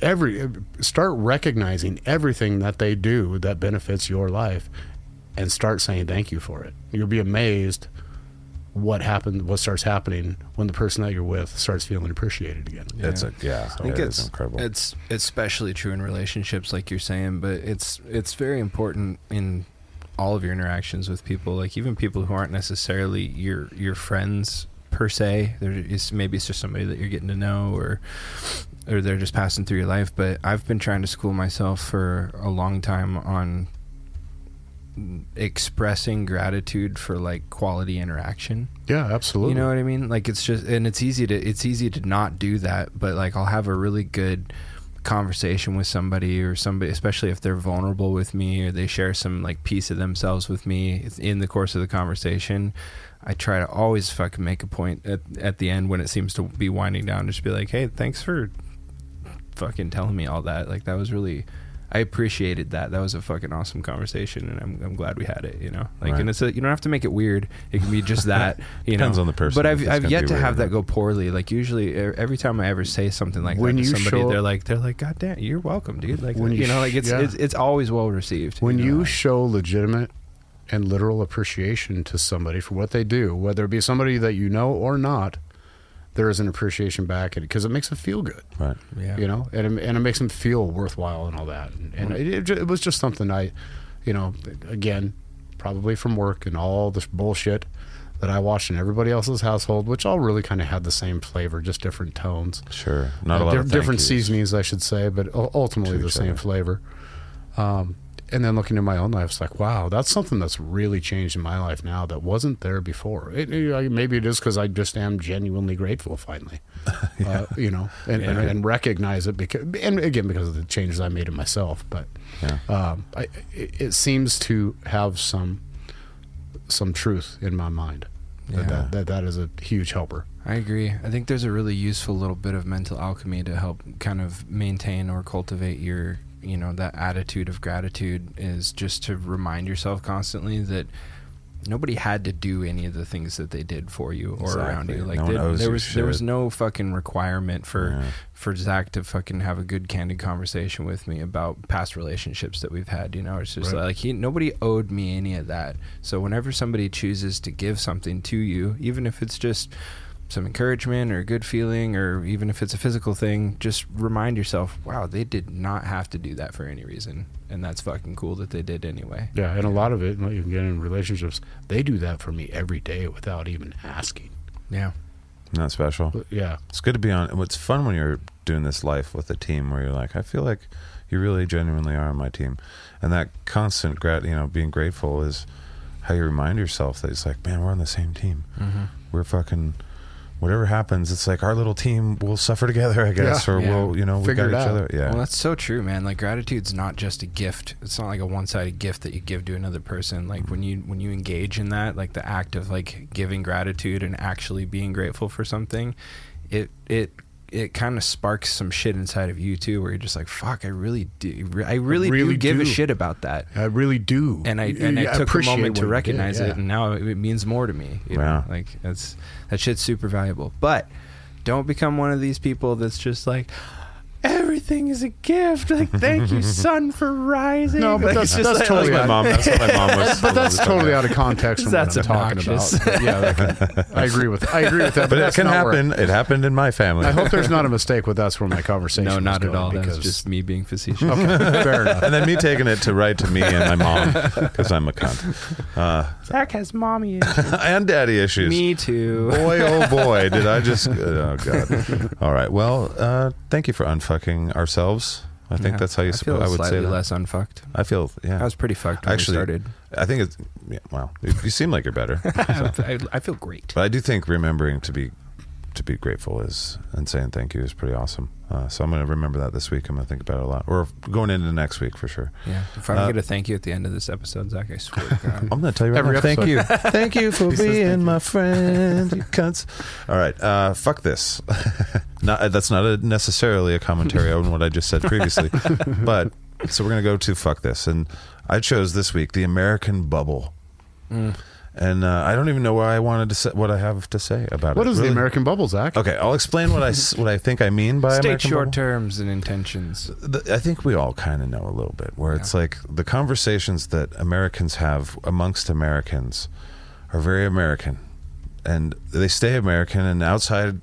S4: every start recognizing everything that they do that benefits your life, and start saying thank you for it. You'll be amazed what happened, what starts happening when the person that you're with starts feeling appreciated again.
S3: It's a yeah.
S2: I think
S3: it
S2: it's
S3: is incredible.
S2: It's especially true in relationships, like you're saying, but it's it's very important in all of your interactions with people, like even people who aren't necessarily your your friends per se. There is maybe it's just somebody that you're getting to know, or or they're just passing through your life. But I've been trying to school myself for a long time on expressing gratitude for like quality interaction.
S4: Yeah, absolutely.
S2: You know what I mean? Like it's just and it's easy to it's easy to not do that, but like I'll have a really good conversation with somebody or somebody especially if they're vulnerable with me or they share some like piece of themselves with me in the course of the conversation. I try to always fucking make a point at, at the end when it seems to be winding down just be like, "Hey, thanks for fucking telling me all that. Like that was really I appreciated that. That was a fucking awesome conversation and I'm I'm glad we had it, you know. Like
S3: Right.
S2: and it's a, you don't have to make it weird. It can be just that, you
S3: Depends
S2: know?
S3: on the person
S2: But
S3: if
S2: I've
S3: it's
S2: I've
S3: gonna
S2: yet
S3: be
S2: to
S3: weird
S2: have
S3: or not.
S2: that go poorly. Like usually e- every time I ever say something like
S4: When
S2: that to
S4: you
S2: somebody,
S4: show-
S2: they're like they're like god damn, you're welcome, dude. Like
S4: When
S2: you,
S4: you
S2: know, like
S4: sh-
S2: it's,
S4: yeah.
S2: it's it's always well received.
S4: when
S2: know?
S4: you show legitimate and literal appreciation to somebody for what they do, whether it be somebody that you know or not, there is an appreciation back because it makes them feel good.
S3: Right.
S2: yeah.
S4: you know, and it, and it makes them feel worthwhile and all that. And, and it, it, ju- it was just something I, you know, again, probably from work and all this bullshit that I watched in everybody else's household, which all really kind of had the same flavor, just different tones,
S3: Sure. Not a
S4: Uh,
S3: lot
S4: di-
S3: of thank
S4: different
S3: yous.
S4: seasonings, I should say, but u- ultimately
S3: To
S4: the
S3: each
S4: same
S3: other.
S4: flavor. Um, and then looking at my own life, it's like, wow, that's something that's really changed in my life now that wasn't there before. It, you know, maybe it is because I just am genuinely grateful finally, uh, you know, and, and,
S2: Yeah.
S4: and recognize it because, and again, because of the changes I made in myself. But
S3: Yeah.
S4: um, I, it, it seems to have some some truth in my mind. That,
S2: Yeah.
S4: that, that that is a huge helper.
S2: I agree. I think there's a really useful little bit of mental alchemy to help kind of maintain or cultivate your, you know, that attitude of gratitude is just to remind yourself constantly that nobody had to do any of the things that they did for you or
S3: Exactly.
S2: around you. Like
S3: No one
S2: they-
S3: owes
S2: there
S3: you
S2: was there was
S3: shit.
S2: no fucking requirement for
S3: Yeah.
S2: for Zach to fucking have a good candid conversation with me about past relationships that we've had. You know, it's just
S4: Right.
S2: like he nobody owed me any of that. So whenever somebody chooses to give something to you, even if it's just some encouragement or a good feeling or even if it's a physical thing, just remind yourself, wow, they did not have to do that for any reason. And that's fucking cool that they did anyway.
S4: Yeah, and a lot of it, like even in relationships, they do that for me every day without even asking.
S2: Yeah.
S3: Not special.
S4: But yeah,
S3: It's good to be on. What's fun when you're doing this life with a team where you're like, I feel like you really genuinely are on my team, and that constant grat, you know, being grateful is how you remind yourself that it's like, man, we're on the same team. We're fucking. Whatever happens, it's like our little team will suffer together, I guess,
S4: Yeah.
S3: or
S2: Yeah.
S3: we'll, you know, we
S4: Figure
S3: got
S4: it
S3: each
S4: out.
S3: other. Yeah.
S2: Well, that's so true, man. Like gratitude's not just a gift. It's not like a one-sided gift that you give to another person. Like
S4: Mm-hmm.
S2: when you when you engage in that, like the act of like giving gratitude and actually being grateful for something, it it it kind of sparks some shit inside of you too, where you're just like, "Fuck, I really do, I really,
S4: really
S2: do give a
S4: do.
S2: shit about that."
S4: I really do.
S2: And I and I, took a
S4: appreciate
S2: moment to
S4: what you did,
S2: recognize
S4: yeah.
S2: it, and now it, it means more to me.
S3: Yeah.
S2: You know? Like that's that shit's super valuable. But don't become one of these people that's just like everything is a gift. Like thank you, sun, for rising.
S4: No, but
S2: Like, it's
S4: that's-
S2: just
S4: that's
S2: like-
S4: totally
S3: That's my mom. That's what my mom was.
S4: but that's totally out of context from
S2: That's
S4: what I'm
S2: obnoxious.
S4: talking about. Yeah, that can- I agree with I agree with that. But,
S3: But it
S4: that's
S3: can
S4: not where-
S3: happen. It happened in my family.
S4: I hope there's not a mistake with that's where my conversation.
S2: no,
S4: was
S2: not at
S4: going,
S2: all. That's
S4: Because
S2: just me being facetious.
S4: okay, fair enough.
S3: and then me taking it to write to me and my mom because I'm a cunt uh,
S2: Zach has mommy issues.
S3: and daddy issues.
S2: me too.
S3: boy, oh boy, did I just? Oh god! All right. Well, uh, thank you for unfucking ourselves. I think
S2: Yeah.
S3: that's how you.
S2: I
S3: sp-
S2: feel
S3: I would say
S2: slightly
S3: that.
S2: less unfucked.
S3: I feel. Yeah.
S2: I was pretty fucked when
S3: Actually,
S2: we started.
S3: I think it's. Yeah, wow. You, you seem like you're better. So.
S2: I, I feel great.
S3: But I do think remembering to be to be grateful is and saying thank you is pretty awesome. Uh, so I'm going to remember that this week. I'm going to think about it a lot, or going into next week for sure.
S2: Yeah. If I don't
S3: Uh,
S2: get a thank you at the end of this episode, Zach, I swear to God.
S3: I'm going to tell you right
S4: Every
S3: now. Thank you,
S4: episode.
S3: thank you for
S4: He says thank
S3: being
S4: you.
S3: my friend. You cunts. All right, uh, fuck this. not, that's not a, necessarily a commentary on what I just said previously, but so we're going to go to fuck this, and I chose this week the American bubble,
S2: Mm.
S3: and uh, I don't even know where I wanted to say, what I have to say about
S4: What
S3: it.
S4: is
S3: really.
S4: the American bubble, Zach?
S3: Okay, I'll explain what I s- what I think I mean by
S2: State
S3: American
S2: your
S3: bubble
S2: terms and intentions.
S3: the, I think we all kind of know a little bit where it's
S2: Yeah.
S3: like the conversations that Americans have amongst Americans are very American and they stay American and outside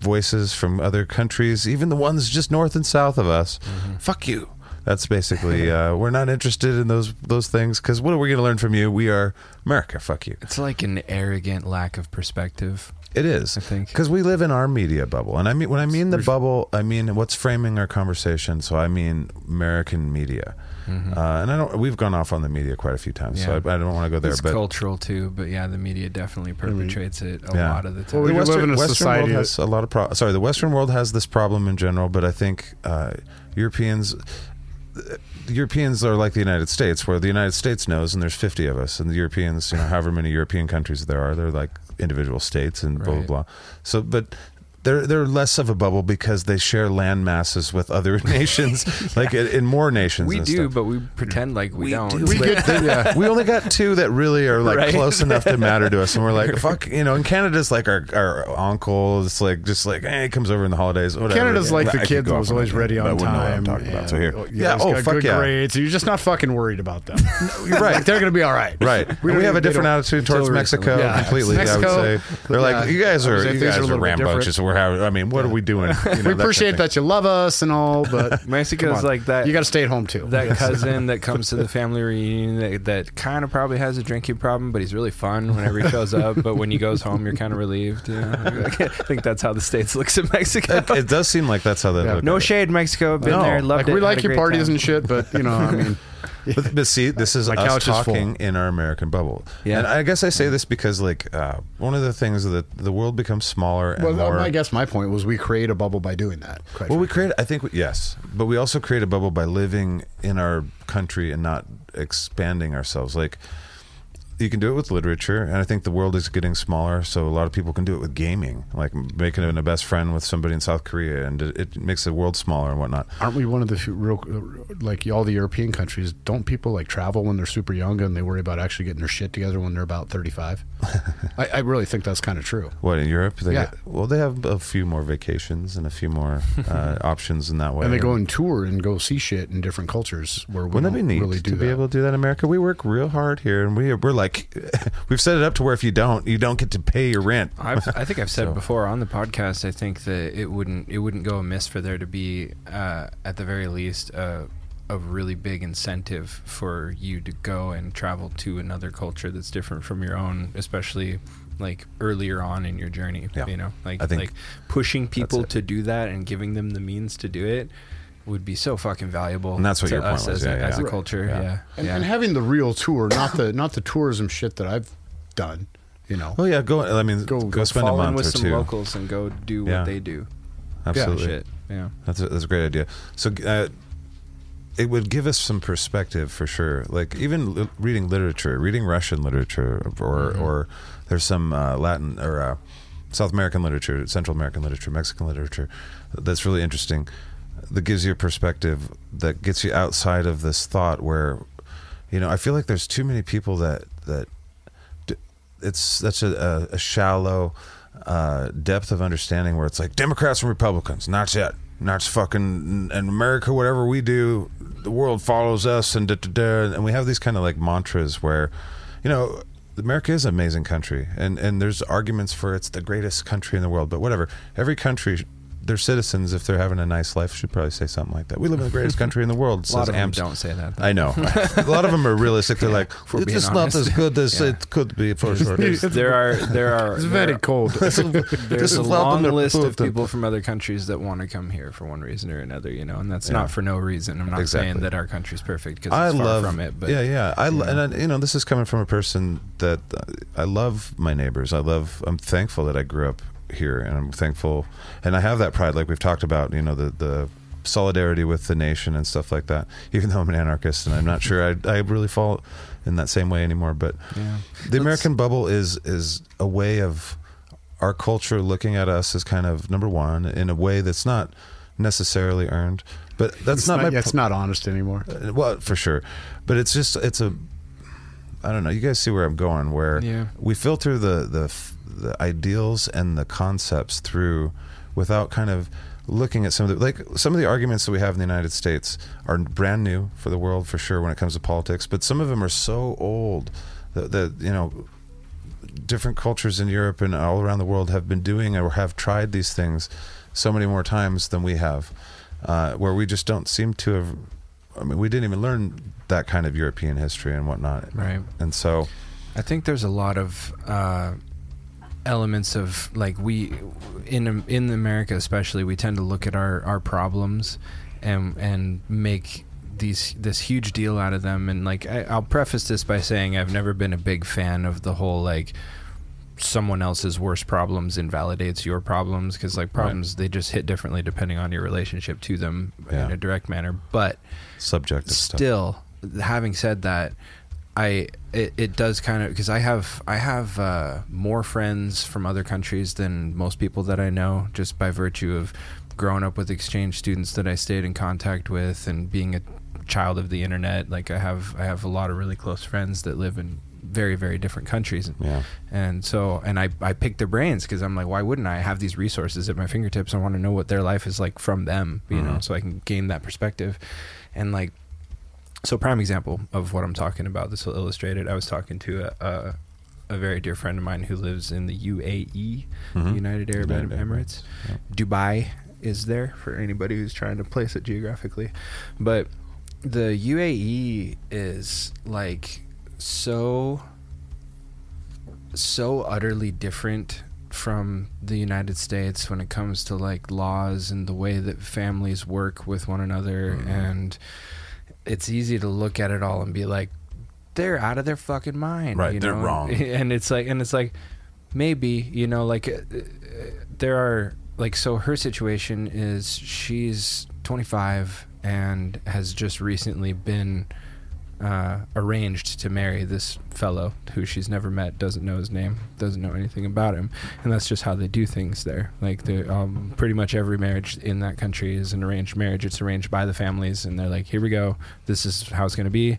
S3: voices from other countries, even the ones just north and south of us,
S2: Mm-hmm.
S3: fuck you. That's basically uh, we're not interested in those those things because what are we going to learn from you? We are America. Fuck you.
S2: It's like an arrogant lack of perspective.
S3: It is
S2: I think.
S3: because we live in our media bubble, and I mean when I mean the bubble, I mean what's framing our conversation. So I mean American media,
S2: Mm-hmm.
S3: uh, and I don't. We've gone off on the media quite a few times, so I,
S2: Yeah.
S3: I don't want to go there.
S2: It's
S3: but
S2: cultural too, but yeah, the media definitely perpetrates it a
S3: Yeah.
S2: lot of the
S4: Well,
S2: time.
S4: we
S3: the
S4: live
S3: Western,
S4: in a
S3: Western
S4: society
S3: world has a lot of pro- sorry the Western world has this problem in general, but I think uh, Europeans. The Europeans are like the United States, where the United States knows, and there's 50 of us, and the Europeans, you know, however many European countries there are, they're like individual states and blah blah
S2: Right.
S3: blah. So, but they're they're less of a bubble because they share land masses with other nations, like in, in more nations.
S2: We
S3: and
S2: do,
S3: stuff.
S2: but we pretend like we,
S3: We
S2: don't.
S3: do.
S4: we get yeah.
S3: we only got two that really are like
S2: Right.
S3: close enough to matter to us, and we're like, fuck, you know. And Canada's like our our uncle. It's like just like hey, he comes over in the holidays. Whatever.
S4: Canada's like
S3: I
S4: the
S3: could
S4: kid
S3: go
S4: that
S3: off
S4: was
S3: on
S4: always
S3: that,
S4: ready on
S3: but we know what I'm
S4: time.
S3: talking about. So
S4: and,
S3: here,
S4: oh,
S3: yeah.
S4: he's
S3: Oh
S4: got
S3: fuck
S4: good
S3: yeah.
S4: grades. You're just not fucking worried about them.
S3: You're right.
S4: like they're gonna be all right.
S3: Right, we,
S4: don't
S3: have a
S4: even- they
S3: different
S4: don't-
S3: attitude towards
S2: until
S3: Mexico
S2: recently.
S4: Yeah.
S3: completely. I
S4: Mexico,
S3: would say they're like,
S4: yeah.
S3: you guys
S4: I would
S3: are,
S4: say
S3: you guys
S4: things are a
S3: are
S4: little bit
S3: rambunctious.
S4: different.
S3: We're how, I mean, what are we doing? You know,
S4: we appreciate
S3: kind of
S4: that you love us and all, but
S2: Mexico's
S4: come on.
S2: like that.
S4: You got to stay at home too.
S2: that cousin that comes to the family reunion that, that kind of probably has a drinking problem, but he's really fun whenever he shows up. But when he goes home, you're kind of relieved. You know? I think that's how the states looks at Mexico.
S3: thing. It, it does seem like that's how that.
S4: Yeah.
S3: look
S2: No
S3: at it.
S2: shade, Mexico. Been
S3: No.
S2: there, loved
S4: like
S2: it.
S4: we
S2: had a
S4: like your
S2: great
S4: parties
S2: time.
S4: and shit, but you know, I mean,
S3: But, but see, this is
S4: My
S3: us
S4: couch is full.
S3: talking in our American bubble.
S2: Yeah.
S3: And I guess I say this because, like, uh, one of the things that the world becomes smaller and
S4: well,
S3: more.
S4: I guess my point was we create a bubble by doing that. quite
S3: well, we create, I think, we, yes, but we also create a bubble by living in our country and not expanding ourselves. Like, you can do it with literature, and I think the world is getting smaller, so a lot of people can do it with gaming, like making a best friend with somebody in South Korea, and it, it makes the world smaller and whatnot.
S4: aren't we one of the few real like all the european countries don't people like travel when they're super young and they worry about actually getting their shit together when they're about 35 I, I really think that's kind of true
S3: What in Europe? They
S4: Yeah.
S3: get- well, they have a few more vacations and a few more uh, options in that way.
S4: and they go and tour and go see shit in different cultures where we
S3: Wouldn't
S4: don't
S3: it be neat
S4: really do
S3: to
S4: that
S3: be able to do that in America? We work real hard here, and we we're like, we've set it up to where if you don't, you don't get to pay your rent.
S2: I've, I think I've said
S3: So-
S2: before on the podcast. I think that it wouldn't it wouldn't go amiss for there to be uh, at the very least a a really big incentive for you to go and travel to another culture that's different from your own, especially like earlier on in your journey.
S3: Yeah.
S2: You know, like
S3: I think
S2: like pushing people
S3: it.
S2: to do that and giving them the means to do it would be so fucking valuable.
S3: And that's what
S2: to
S3: your point
S2: us
S3: was,
S2: as,
S3: yeah,
S2: a-
S3: yeah.
S2: as a
S3: Right.
S2: culture.
S3: Yeah.
S2: Yeah, yeah.
S4: and, and having the real tour not the not the tourism shit that i've done you know
S3: Oh yeah, go. I mean, go,
S4: Go-
S2: Go
S3: spend a
S2: fall in
S3: month
S2: with
S3: or
S2: some
S3: two.
S2: locals and go do
S3: Yeah.
S2: what they do.
S3: Absolutely,
S2: Shit. Yeah.
S3: that's a, that's a great idea. So. Uh, it would give us some perspective for sure. Like even li- reading literature, reading Russian literature, or or there's some uh, Latin or uh, South American literature, Central American literature, Mexican literature that's really interesting. That gives you a perspective that gets you outside of this thought where, you know, I feel like there's too many people that that d- it's such a, a, a shallow uh, depth of understanding where it's like Democrats and Republicans, not yet, not fucking in America. Whatever we do, the world follows us, and da, da, da, and we have these kind of like mantras where, you know. America is an amazing country, and, and there's arguments for it's the greatest country in the world. But whatever, every country, their citizens, if they're having a nice life, should probably say something like that. We live in the greatest country in the world.
S2: A lot
S3: says
S2: of them
S3: Amst-
S2: don't say that. though.
S3: I know. a lot of them are realistic. They're like,
S2: we're
S3: it's
S2: being
S3: just not
S2: honest."
S3: as good as
S2: Yeah.
S3: it could be for sure.
S2: There's- there are there are
S4: it's
S2: there
S4: very
S2: are-
S4: cold
S2: there's
S3: There's
S2: a long list of people from other countries that want to come here for one reason or another, you know, and that's
S3: Yeah.
S2: not for no reason. I'm not
S3: Exactly.
S2: saying that our country's perfect because
S3: I
S2: it's far
S3: love
S2: from it, but
S3: yeah, yeah. I lo- and I, you know this is coming from a person that uh, I love my neighbors. I love. I'm thankful that I grew up here, and I'm thankful, and I have that pride. Like we've talked about, you know, the the solidarity with the nation and stuff like that. Even though I'm an anarchist, and I'm not sure I I really fall in that same way anymore. But
S2: Yeah.
S3: the American bubble is is a way of our culture looking at us as kind of number one in a way that's not necessarily earned. But that's
S4: it's
S3: not,
S4: not,
S3: my
S4: yeah, it's not honest anymore
S3: uh, well for sure but it's just it's a i don't know you guys see where i'm going where
S2: Yeah.
S3: we filter the, the f- the ideals and the concepts through without kind of looking at some of the like some of the arguments that we have in the united states are brand new for the world for sure when it comes to politics but some of them are so old that, that you know different cultures in Europe and all around the world have been doing or have tried these things so many more times than we have, uh, where we just don't seem to have. I mean, we didn't even learn that kind of European history and whatnot.
S2: Right.
S3: And so,
S2: I think there's a lot of uh, elements of like we in in America especially we tend to look at our our problems and and make these this huge deal out of them and like I, I'll preface this by saying I've never been a big fan of the whole like someone else's worst problems invalidates your problems because like problems they just hit differently depending on your relationship to them
S3: Yeah.
S2: in a direct manner but
S3: Subjective stuff.
S2: still having said that i it, it does kind of because i have i have uh, more friends from other countries than most people that i know just by virtue of growing up with exchange students that i stayed in contact with and being a child of the internet like i have i have a lot of really close friends that live in very very different countries
S3: Yeah.
S2: and so and i i pick their brains because i'm like why wouldn't i I have these resources at my fingertips i want to know what their life is like from them you
S3: Mm-hmm.
S2: know so i can gain that perspective and like so prime example of what I'm talking about. This will illustrate it. I was talking to a, a, a very dear friend of mine who lives in the UAE, United Arab
S3: Mm-hmm. United Arab
S2: Emirates. Dubai is there for anybody who's trying to place it geographically, but the UAE is like so so utterly different from the United States when it comes to like laws and the way that families work with one another and it's easy to look at it all and be like they're out of their fucking mind
S3: Right,
S2: you
S3: they're
S2: know?
S3: wrong.
S2: and it's like and it's like maybe you know like uh, uh, there are like so her situation is she's 25 and has just recently been uh, arranged to marry this fellow who she's never met, doesn't know his name, doesn't know anything about him, and that's just how they do things there. Like the um, pretty much every marriage in that country is an arranged marriage. It's arranged by the families, and they're like, "Here we go. This is how it's going to be,"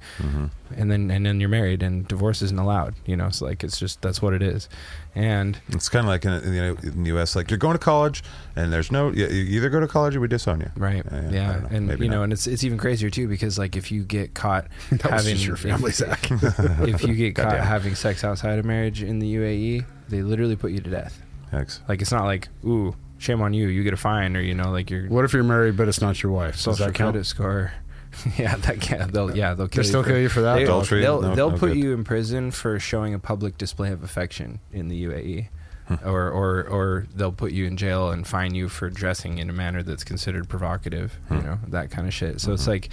S2: and then and then you're married, and divorce isn't allowed. You know, it's like it's just that's what it is, and
S3: It's kind of like in, in, the- in the U.S. Like you're going to college, and there's no. You you either go to college or we disown you.
S2: Right.
S3: Uh,
S2: Yeah.
S3: I don't know.
S2: And
S3: Maybe
S2: you know,
S3: not.
S2: and it's it's even crazier too because like if you get caught
S4: That was
S2: having
S4: just your family,
S2: if,
S4: Zach.
S2: if you get caught
S3: Goddamn.
S2: having sex outside of marriage in the UAE, they literally put you to death.
S3: Hex.
S2: Like it's not like ooh, shame on you, you get a fine or you know like your
S4: What if you're married but it's not your wife? Does
S2: social
S4: that count?
S2: credit score. yeah, that can they'll yeah they'll kill
S4: They still
S2: for-
S4: kill you for that?
S2: They,
S3: Adultery?
S2: They'll
S3: No,
S2: they'll
S3: no
S2: put
S3: good.
S2: you in prison for showing a public display of affection in the UAE. Or, or or they'll put you in jail and fine you for dressing in a manner that's considered provocative, you know, that kind of shit. So it's
S3: Mm-hmm.
S2: like,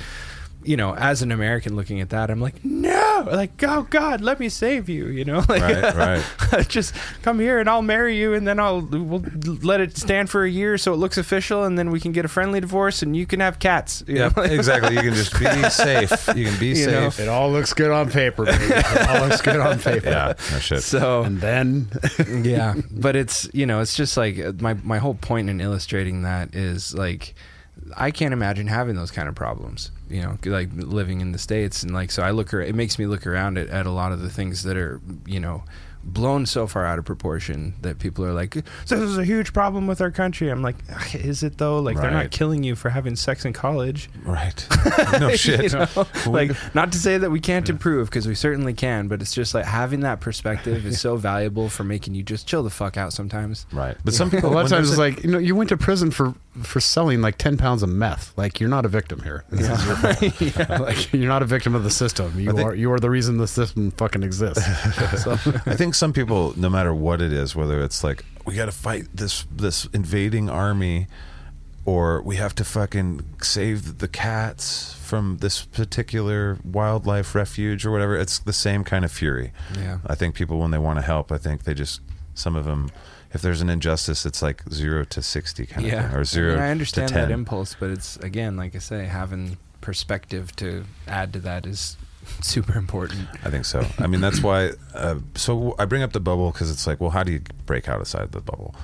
S2: you know, as an American looking at that, I'm like, no, like, oh God, let me save you, you know, like,
S3: Right, right.
S2: just come here and I'll marry you and then I'll we'll let it stand for a year so it looks official and then we can get a friendly divorce and you can have cats. You
S3: Yeah,
S2: know?
S3: exactly. You can just be safe. You can be
S2: You know?
S3: safe.
S4: It all looks good on paper, baby. It all looks good on paper.
S3: Yeah. No shit.
S2: So
S4: And then
S2: yeah, but it's you know it's just like uh, my my whole point in illustrating that is like I can't imagine having those kind of problems. You know, like living in the states and like so I look ar- it makes me look around at, at a lot of the things that are you know blown so far out of proportion that people are like this is a huge problem with our country. I'm like, is it though? Like they're
S3: Right.
S2: not killing you for having sex in college.
S3: right. No Oh, shit.
S2: You know? like not to say that we can't improve because we certainly can but it's just like having that perspective is so valuable for making you just chill the fuck out sometimes
S3: Right. But some people
S4: a lot
S3: when
S4: of times
S3: there's
S4: it's like, you know, you went to prison for for selling like ten pounds of meth. Like you're not a victim here. This is your fault. Like you're not a victim of the system. You
S3: think-
S4: are you are the reason the system fucking exists. So-
S3: I think some people, no matter what it is, whether it's like we got to fight this this invading army, or we have to fucking save the cats from this particular wildlife refuge or whatever, it's the same kind of fury.
S2: Yeah.
S3: I think people when they want to help, I think they just some of them. If there's an injustice, it's like zero to sixty kind of
S2: yeah
S3: thing, or zero.
S2: I, mean, I
S3: to
S2: understand
S3: 10.
S2: that impulse but it's again like i say having perspective to add to that is super important
S3: I think so. I mean, that's why. Uh, so I bring up the bubble because it's like, well, how do you break out outside the bubble?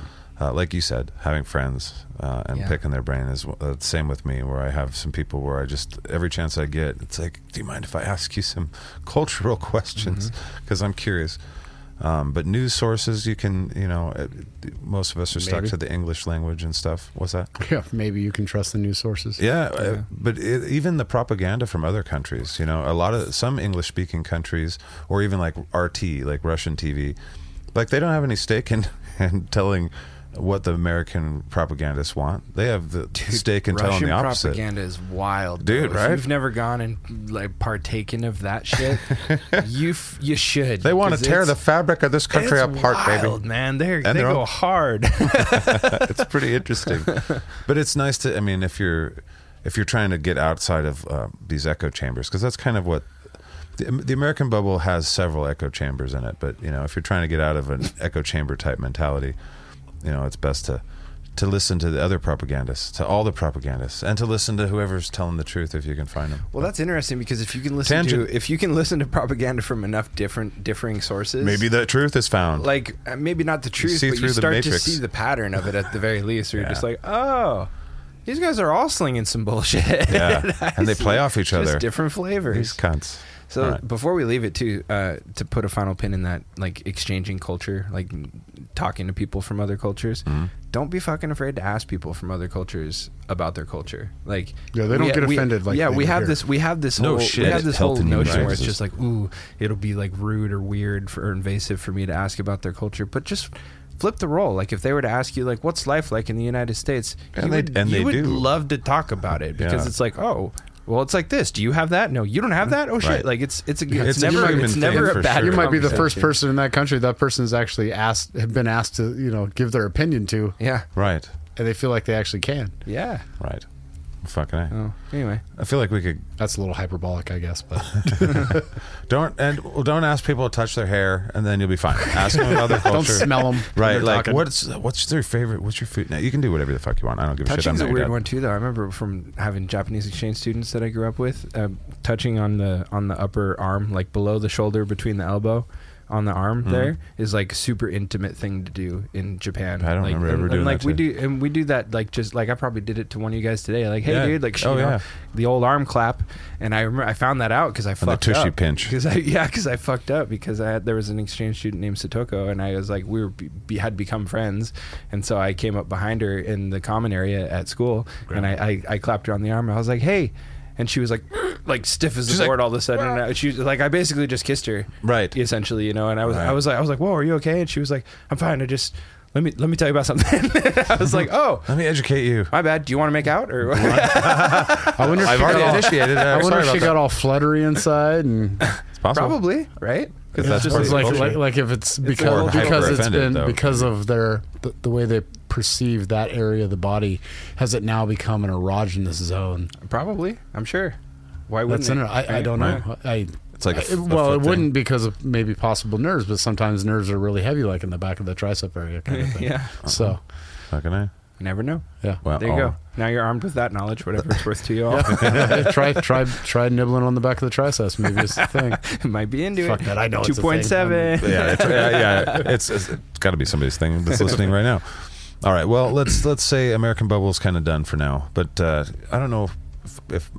S3: Uh, like you said, having friends uh, and
S2: Yeah.
S3: picking their brain is uh, same with me. Where I have some people where I just every chance I get, it's like, do you mind if I ask you some cultural questions because I'm curious. Um, but news sources, you can, you know, uh, most of us are stuck
S4: Maybe.
S3: to the English language and stuff. What's that?
S4: yeah, maybe you can trust the news sources.
S3: Yeah, uh but it, even the propaganda from other countries, you know, a lot of some English speaking countries, or even like RT, like Russian TV, like they don't have any stake in, in telling what the American propagandists want. They have the steak and
S2: Russian
S3: telling the opposite.
S2: propaganda is wild,
S3: Dude,
S2: though. If
S3: right?
S2: You've never gone and like partaken of that shit. you f- you should.
S3: They want to
S2: because
S3: tear the
S2: it's-
S3: fabric of this country
S2: it's
S3: apart,
S2: wild,
S3: baby.
S2: Man, They're, they
S3: And they're
S2: go
S3: all-
S2: hard.
S3: it's pretty interesting. but it's nice to. I mean, if you're if you're trying to get outside of uh, these echo chambers, because that's kind of what the, um, the American bubble has several echo chambers in it. But you know, if you're trying to get out of an echo chamber type mentality, you know, it's best to to listen to the other propagandists, to all the propagandists, and to listen to whoever's telling the truth if you can find them.
S2: well, that's interesting because if you can listen
S3: Tangent.
S2: to if you can listen to propaganda from enough different differing sources,
S3: Maybe the truth is found.
S2: like uh, maybe not the truth,
S3: see
S2: but you
S3: through the
S2: start to
S3: matrix.
S2: see the pattern of it at the very least. Where you're
S3: Yeah.
S2: just like, oh, these guys are all slinging some bullshit.
S3: Yeah. And they play off each
S2: Just
S3: other.
S2: different
S3: These
S2: flavors.
S3: cunts.
S2: So
S3: All right.
S2: before we leave it too, uh, to put a final pin in that, like exchanging culture, like talking to people from other cultures,
S3: Mm-hmm.
S2: don't be fucking afraid to ask people from other cultures about their culture. Like,
S4: Yeah, they
S2: we-
S4: don't get
S2: we-
S4: offended like
S2: yeah,
S4: they
S2: we
S4: do
S2: have
S4: here.
S2: this, we have this
S3: No
S2: whole,
S3: shit.
S2: we have this
S3: Health
S2: whole
S3: and human
S2: notion where
S3: rights
S2: it's
S3: is-
S2: just like, ooh, it'll be like rude or weird for, or invasive for me to ask about their culture, but just. Flip the role. Like if they were to ask you, like, what's life like in the United States?
S3: And
S2: you
S3: they-
S2: would,
S3: and
S2: you
S3: they
S2: would
S3: do.
S2: love to talk about it because
S3: Yeah.
S2: it's like, oh, well, it's like this. Do you have that? No, you don't have that. Oh shit!
S3: Right.
S2: Like it's it's a
S3: It's
S2: it's,
S3: a
S2: never
S3: human
S2: it's
S3: thing
S2: never
S3: for
S2: a bad.
S3: sure.
S4: You might be the first
S2: conversation.
S4: person in that country that person's actually asked have been asked to you know give their opinion to,
S2: Yeah,
S3: Right.
S4: and they feel like they actually can.
S2: yeah.
S3: Right. Fucking A.
S2: Oh, anyway,
S3: I feel like we could
S4: That's a little hyperbolic, I guess, but
S3: Don't and well, don't ask people to touch their hair, and then you'll be fine. Ask them about their culture.
S4: don't smell them.
S3: Right, like what's what's their favorite? What's your food? Now you can do whatever the fuck you want. I don't give a shit. I'm
S2: touching's a
S3: not your
S2: weird
S3: dad.
S2: one too, though. I remember from having Japanese exchange students that I grew up with, uh, touching on the on the upper arm, like below the shoulder, between the elbow. On the arm,
S3: Mm-hmm.
S2: there is like a super intimate thing to do in Japan.
S3: I don't
S2: like,
S3: remember ever
S2: and, and,
S3: doing
S2: like
S3: that
S2: we
S3: too.
S2: do, and we do that like just like I probably did it to one of you guys today. Like, hey,
S3: Yeah.
S2: dude, like
S3: Oh,
S2: you know,
S3: yeah.
S2: the old arm clap. And I remember I found that out because I
S3: the
S2: fucked
S3: tushy
S2: up.
S3: pinch.
S2: 'Cause I, yeah, because I fucked up because I had, there was an exchange student named Satoko, and I was like, we were be, had become friends, and so I came up behind her in the common area at school, and I, I I clapped her on the arm. I was like, hey. And she was like, like stiff as
S3: She's
S2: a
S3: like,
S2: board all of a sudden. And I, she was like, I basically just kissed her,
S3: Right.
S2: Essentially, you know. And I was,
S3: Right.
S2: I was like, I was like, whoa, are you okay? And she was like, I'm fine. I just let me let me tell you about something. I was like, oh,
S3: Let me educate you.
S2: my bad. Do you want to make out or?
S4: I wonder if
S3: I've
S4: she
S3: already
S4: got all-
S3: initiated.
S4: I
S3: I'm
S4: wonder
S3: sorry
S4: if
S3: about
S4: she
S3: that.
S4: got all fluttery inside, and
S3: It's possible.
S2: Probably, right? Because
S3: Yeah.
S2: that's just
S3: Or
S4: it's like,
S3: culture.
S4: like like if it's
S3: all
S4: because
S3: hyper
S4: because it's
S3: offended,
S4: been
S3: though.
S4: because of their the, the way they perceive that area of the body has it now become an erogenous zone.
S2: probably. I'm sure. Why wouldn't
S4: That's in
S2: it?
S4: it. I, I
S2: Right?
S4: don't know. I
S3: It's like a
S4: I-
S3: f- a
S4: well,
S3: foot
S4: it
S3: thing.
S4: wouldn't because of maybe possible nerves, but sometimes nerves are really heavy, like in the back of the tricep area, kind of thing.
S2: Yeah.
S4: So
S3: Fucking A.
S2: You never know.
S4: yeah.
S3: Uh-huh. Well,
S2: There you
S3: oh.
S2: go. Now you're armed with that knowledge, whatever it's worth to you all.
S4: try try try nibbling on the back of the triceps. Maybe it's the thing.
S2: Might be into
S4: Fuck
S2: it.
S4: that, I know it's a
S2: Two
S4: thing.
S2: point seven.
S3: yeah, it's, yeah, yeah. It's, it's, it's got to be somebody's thing that's listening right now. All right, well let's let's say American Bubble's kind of done for now, but uh, I don't know if, if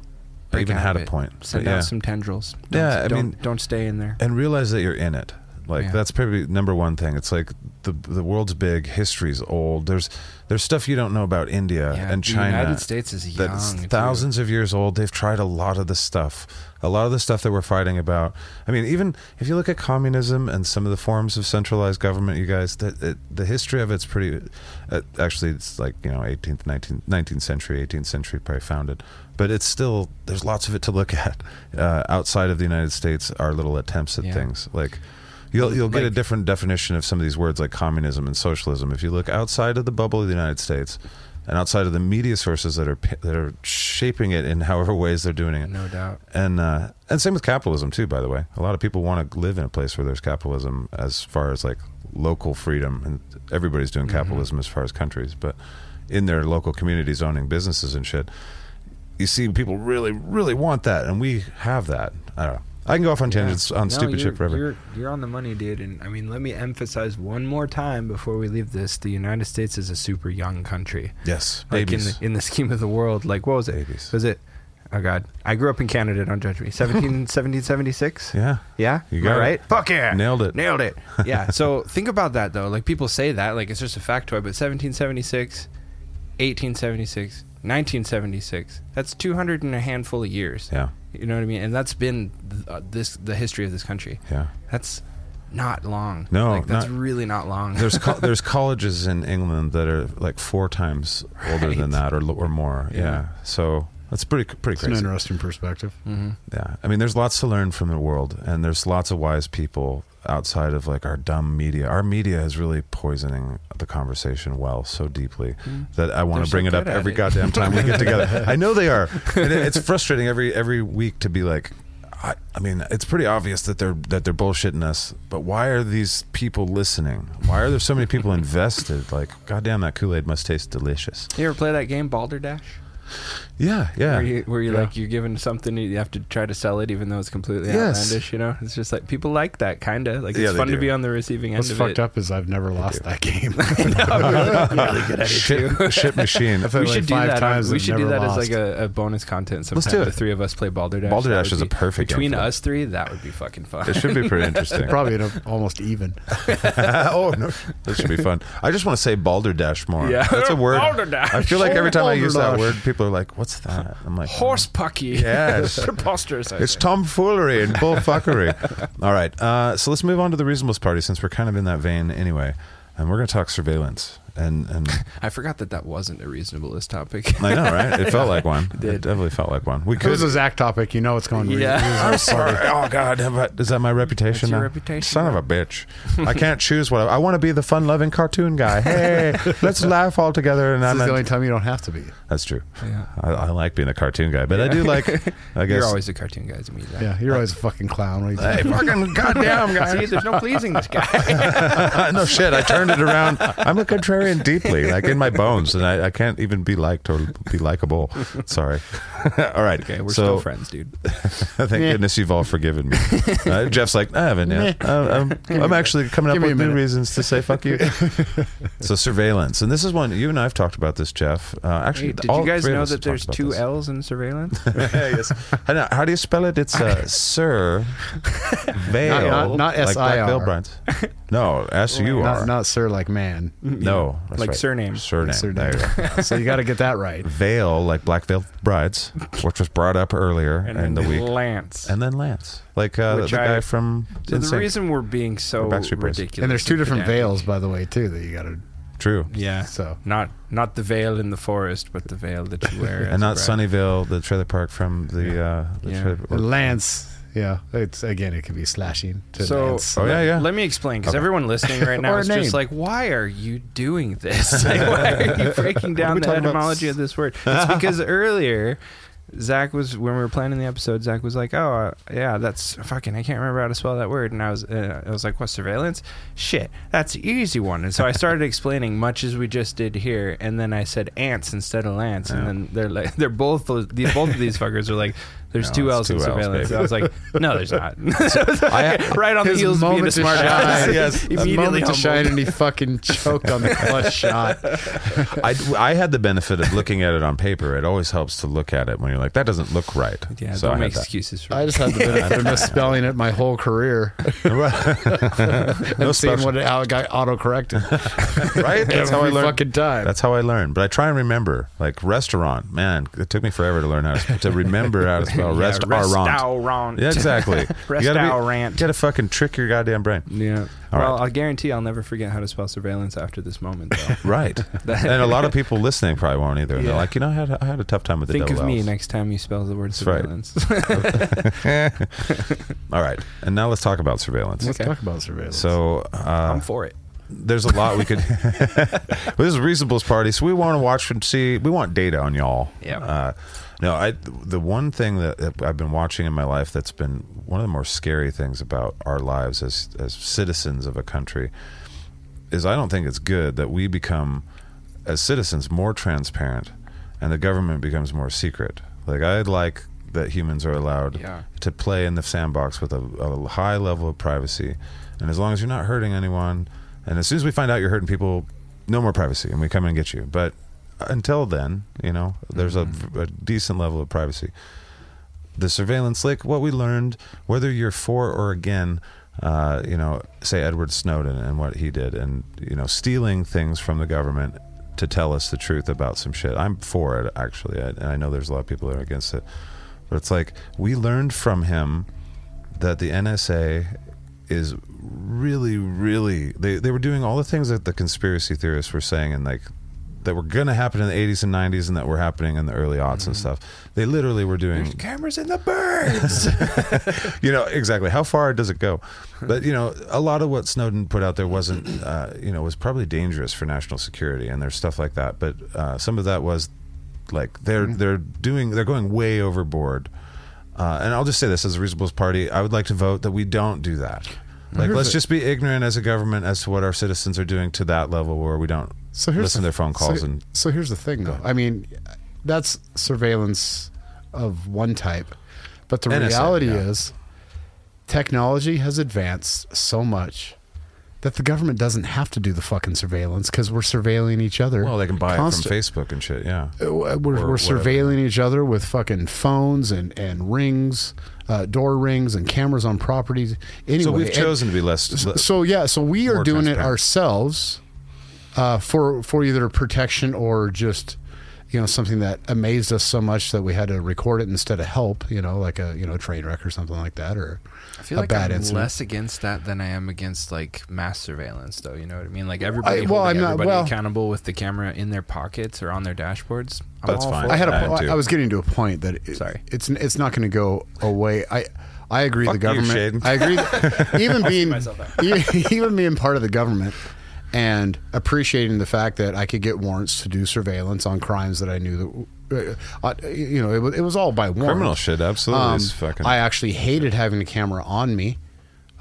S3: I even had a point.
S2: Send
S3: But yeah.
S2: out some tendrils. Don't,
S3: Yeah, I
S2: don't,
S3: mean-
S2: don't stay in there.
S3: and realize that you're in it. Like
S2: Yeah.
S3: that's probably number one thing. It's like the the world's big, history's old. There's there's stuff you don't know about India
S2: Yeah,
S3: and
S2: the
S3: China.
S2: United States is
S3: that's
S2: young, too.
S3: thousands of years old. They've tried a lot of the stuff, a lot of the stuff that we're fighting about. I mean, even if you look at communism and some of the forms of centralized government, you guys, that it, the history of it's pretty. Uh, actually, it's like you know 18th, 19th, 19th century, 18th century probably founded, but it's still there's lots of it to look at uh, outside of the United States. Our little attempts at
S2: Yeah.
S3: things like. You'll, you'll get a
S2: Like-
S3: different definition of some of these words like communism and socialism if you look outside of the bubble of the United States and outside of the media sources that are p- that are shaping it in however ways they're doing it.
S2: No doubt.
S3: And uh, and same with capitalism too. By the way, a lot of people want to live in a place where there's capitalism as far as like local freedom, and everybody's doing
S2: Mm-hmm.
S3: capitalism as far as countries, but in their local communities owning businesses and shit. You see, people really, really want that, and we have that. I don't know. I can go off on tangents
S2: Yeah.
S3: on
S2: No,
S3: stupid
S2: you're-
S3: shit forever.
S2: You're, you're on the money, dude. And I mean, let me emphasize one more time before we leave this: the United States is a super young country.
S3: Yes,
S2: like in
S3: babies.
S2: the, in the scheme of the world like what was it
S3: Babies.
S2: was it oh god i grew up in canada don't judge me 17 1776
S3: yeah,
S2: yeah
S3: You
S2: Am
S3: got
S2: I
S3: it.
S2: right fuck yeah
S3: Nailed it.
S2: nailed it yeah so think about that though like people say that like it's just a factoid but 1776 1876 1976 that's 200 and a handful of years
S3: yeah,
S2: you know what i mean and that's been th- uh, this the history of this country
S3: yeah.
S2: that's not long.
S3: No,
S2: like, that's
S3: not-
S2: really not long.
S3: There's co- there's colleges in England that are like four times older
S2: Right.
S3: than that or l- or more. Yeah,
S2: Yeah.
S3: so that's pretty c- pretty
S4: It's an
S3: crazy.
S4: interesting perspective.
S2: Mm-hmm.
S3: Yeah, I mean, there's lots to learn from the world, and there's lots of wise people outside of like our dumb media. Our media is really poisoning the conversation well so deeply that I want
S2: They're
S3: to
S2: so
S3: bring it up
S2: good at
S3: every
S2: it.
S3: goddamn time we get together. I know they are. And it, it's frustrating every every week to be like. I, I mean, it's pretty obvious that they're that they're bullshitting us, but why are these people listening? Why are there so many people invested? Like, goddamn, that Kool Aid must taste delicious.
S2: you ever play that game Balderdash?
S3: Yeah, yeah.
S2: Where you, where you
S4: Yeah.
S2: like you're given something you have to try to sell it even though it's completely
S3: Yes.
S2: outlandish. You know, it's just like people like that kind of like it's
S3: Yeah, they
S2: fun to
S3: do.
S2: be on the receiving end
S4: What's
S2: of
S4: fucked
S2: it.
S4: up is I've never lost that game.
S2: really good at it too.
S3: shit, shit machine.
S4: I feel
S2: we
S4: like
S2: should do
S4: five
S2: that. on-
S4: times
S2: we
S4: and
S2: should do
S4: never
S2: that
S4: lost.
S2: as like a, a bonus content. Sometime
S3: Let's do
S2: The
S3: it.
S2: three of us play Balderdash.
S3: Balderdash
S2: That would
S3: is a
S2: be-
S3: perfect game
S2: between
S3: for that.
S2: us three. That would be fucking fun.
S3: It should be pretty interesting.
S4: probably in a, almost even.
S3: oh no, this should be fun. I just want to say balderdash more.
S2: Yeah.
S3: that's a word.
S2: Balderdash.
S3: I feel like every time I use that
S4: Balderdash.
S3: word, people are like, "What's that?" I'm like,
S2: Horse pucky.
S3: Yes.
S2: preposterous. I
S3: It's
S2: think.
S3: tomfoolery and bullfuckery. All right, uh, so let's move on to the reasonableness party since we're kind of in that vein anyway, and we're going to talk surveillance. And and
S2: I forgot that that wasn't a reasonableist topic.
S3: I know, right? It felt like one. It,
S2: did.
S3: definitely felt like one. We
S4: It was
S3: could.
S4: a Zach topic. You know it's going. to be-
S2: Yeah.
S3: I'm sorry. Oh God, have I- is that my reputation?
S2: That's your
S3: now?
S2: reputation
S3: Son of a bitch. I can't choose what I, I want to be. The fun-loving cartoon guy. Hey, let's laugh all together. And
S4: This
S3: I'm
S4: is the
S3: not-
S4: only time you don't have to be.
S3: That's true.
S2: Yeah.
S3: I, I like being a cartoon guy, but I do like. I guess.
S2: You're always the cartoon guy to me. Zach.
S4: Yeah, you're always a fucking clown. What are you
S3: hey,
S4: talking
S3: fucking goddamn
S2: See,
S3: guys!
S2: there's no pleasing this guy.
S3: Uh, no shit, I turned it around. I'm a contrarian deeply, like in my bones, and I, I can't even be liked or be likable. Sorry. all right.
S2: okay, we're
S3: so,
S2: still friends, dude.
S3: Thank goodness you've all forgiven me. Uh, Jeff's like, I haven't yet. Uh, I'm, I'm actually coming up
S4: Give me
S3: with
S4: a
S3: new
S4: minute.
S3: reasons to say fuck you. so surveillance, and this is one you and I have talked about this, Jeff. Uh, actually,
S2: Hey, did
S3: all
S2: you guys
S3: three of
S2: know
S3: us have
S2: that there's
S3: talked about
S2: two
S3: this.
S2: L's in surveillance?
S3: yes. How, how do you spell it? It's uh, Sir Vale.
S4: Not- not- not
S3: like Black Veil
S4: SIR.
S3: Brides. No, S U R.
S4: Not, not sir, like man.
S3: No, that's
S2: Like
S3: right.
S2: surname.
S3: Surname.
S4: Surname.
S3: Mm-hmm. There you go.
S4: so you got to get that right.
S3: Veil, like Black Veil Brides, which was brought up earlier
S2: And
S3: in
S2: then
S3: the week,
S2: Lance.
S3: and then Lance, like uh, the
S2: Which I-
S3: guy from.
S2: so the
S3: NSYNC.
S2: reason we're being so
S3: Or Backstreet Boys.
S2: ridiculous
S4: And there's two different
S2: pedantic-
S4: veils, by the way, too, that you got to.
S3: True.
S2: Yeah.
S4: So.
S2: not not the veil in the forest, but the veil that you wear. as
S3: And
S2: a
S3: not
S2: bride.
S3: Sunnyvale, the trailer park from the. Uh, the
S2: Yeah.
S3: trailer, or-
S4: Lance. Yeah, it's again. It could be slashing to
S2: So-
S4: Lance.
S3: oh yeah, yeah.
S2: Let me explain, because everyone listening right now
S4: Or
S2: is
S4: name.
S2: just like, "Why are you doing this? Like, why are you breaking
S3: we
S2: down the
S3: talking about?
S2: etymology of this word?" It's because earlier, Zach was when we were planning the episode. Zach was like, "Oh, uh, yeah, that's fucking. I can't remember how to spell that word." And I was, uh, I was like, "What surveillance? Shit, that's the easy one." And so I started explaining, much as we just did here, and then I said ants instead of lance, and then they're like, they're both those- the both of these fuckers are like. There's
S3: No,
S2: two
S3: it's
S2: L's in
S3: two Ls,
S2: surveillance.
S3: baby.
S2: I was like, no, there's not. So it's like, right on the
S4: His
S2: heels of being a
S4: moment to
S2: smart ass.
S4: shine.
S3: Yes. A
S4: A
S2: Immediately
S4: moment to
S2: humbled.
S4: shine, and he fucking choked on the clutch shot.
S3: I, I had the benefit of looking at it on paper. It always helps to look at it when you're like, that doesn't look right.
S2: Yeah,
S3: so
S2: don't
S3: I had
S2: make
S3: that.
S2: excuses for
S4: I just had the benefit of misspelling it my whole career
S3: no
S4: and seeing
S3: special-
S4: what how it got autocorrected
S3: right? That's how I
S4: every
S3: learned.
S4: fucking time.
S3: That's how I learned. But I try and remember, like restaurant. Man, it took me forever to learn how to, to remember how to spell
S2: Yeah,
S3: restaurant.
S2: restaurant.
S3: Yeah, exactly. You gotta be-
S2: Restaurant.
S3: You gotta fucking trick your goddamn brain.
S2: Yeah.
S3: All
S2: well,
S3: right.
S2: I'll guarantee I'll never forget how to spell surveillance after this moment. Though.
S3: Right. and a lot of people listening probably won't either. And They're
S2: Yeah.
S3: like, you know, I had a, I had a tough time with the
S2: Think of
S3: double
S2: me
S3: Ls.
S2: next time you spell the word
S3: right.
S2: surveillance.
S3: All right. And now let's talk about surveillance.
S4: Let's
S2: Okay.
S4: talk about surveillance.
S3: So uh,
S2: I'm for it.
S3: there's a lot we could. this is Reasonable's party, so we want to watch and see. We want data on y'all.
S2: Yeah.
S3: Uh, no, I. The one thing that, that I've been watching in my life that's been one of the more scary things about our lives as as citizens of a country is I don't think it's good that we become as citizens more transparent and the government becomes more secret. Like I like that humans are allowed
S2: Yeah.
S3: to play in the sandbox with a, a high level of privacy, and as long as you're not hurting anyone, and as soon as we find out you're hurting people, no more privacy, and we come and get you. But until then, you know, there's a- a, decent level of privacy. The surveillance link, what we learned, whether you're for or again, uh, you know, say Edward Snowden and what he did, and you know, stealing things from the government to tell us the truth about some shit. I'm for it actually, I, and I know there's a lot of people that are against it, but it's like we learned from him that the NSA is really, really they, they were doing all the things that the conspiracy theorists were saying and like that were gonna happen in the eighties and nineties and that were happening in the early aughts and stuff. They literally were doing
S2: Cameras in the birds.
S3: you know exactly how far does it go but you know a lot of what snowden put out there wasn't uh, you know was probably dangerous for national security and there's stuff like that but uh, some of that was like they're
S4: Mm-hmm.
S3: they're doing they're going way overboard uh, and i'll just say this as a reasonableist party i would like to vote that we don't do that like let's just be ignorant as a government as to what our citizens are doing to that level where we don't
S4: So here's
S3: listen
S4: the,
S3: to their phone calls
S4: so,
S3: and
S4: so here's the thing, though. I mean, that's surveillance of one type, but the
S3: NSA,
S4: reality
S3: yeah.
S4: is, technology has advanced so much that the government doesn't have to do the fucking surveillance because we're surveilling each other.
S3: well they can buy
S4: constantly.
S3: it from facebook and shit yeah
S4: Uh, we're,
S3: Or
S4: we're
S3: whatever.
S4: surveilling each other with fucking phones and and rings, uh, door rings and cameras on properties. Anyway,
S3: so we've
S4: and-
S3: chosen to be less
S4: so yeah, so we are
S3: More
S4: doing it
S3: transparent.
S4: ourselves uh, for for either protection or just you know something that amazed us so much that we had to record it instead of help. You know, like a you know train wreck or something like that, or
S2: I feel
S4: a
S2: like
S4: bad
S2: I'm
S4: incident.
S2: less against that than I am against like mass surveillance, though. You know what I mean? Like everybody,
S4: well,
S2: holding
S4: I'm not-
S2: everybody
S4: well-
S2: accountable with the camera in their pockets or on their dashboards. I'm
S3: That's
S2: all
S3: fine.
S2: for
S4: I had a
S3: I am
S4: po-
S3: too.
S4: I was getting to a point that it,
S2: Sorry.
S4: it's it's not going to go away. I I agree the
S3: Fuck you,
S4: government.
S3: Shaden.
S4: I agree that- even being
S2: myself back.
S4: e- even being part of the government and appreciating the fact that I could get warrants to do surveillance on crimes that I knew that uh, uh, you know it was, it was all by warrant.
S3: criminal shit absolutely
S4: Um,
S3: is fucking
S4: I actually hated having a camera on me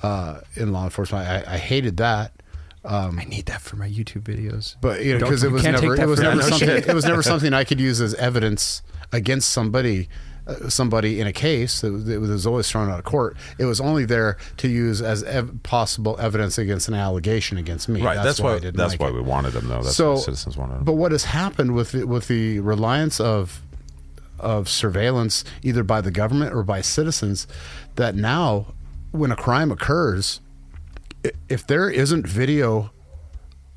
S4: uh, in law enforcement. I, I hated that.
S2: I need that for my YouTube videos.
S4: But you know,
S2: Don't-
S4: because it
S2: you
S4: was
S2: can't take
S4: never
S2: that
S4: it was
S2: for
S4: never
S2: granted.
S4: something it was never something I could use as evidence against somebody uh, somebody in a case that was, that was always thrown out of court. It was only there to use as ev- possible evidence against an allegation against me.
S3: Right. That's, why.
S4: I didn't
S3: that's
S4: like
S3: why
S4: it.
S3: we wanted them, though. That's
S4: So-
S3: why citizens wanted them.
S4: But what has happened with the, with the reliance of of surveillance, either by the government or by citizens, that now when a crime occurs, i- if there isn't video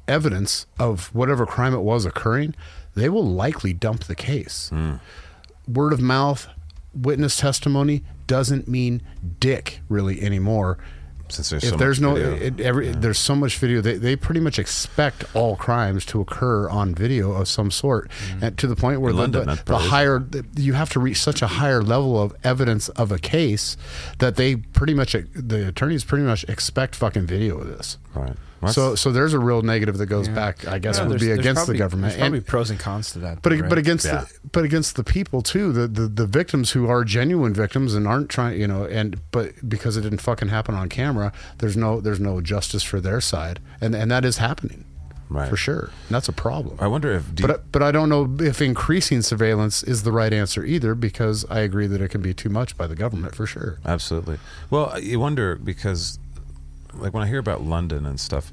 S4: evidence of whatever crime it was occurring, they will likely dump the case.
S3: Hmm.
S4: Word of mouth, witness testimony doesn't mean dick really anymore.
S3: Since there's
S4: if
S3: so much
S4: there's no,
S3: video.
S4: it, every, there's so much video. They, they pretty much expect all crimes to occur on video of some sort, and to the point where
S3: Mm. In
S4: the,
S3: London,
S4: the,
S3: that
S4: the
S3: probably is.
S4: higher you have to reach such a higher level of evidence of a case that they pretty much the attorneys pretty much expect fucking video of this.
S3: right. Well,
S4: So,
S3: that's-
S4: so there's a real negative that goes back. I guess
S2: No,
S4: would
S2: there's-
S4: be
S2: there's
S4: against
S2: probably-
S4: the government,
S2: There's probably
S4: And-
S2: pros and cons to that.
S4: but
S2: though,
S4: but
S2: right?
S4: against
S3: Yeah.
S4: the, but against the people too, the, the the victims who are genuine victims and aren't trying, you know, and but because it didn't fucking happen on camera, there's no there's no justice for their side, and and that is happening,
S3: Right. Oh,
S4: for sure. And that's a problem.
S3: I wonder if. Deep,
S4: but I- but I don't know if increasing surveillance is the right answer either, because I agree that it can be too much by the government for sure.
S3: absolutely. Well, you wonder because, like, when I hear about London and stuff,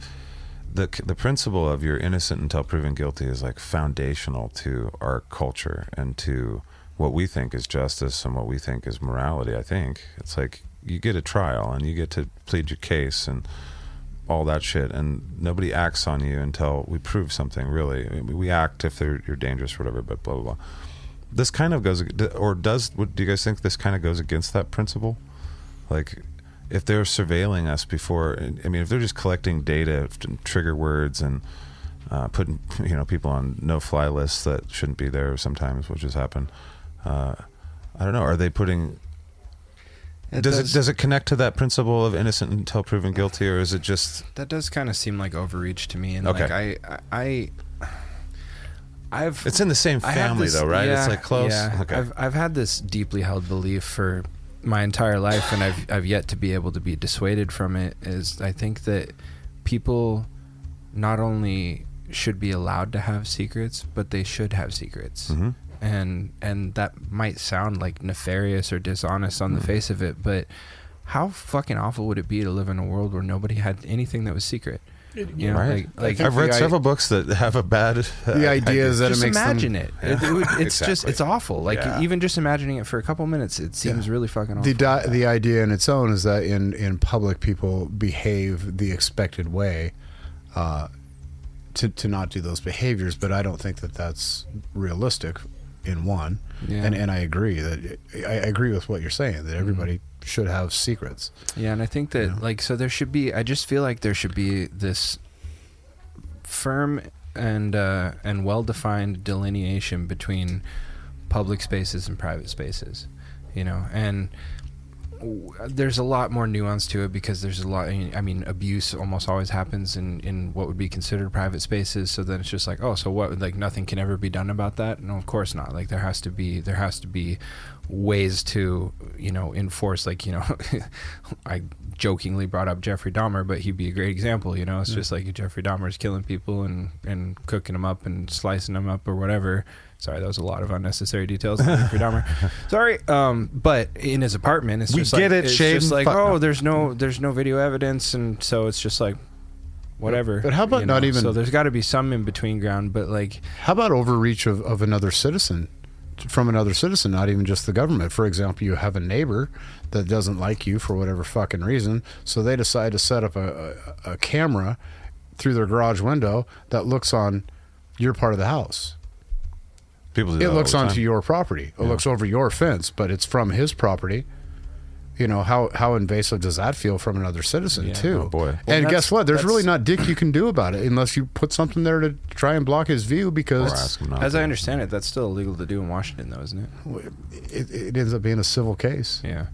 S3: the the principle of you're innocent until proven guilty is like foundational to our culture and to what we think is justice and what we think is morality. I think it's like you get a trial and you get to plead your case and all that shit, and nobody acts on you until we prove something. Really, I mean, we act if they're, you're dangerous, or whatever. But blah blah blah. This kind of goes, or does? What, do you guys think this kind of goes against that principle? Like, if they're surveilling us before, I mean, if they're just collecting data, trigger words, and uh, putting you know people on no-fly lists that shouldn't be there sometimes, which has happened. Uh, I don't know. Are they putting
S2: It
S3: does,
S2: does-
S3: it does it connect to that principle of innocent until proven guilty, or is it just
S2: that does kind of seem like overreach to me. And
S3: Okay.
S2: like I, I, I I've
S3: It's in the same
S2: I have
S3: family,
S2: this-
S3: though, right?
S2: yeah,
S3: it's like close.
S2: yeah.
S3: Okay.
S2: I've I've had this deeply held belief for my entire life, and I've I've yet to be able to be dissuaded from it. Is I think that people not only should be allowed to have secrets, but they should have secrets.
S3: Mhm.
S2: And and that might sound like nefarious or dishonest on the
S3: Hmm.
S2: face of it, but how fucking awful would it be to live in a world where nobody had anything that was secret? You know,
S3: Right.
S2: like, like
S3: I've read
S4: the i-
S3: several books that have a bad. uh,
S4: The idea is that
S2: just
S4: it makes them-
S2: imagine it. It- it would- it's just
S3: Exactly.
S2: it's awful. Like
S3: Yeah.
S2: even just imagining it for a couple minutes, it seems really fucking awful.
S4: the di- the idea in its own is that in in public people behave the expected way uh, to to not do those behaviors but I don't think that that's realistic in one
S2: Yeah.
S4: and and I agree that I I agree with what you're saying that everybody should have secrets.
S2: Yeah, and I think that like so there should be. I just feel like there should be this firm and uh, and well defined delineation between public spaces and private spaces. You know, and w- there's a lot more nuance to it because there's a lot. I mean, abuse almost always happens in in what would be considered private spaces. So then it's just like, oh, so what? Like nothing can ever be done about that? No, of course not. Like there has to be there has to be ways to you know enforce like you know i jokingly brought up jeffrey dahmer but he'd be a great example you know it's just like jeffrey dahmer's killing people and and cooking them up and slicing them up or whatever sorry that was a lot of unnecessary details on jeffrey dahmer sorry um but in his apartment it's
S3: We
S2: just
S3: get it,
S2: like, it's
S3: Shane.
S2: just like
S3: Fuck
S2: oh
S3: no.
S2: there's no there's no video evidence and so it's just like whatever
S4: But how about
S2: you
S4: not even-
S2: so there's got to be some in between ground but like
S4: How about overreach of, of another citizen from another citizen, not even just the government? For example, you have a neighbor that doesn't like you for whatever fucking reason, so they decide to set up a, a, a camera through their garage window that looks on your part of the house.
S3: People do
S4: It
S3: that all
S4: looks
S3: the time.
S4: onto your property. It looks over your fence, but it's from his property. You know how how invasive does that feel from another citizen too?
S3: oh boy.
S2: Well,
S4: and
S2: that's-
S4: guess what? There's
S2: that's-
S4: really not dick you can do about it unless you put something there to try and block his view
S3: Or
S4: because
S3: ask them not
S2: as
S3: to.
S2: i understand it that's still illegal to do in washington though isn't it
S4: it, it ends up being a civil case.
S2: yeah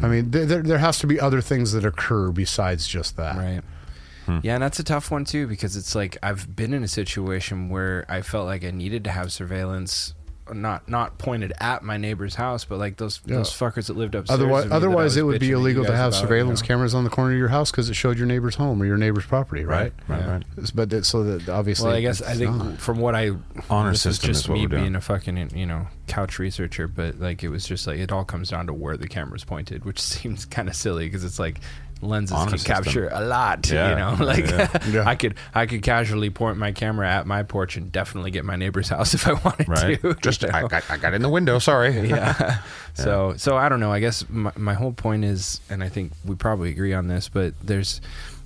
S4: I mean, there, there there has to be other things that occur besides just that.
S2: Right. Yeah, and that's a tough one too because it's like I've been in a situation where I felt like I needed to have surveillance, not not pointed at my neighbor's house, but like those
S4: Yeah.
S2: those fuckers that lived upstairs. of
S4: Otherwise,
S2: me that I
S4: otherwise
S2: was
S4: it would
S2: bitching at
S4: be
S2: you
S4: illegal to
S2: guys
S4: have
S2: about, you
S4: surveillance
S2: know?
S4: cameras on the corner of your house because it showed your neighbor's home or your neighbor's property, right?
S3: Right,
S2: Yeah.
S3: right.
S4: It's- But it, so that obviously,
S2: Well, I guess I
S4: it's
S2: think
S4: not.
S2: from what I
S3: Honor
S2: this
S3: system
S2: is
S3: is
S2: just
S3: what
S2: me
S3: we're doing.
S2: being a fucking you know couch researcher, but like it was just like it all comes down to where the camera's pointed, which seems kind of silly because it's like lenses
S3: Honor
S2: can
S3: system.
S2: capture a lot,
S3: Yeah.
S2: you know. Like
S3: Yeah.
S4: Yeah.
S2: I could I could casually point my camera at my porch and definitely get my neighbor's house if I wanted
S3: Right.
S2: to. you
S3: Just
S2: know?
S3: I, got, I got in the window. Sorry.
S2: yeah. So so I don't know. I guess my, my whole point is, and I think we probably agree on this, but there's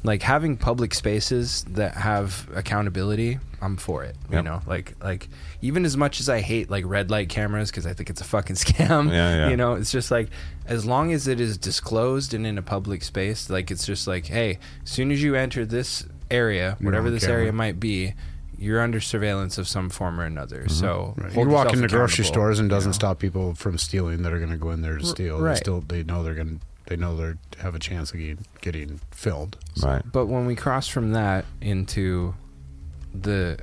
S2: like having public spaces that have accountability. I'm for it. You
S3: Yep.
S2: know, like like even as much as I hate like red light cameras because I think it's a fucking scam.
S3: Yeah, yeah.
S2: You know, it's just like as long as it is disclosed and in a public space, like it's just like, hey, as soon as you enter this area, whatever
S4: on
S2: this
S4: camera.
S2: area might be. You're under surveillance of some form or
S3: Mm-hmm.
S2: another. So
S4: you
S2: hold
S4: walk
S2: yourself
S4: into grocery
S2: accountable.
S4: stores and doesn't stop people from stealing that are going to go in there to steal.
S2: right.
S4: They still, they know they're going, to they know they are have a chance of getting, getting filmed.
S3: Right.
S2: But when we cross from that into the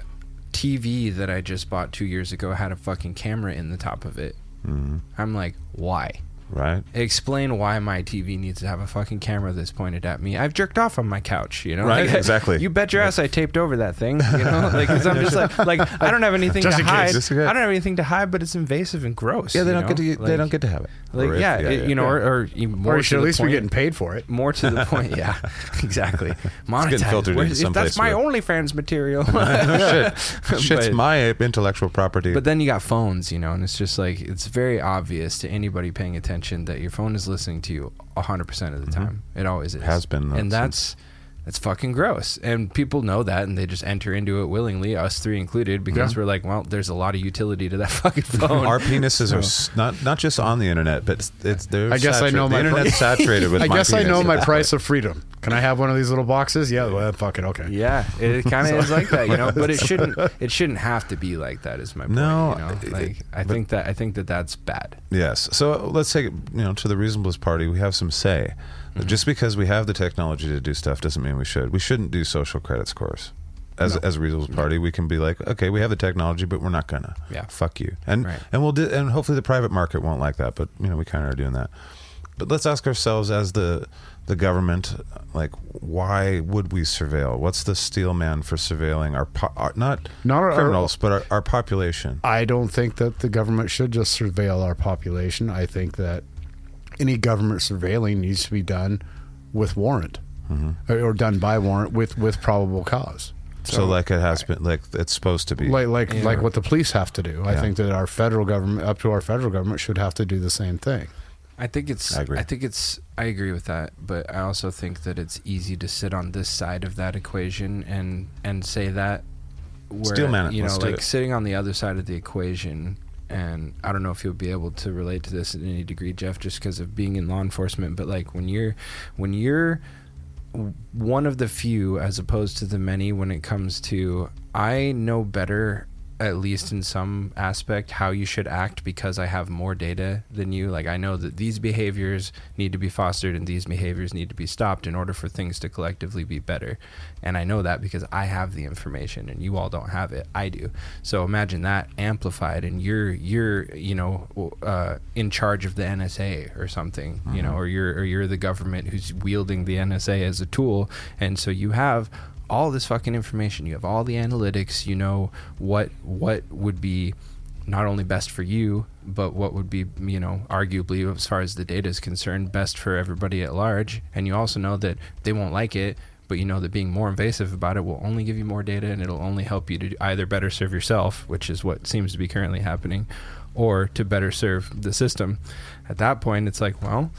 S2: TV that I just bought two years ago had a fucking camera in the top of it. I'm like, why?
S3: Mm-hmm. Right.
S2: Explain why my TV needs to have a fucking camera that's pointed at me. I've jerked off on my couch, you know.
S3: Right,
S2: Like, I-
S3: exactly.
S2: You bet your ass I taped over that thing, you know. Like, i I'm just like, like I don't have anything
S4: Just
S2: to
S4: in case,
S2: hide.
S3: just
S2: I
S3: in case.
S2: don't have anything to hide, but it's invasive and gross.
S3: Yeah, they
S2: you
S3: don't
S2: know?
S3: get to.
S2: Like-
S3: they don't get to have it.
S2: Like,
S3: Or if-
S2: yeah, it- you know, or, or even more
S4: Or you
S2: to
S4: should at
S2: the
S4: least be
S2: point-
S4: getting paid for it.
S2: more to the point, yeah, exactly. Monetize.
S3: filtered
S2: Where-
S3: into
S2: if
S3: someplace
S2: that's my
S3: where-
S2: OnlyFans material.
S3: Shit. Shit's
S2: But-
S3: my intellectual property.
S2: but then you got phones, you know, and it's just like it's very obvious to anybody paying attention that your phone is listening to you hundred percent of the time. It always is.
S3: Mm-hmm. Has been, though, since-
S2: and that's that's fucking gross. And people know that, and they just enter into it willingly, us three included, because we're like, well, there's a lot of utility to that fucking phone.
S3: Mm-hmm. Our penises are s- not not just on the internet, but it's, it's they're.
S4: I guess I
S3: saturated.
S4: know my
S3: the internet's saturated with.
S4: I
S3: my
S4: guess I
S3: penis
S4: know
S3: at
S4: my
S3: this
S4: price of freedom. Can I have one of these little boxes? Yeah, well, fuck it. Okay.
S2: yeah, it kind of is like that, you know. But it shouldn't. It shouldn't have to be like that. Is my point?
S3: No,
S2: you
S3: it-
S2: know? like I
S3: but-
S2: think that I think that that's bad.
S3: Yes. So let's take it, you know to the reasonablest party. We have some say.
S4: Mm-hmm.
S3: Just because we have the technology to do stuff doesn't mean we should. We shouldn't do social credit scores. As, as a reasonable party, we can be like, okay, we have the technology, but we're not gonna.
S2: Yeah.
S3: Fuck you. And
S2: Right.
S3: and we'll do, and hopefully the private market won't like that, but you know we kind of are doing that. But let's ask ourselves as the the government, like, why would we surveil? What's the steel man for surveilling our, po- our not
S4: Not our-
S3: criminals, but our, our population?
S4: I don't think that the government should just surveil our population. I think that any government surveilling needs to be done with warrant
S3: Mm-hmm.
S4: or, or done by warrant with, with probable cause.
S3: So, like it has been, like it's supposed to be.
S4: Like like
S2: Yeah.
S4: like what the police have to do. I
S3: Yeah.
S4: think that our federal government up to our federal government should have to do the same thing.
S2: I think it's.
S3: I
S2: I,
S3: agree.
S2: think it's. I agree with that, but I also think that it's easy to sit on this side of that equation and and say that. Where,
S3: Steelman it.
S2: you know,
S3: Let's do
S2: like
S3: it.
S2: sitting on the other side of the equation and I don't know if you'll be able to relate to this in any degree, Jeff, just because of being in law enforcement. But like when you're when you're w- one of the few as opposed to the many when it comes to I know better at least in some aspect how you should act because I have more data than you like I know that these behaviors need to be fostered and these behaviors need to be stopped in order for things to collectively be better and I know that because I have the information and you all don't have it I do so imagine that amplified and you're you're you know uh, in charge of the NSA or something you know or you're or you're the government who's wielding the NSA as a tool and so you have all this fucking information. You have all the analytics. You know what what would be not only best for you, but what would be you know arguably as far as the data is concerned best for everybody at large. And you also know that they won't like it. But you know that being more invasive about it will only give you more data, and it'll only help you to either better serve yourself, which is what seems to be currently happening, or to better serve the system. At that point, it's like, well,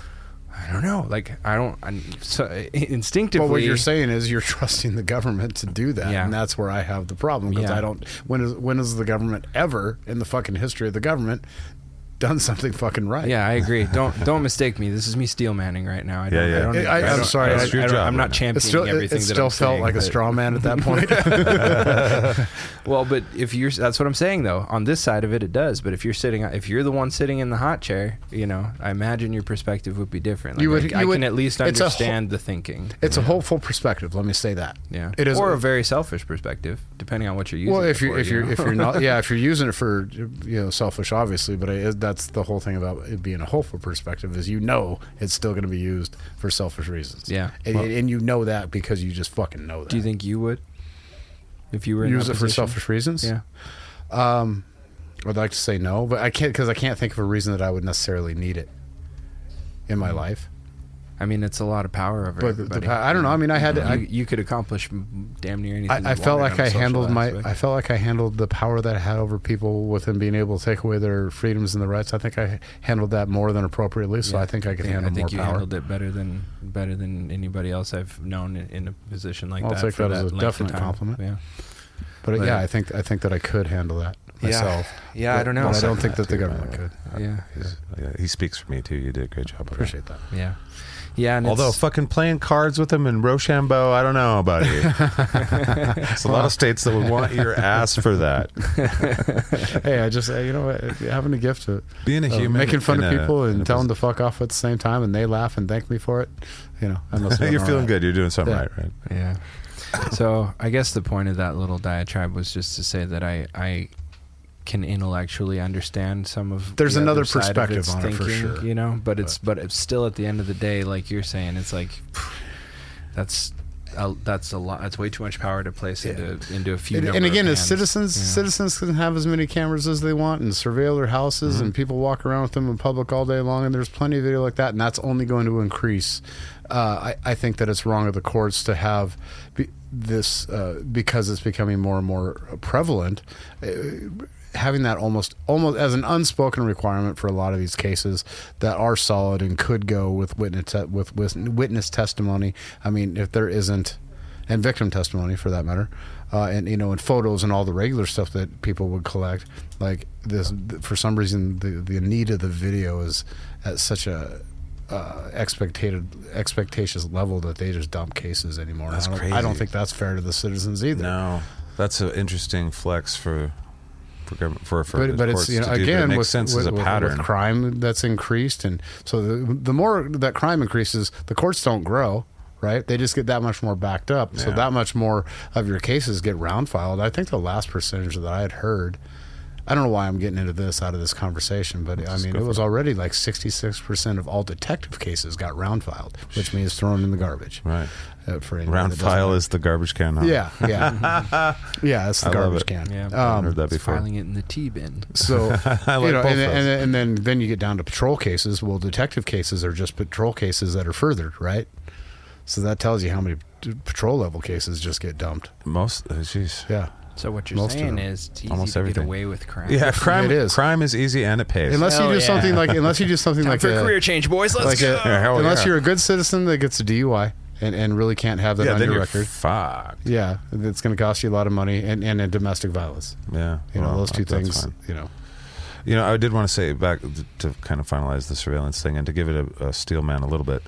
S2: I don't know. Like I don't. I, so instinctively,
S4: But what you're saying is you're trusting the government to do that,
S2: Yeah.
S4: and that's where I have the problem because
S2: Yeah.
S4: I don't. When is when is the government ever in the fucking history of the government done something fucking right?
S2: Yeah, I agree. Don't don't mistake me. This is me steel manning right now. I
S3: Yeah,
S2: don't,
S3: yeah.
S2: I don't,
S4: I- I'm
S2: don't-
S4: sorry,
S2: I,
S4: that's
S3: your
S2: I don't,
S3: job
S2: I'm
S3: right
S2: not
S3: now.
S4: It
S2: championing
S4: still, it,
S2: everything.
S4: it
S2: that
S4: still
S2: I'm
S4: felt
S2: saying,
S4: like a
S2: but-
S4: straw man at that point.
S2: Well, but if you're that's what I'm saying though. On this side of it, it does. But if you're sitting, if you're the one sitting in the hot chair, you know, I imagine your perspective would be different. Like,
S4: You would-
S2: I, I
S4: you
S2: can
S4: would-
S2: at least
S4: it's a
S2: understand the thinking.
S4: it's a hopeful perspective. Let me say that.
S2: yeah,
S4: it is.
S2: or a very selfish perspective, depending on what you're using.
S4: well,
S2: it
S4: if you're
S2: for,
S4: if
S2: you
S4: you're
S2: know?
S4: if you're not yeah if you're using it for you know selfish obviously but it, that's the whole thing about it being a hopeful perspective is you know it's still going to be used for selfish reasons
S2: Yeah.
S4: and, and you know that because you just fucking know that
S2: do you think you would, if you were in
S4: use
S2: that
S4: it for
S2: position?
S4: selfish reasons Um,
S2: Yeah,
S4: I'd like to say no, but I can't because I can't think of a reason that I would necessarily need it in my life.
S2: I mean, it's a lot of power over
S4: But the,
S2: everybody.
S4: pa- I don't know. I mean, I had
S2: you,
S4: I,
S2: you could accomplish m- damn near anything.
S4: I, I
S2: you
S4: felt
S2: wanted
S4: like
S2: on a
S4: I
S2: social
S4: handled my
S2: aspect.
S4: I felt like I handled the power that I had over people with them being able to take away their freedoms and their rights. I think I handled that more than appropriately, so
S2: Yeah.
S4: I think I can
S2: think-
S4: handle
S2: I think
S4: more
S2: you
S4: power.
S2: handled it better than better than anybody else I've known in, in a position like
S4: I'll
S2: that.
S4: take
S2: for
S4: that as a
S2: length of
S4: definite
S2: time.
S4: compliment.
S2: Yeah,
S4: But, uh,
S2: but-
S4: yeah, I think I think that I could handle that myself.
S2: Yeah, I uh, don't know.
S4: But I
S3: Well,
S4: don't think that the
S3: too, by
S4: government
S3: the way.
S4: could.
S2: Yeah,
S3: Yeah, he speaks for me too. You did a great job. with that.
S4: Appreciate that.
S2: yeah, yeah. And
S3: Although
S2: it's-
S3: fucking playing cards with him in Rochambeau, I don't know about you. It's a lot of states that would want your ass for that.
S4: hey, I just uh, you know having a gift to
S3: Being a
S4: of
S3: human,
S4: Oh, making fun
S3: in
S4: of
S3: a-
S4: people
S3: in
S4: and
S3: a
S4: telling them to fuck off at the same time, and they laugh and thank me for it. You know, I must. have
S3: You're
S4: done
S3: feeling
S4: all right.
S3: good. You're doing something
S4: Yeah.
S3: right, right?
S2: yeah. So I guess the point of that little diatribe was just to say that I I can intellectually understand some of
S4: There's
S2: the
S4: another
S2: other side of
S4: perspective
S2: its
S4: on it for
S2: thinking,
S4: sure.
S2: you know but it's but it's still at the end of the day like you're saying it's like that's a, that's a lot that's way too much power to place into into a few
S4: And,
S2: number
S4: and
S2: of
S4: again, as
S2: hands.
S4: citizens,
S2: Yeah.
S4: citizens can have as many cameras as they want and surveil their houses,
S3: Mm-hmm.
S4: and people walk around with them in public all day long. And there's plenty of video like that, and that's only going to increase. Uh, I, I think that it's wrong of the courts to have be, this uh, because it's becoming more and more prevalent. having that almost almost as an unspoken requirement for a lot of these cases that are solid and could go with witness te- with, with witness testimony. I mean, if there isn't and victim testimony for that matter, uh, and you know, and photos and all the regular stuff that people would collect, like this for some reason the the need of the video is at such a uh, expected expectations level that they just dump cases anymore.
S3: That's
S4: I don't, I
S3: crazy.
S4: don't think that's fair to the citizens either.
S3: No, that's an interesting flex for for government for for
S4: but,
S3: the
S4: but it's
S3: courts
S4: you know
S3: to do, but it
S4: again
S3: makes
S4: with,
S3: sense
S4: with,
S3: as a
S4: with- with
S3: pattern.
S4: crime that's increased and so the, the more that crime increases the courts don't grow right they just get that much more backed up so
S3: Yeah.
S4: that much more of your cases get round filed i think the last percentage that i had heard I don't know why I'm getting into this out of this conversation, but I
S3: just
S4: mean,
S3: go
S4: it
S3: for
S4: was already like 66% of all detective cases got round filed, which means thrown in the garbage.
S3: Right.
S4: Uh, for anyone
S3: Round
S4: that doesn't
S3: file
S4: know.
S3: is the garbage can. Huh?
S4: Yeah, yeah. yeah, that's the
S3: I love
S4: garbage
S3: it.
S4: can. Um,
S2: Yeah.
S3: I've heard that
S2: It's
S3: before.
S2: filing it in the T bin.
S4: So
S3: like
S4: you know,
S3: both
S4: and,
S3: those.
S4: and, and then then you get down to patrol cases. Well, detective cases are just patrol cases that are furthered, right? So that tells you how many t- patrol level cases just get dumped.
S3: Most, oh, jeez.
S4: Yeah,
S2: So what you're
S4: Most of
S2: saying
S4: them.
S2: is it's easy
S3: Almost
S2: to
S3: everything.
S2: get away with crime.
S3: Yeah, crime
S4: It is.
S3: crime is easy and it pays.
S4: unless
S2: Hell
S4: you do
S2: yeah.
S4: something like unless you do something
S2: Time
S4: like
S2: for
S4: a,
S2: a career change, boys. Let's
S4: like
S2: go.
S4: a,
S3: Yeah, hell
S4: unless
S3: yeah.
S4: you're a good citizen that gets a DUI and, and really can't have that
S3: yeah,
S4: on
S3: then
S4: your
S3: you're
S4: record.
S3: fucked.
S4: yeah, it's going to cost you a lot of money and and, and domestic violence.
S3: Yeah,
S4: You know
S3: well,
S4: those two
S3: that's
S4: things.
S3: fine.
S4: You know,
S3: You know, I did want to say back to kind of finalize the surveillance thing and to give it a, a steel man a little bit.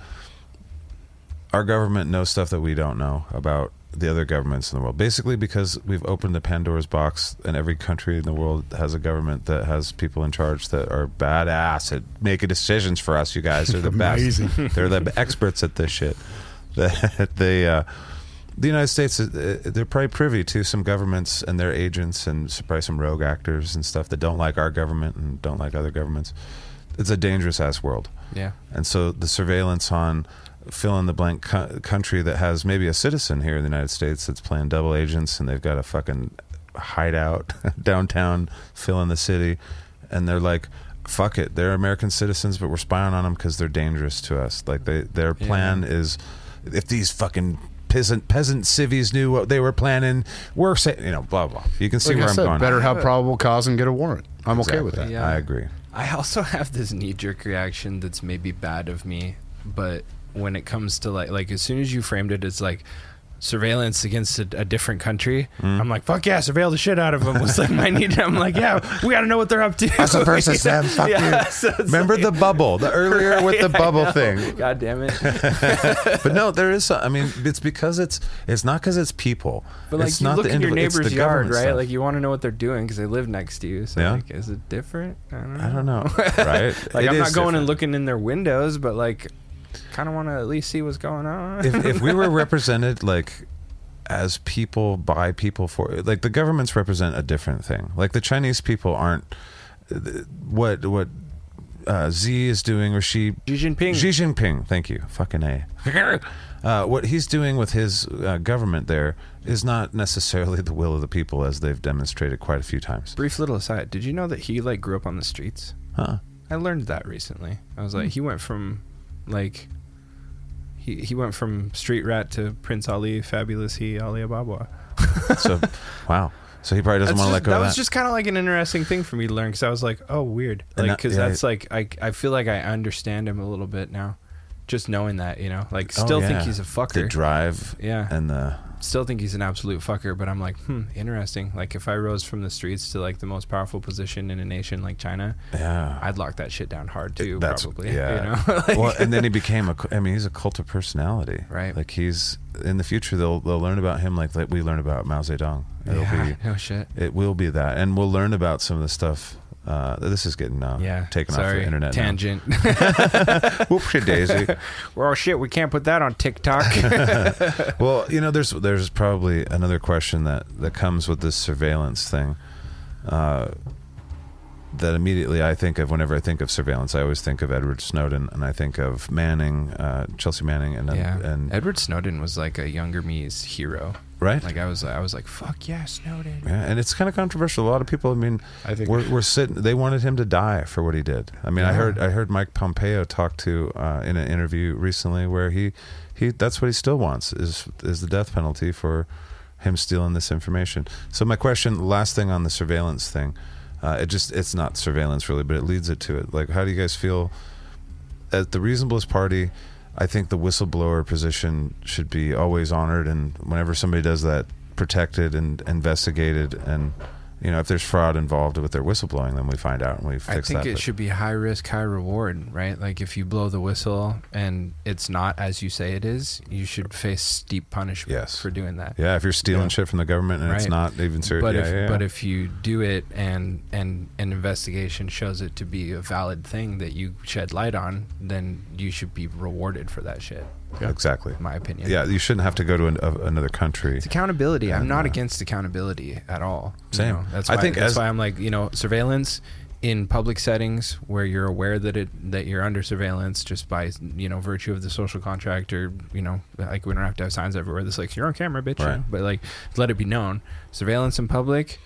S3: Our government knows stuff that we don't know about the other governments in the world. Basically, because we've opened the Pandora's box, and every country in the world has a government that has people in charge that are badass at making decisions for us. You guys are the best.
S4: Amazing.
S3: They're the experts at this shit. That they. Uh, the United States, uh, they're probably privy to some governments and their agents and s- probably some rogue actors and stuff that don't like our government and don't like other governments. It's a dangerous ass world.
S2: Yeah.
S3: And so the surveillance on fill in the blank co- country that has maybe a citizen here in the United States that's playing double agents and they've got a fucking hideout downtown, fill in the city. And they're like, fuck it. They're American citizens, but we're spying on them because they're dangerous to us. Like they, their
S2: Yeah.
S3: plan is if these fucking peasant peasant civvies knew what they were planning, we're saying, you know, blah, blah. You can see
S4: Like
S3: where
S4: I
S3: I'm
S4: said,
S3: going.
S4: better have probable cause and get a warrant. I'm okay with that.
S3: Exactly.
S2: that.
S3: I
S2: Yeah.
S3: agree.
S2: I also have this knee jerk reaction that's maybe bad of me, but when it comes to like like as soon as you framed it as like surveillance against a, a different country,
S3: Mm-hmm.
S2: I'm like fuck yeah, surveil the shit out of them. Was like my need. I'm like yeah, we got to know what they're up to.
S3: Us versus them. Fuck
S2: Yeah,
S3: you.
S2: so it's
S3: Remember
S2: like-
S3: the bubble, the earlier with the
S2: Right, I
S3: bubble
S2: know.
S3: thing.
S2: God damn it.
S3: but no, there is. some- I mean, it's because it's it's not because it's people.
S2: But like
S3: it's
S2: you
S3: not
S2: look
S3: the
S2: in your
S3: individ- it's the
S2: neighbor's yard,
S3: government
S2: right?
S3: stuff.
S2: Like you want to know what they're doing because they live next to you. So
S3: Yeah.
S2: like, is it different? I don't know.
S3: I don't know, right?
S2: Like
S3: It
S2: I'm
S3: is
S2: not going
S3: different.
S2: and looking in their windows, but like, kind of want to at least see what's going on.
S3: if, if we were represented like as people by people for like the governments represent a different thing like the chinese people aren't th- what what uh, z is doing or she
S2: Xi Jinping.
S3: xi jinping thank you fucking a uh, what he's doing with his uh, government there is not necessarily the will of the people as they've demonstrated quite a few times
S2: Brief little aside. Did you know that he like grew up on the streets?
S3: huh
S2: I learned that recently. I was like,
S3: Hmm.
S2: he went from, like, he he went from street rat to Prince Ali, fabulous he, Ali Ababa.
S3: so wow so he probably doesn't
S2: That's
S3: want to let
S2: just-
S3: go
S2: that
S3: of that
S2: was just kind of like an interesting thing for me to learn because I was like, oh, weird.
S3: And
S2: Like,
S3: that-
S2: because
S3: yeah,
S2: that's like, I, I feel like I understand him a little bit now. Just knowing that, you know, like,
S3: Oh,
S2: still think
S3: yeah.
S2: he's a
S3: the
S2: fucker.
S3: drive
S2: yeah.
S3: and the
S2: still think he's an absolute fucker, but I'm like, hmm, interesting. Like, if I rose from the streets to like the most powerful position in a nation like China,
S3: yeah
S2: I'd lock that shit down hard too,
S3: That's-
S2: probably.
S3: Yeah.
S2: You know? Like-
S3: well, and then he became a. cu- I mean, he's a cult of personality.
S2: Right.
S3: Like he's in the future, they'll they'll learn about him like, like we learn about Mao Zedong. It'll
S2: yeah, no shit.
S3: be it will be that, and we'll learn about some of the stuff. Uh, this is getting uh,
S2: Yeah.
S3: taken
S2: Sorry.
S3: off the internet. now.
S2: Tangent.
S3: Whoop, shit, Daisy.
S2: Well, shit, we can't put that on TikTok.
S3: well, you know, there's there's probably another question that that comes with this surveillance thing. Uh, that immediately I think of whenever I think of surveillance. I always think of Edward Snowden, and I think of Manning, uh, Chelsea Manning, and
S2: yeah.
S3: and
S2: Edward Snowden was like a younger me's hero.
S3: right.
S2: Like I was, I was like, fuck yeah, Snowden.
S3: Yeah, and it's kind of controversial. A lot of people, I mean,
S4: I think-
S3: we're, we're sitting. They wanted him to die for what he did. I mean, I
S2: Yeah.
S3: heard I heard Mike Pompeo talk to uh, in an interview recently where he he that's what he still wants is is the death penalty for him stealing this information. So my question, last thing on the surveillance thing, uh, it just it's not surveillance really, but it leads it to it. Like, how do you guys feel? at the reasonablest party, I think the whistleblower position should be always honored, and whenever somebody does that, protected and investigated. And you know, if there's fraud involved with their whistleblowing, then we find out and we fix
S2: I think
S3: that.
S2: it
S3: But
S2: should be high risk, high reward, right? Like if you blow the whistle and it's not as you say it is, you should face steep punishment
S3: Yes.
S2: for doing that.
S3: Yeah, if you're stealing
S4: Yeah.
S3: shit from the government and it's
S2: Right.
S3: not even serious,
S2: But
S3: yeah,
S2: if
S3: yeah, yeah.
S2: but if you do it and and an investigation shows it to be a valid thing that you shed light on, then you should be rewarded for that shit.
S3: exactly,
S2: In my opinion.
S3: yeah, you shouldn't have to go to an, a, another country.
S2: It's accountability. I'm
S3: And,
S2: not
S3: uh,
S2: against accountability at all. you
S3: Same.
S2: know. that's
S3: I
S2: why,
S3: think
S2: that's
S3: as-
S2: why I'm like you know surveillance in public settings where you're aware that it that you're under surveillance just by you know virtue of the social contract or you know like we don't have to have signs everywhere that's like you're on camera bitch you
S3: Right.
S2: know, but like let it be known surveillance in public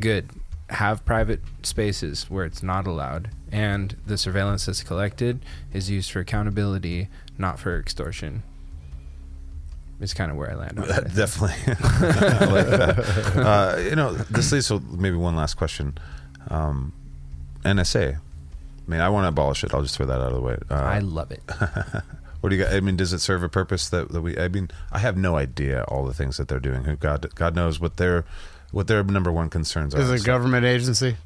S2: good have private spaces where it's not allowed and the surveillance that's collected is used for accountability not for extortion is kind of where I land on it. I think.
S3: Definitely. I like that. Uh, you know, this leads to maybe one last question. Um, NSA. I mean, I want to abolish it. I'll just throw that out of the way. Uh,
S2: I love it.
S3: what do you got? I mean, does it serve a purpose that, that we? I mean, I have no idea all the things that they're doing. Who God, God knows what their what their number one concerns are.
S4: Is it a
S3: So-
S4: government agency?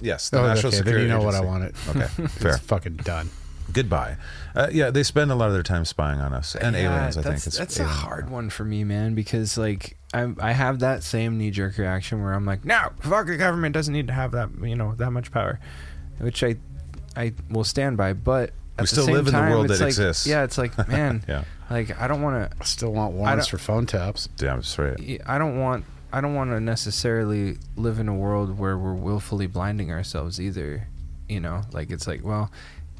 S3: Yes, the
S4: Oh,
S3: National
S4: okay, then
S3: Security.
S4: you know what I
S3: Agency.
S4: wanted.
S3: Okay, fair.
S4: It's fucking done.
S3: Goodbye. Uh, yeah, they spend a lot of their time spying on us and
S2: Yeah,
S3: aliens. I
S2: that's,
S3: think it's
S2: that's a
S3: alien.
S2: hard one for me, man, because like I I have that same knee jerk reaction where I'm like, no, fuck the government doesn't need to have that you know that much power, which I I will stand by, but at the
S3: still
S2: same
S3: live in the
S2: time,
S3: world
S2: it's
S3: that
S2: like-
S3: exists.
S2: Yeah, it's like man,
S3: Yeah.
S2: like I don't want to
S4: I still want
S2: I
S4: warrants
S2: don't-
S4: for phone taps.
S3: Damn, that's right.
S2: I don't want I don't want to necessarily live in a world where we're willfully blinding ourselves either. You know, like it's like well,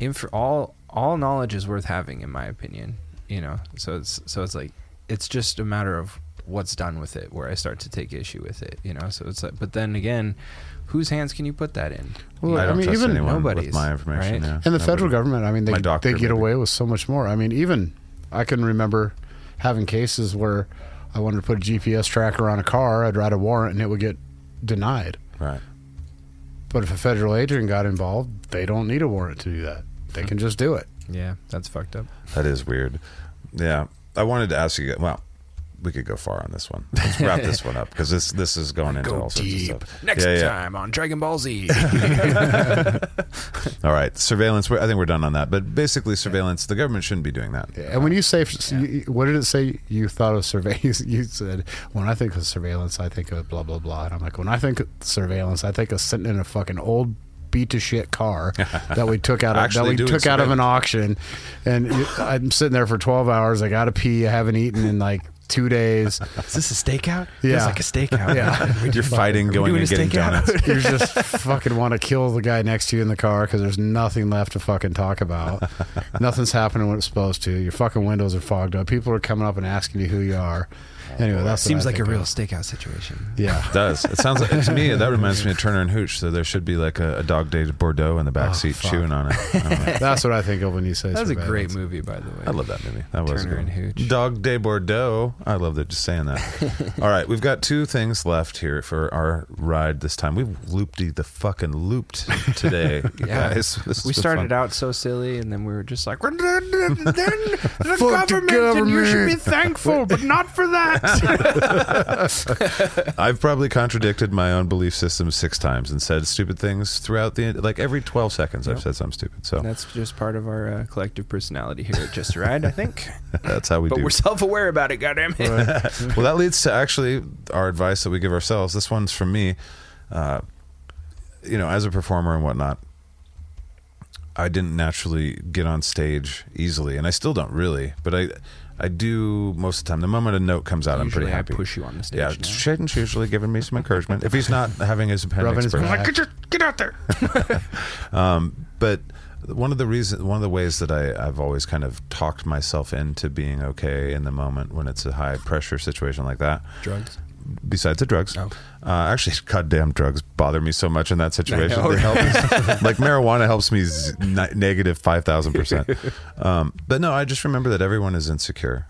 S2: inf- all all knowledge is worth having, in my opinion. You know, so it's so it's like it's just a matter of what's done with it where I start to take issue with it. You know, so it's like but then again, whose hands can you put that in?
S4: Well,
S3: I
S4: I
S3: don't
S4: mean,
S3: trust
S4: even
S3: anyone
S2: nobody's,
S3: with my information.
S2: right?
S3: Yeah.
S4: And the
S3: Nobody.
S4: federal government, I mean, they,
S3: My doctor,
S4: they get
S3: maybe.
S4: away with so much more. I mean, even I can remember having cases where I wanted to put a GPS tracker on a car, I'd write a warrant, and it would get denied.
S3: Right.
S4: But if a federal agent got involved, they don't need a warrant to do that. They can just do it.
S2: Yeah, that's fucked up.
S3: That is weird. Yeah, I wanted to ask you. Well, we could go far on this one. Let's wrap this one up because this this is going into all sorts
S4: deep.
S3: of stuff.
S2: Next
S3: Yeah, yeah.
S2: time on Dragon Ball Z.
S3: All right, surveillance. we're- I think we're done on that. But basically, surveillance. The government shouldn't be doing that.
S4: And when you say, you- what did it say you thought of surveillance? You said, when I think of surveillance, I think of blah, blah, blah. And I'm like, when I think of surveillance, I think of sitting in a fucking old beat to shit car that we took out of, that
S3: Actually
S4: we
S3: doing
S4: took out of an
S3: surveillance.
S4: auction. And you- I'm sitting there for 12 hours. I got to pee. I haven't eaten in like two days.
S2: is this a stakeout?
S4: Yeah.
S2: Feels like a stakeout.
S4: Yeah.
S3: You're fighting, going
S2: doing
S3: and
S2: a
S3: getting
S2: stakeout?
S3: donuts.
S4: You just fucking want to kill the guy next to you in the car because there's nothing left to fucking talk about. Nothing's happening when it's supposed to. Your fucking windows are fogged up. People are coming up and asking you who you are. Anyway, that
S2: Oh, Seems like a real stakeout situation.
S4: yeah.
S3: It does. It sounds like, to me that reminds me of Turner and Hooch. So there should be like a, a dog day to Bordeaux in the
S2: Oh,
S3: back seat
S4: fuck.
S3: chewing on it. I don't know.
S4: That's what I think of when you say
S2: That was a great
S4: surveillance.
S2: movie, by the way.
S3: I love that movie. That was
S2: Turner
S3: good.
S2: and Hooch.
S3: Dog Day Bordeaux. I love that. Just saying that. All right, we've got two things left here for our ride this time. We've looped the fucking looped today,
S2: Yeah.
S3: guys. This has
S2: we
S3: been
S2: started
S3: fun.
S2: out so silly, and then we were just like, then the
S4: Fuck the
S2: government, and you should be
S4: government."
S2: thankful, but not for that.
S3: I've probably contradicted my own belief system six times and said stupid things throughout the like every twelve seconds. I've
S2: Yep.
S3: said something stupid. So
S2: That's just part of our uh, collective personality here at Just Ride, I think.
S3: that's how we
S2: But
S3: do.
S2: we're self-aware about it. Goddamn it!
S3: well, that leads to actually our advice that we give ourselves. This one's from me. Uh, you know, as a performer and whatnot, I didn't naturally get on stage easily, and I still don't really. But I, I do most of the time. The moment a note comes out, I'm
S2: Usually
S3: pretty
S2: I
S3: happy.
S2: push you on the stage.
S3: yeah,
S2: now.
S3: Shaden's usually giving me some encouragement. If he's not having his
S4: Rubbing
S3: appendix,
S4: his
S3: burst.
S4: back.
S1: Get your get out there.
S3: Um, but one of the reason, one of the ways that I, I've always kind of talked myself into being okay in the moment when it's a high pressure situation like that.
S2: drugs.
S3: Besides the drugs,
S2: Oh.
S3: uh, actually, goddamn drugs bother me so much in that situation.
S2: know,
S3: They help me- like marijuana helps me z- ni- negative five thousand percent. Um, But no, I just remember that everyone is insecure.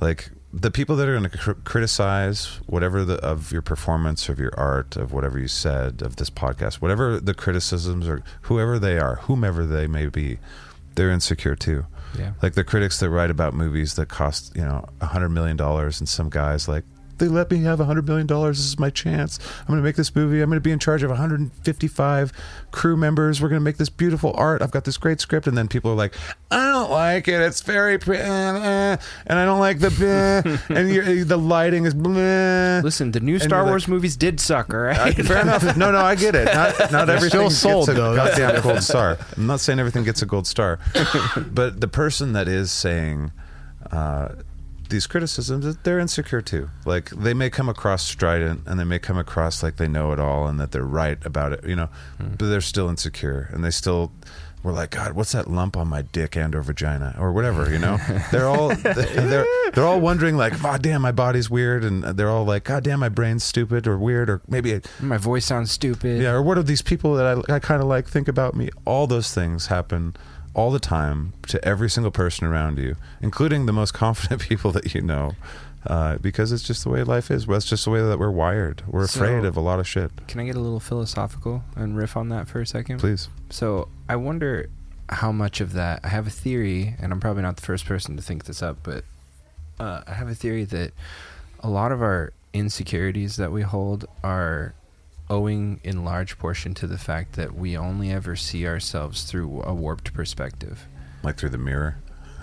S3: Like the people that are going to cr- criticize whatever the, of your performance, of your art, of whatever you said, of this podcast, whatever the criticisms or whoever they are, whomever they may be, they're insecure too.
S2: Yeah.
S3: Like the critics that write about movies that cost, you know, a hundred million dollars and some guys like they let me have a hundred million dollars. This is my chance. I'm going to make this movie. I'm going to be in charge of 155 crew members. We're going to make this beautiful art. I've got this great script. And then people are like, I don't like it. It's very, pre- uh, uh, and I don't like the, bleh, and you the lighting is, bleh.
S2: Listen, the new
S3: And
S2: Star
S3: you're like-
S2: Wars movies did suck. All
S3: I-
S2: right.
S3: fair enough. No, no, I get it. Not, not everything
S4: still sold,
S3: gets a
S4: though. That's
S3: goddamn gold star. I'm not saying everything gets a gold star, but the person that is saying uh, these criticisms, they're insecure too. Like they may come across strident, and they may come across like they know it all and that they're right about it. You know,
S4: Hmm.
S3: but they're still insecure, and they still. were like, God, what's that lump on my dick and or vagina or whatever, you know? They're all they're they're all wondering like, oh damn, my body's weird and they're all like, God damn, my brain's stupid or weird or maybe it,
S2: My voice sounds stupid.
S3: yeah, or what do these people that I, I kind of like think about me? All those things happen all the time to every single person around you, including the most confident people that you know, uh, because it's just the way life is. That's just the way that we're wired. We're
S2: So-
S3: afraid of a lot of shit.
S2: Can I get a little philosophical and riff on that for a second?
S3: Please.
S2: So I wonder how much of that. I have a theory, and I'm probably not the first person to think this up, but uh, I have a theory that a lot of our insecurities that we hold are owing in large portion to the fact that we only ever see ourselves through a warped perspective.
S3: like through the mirror.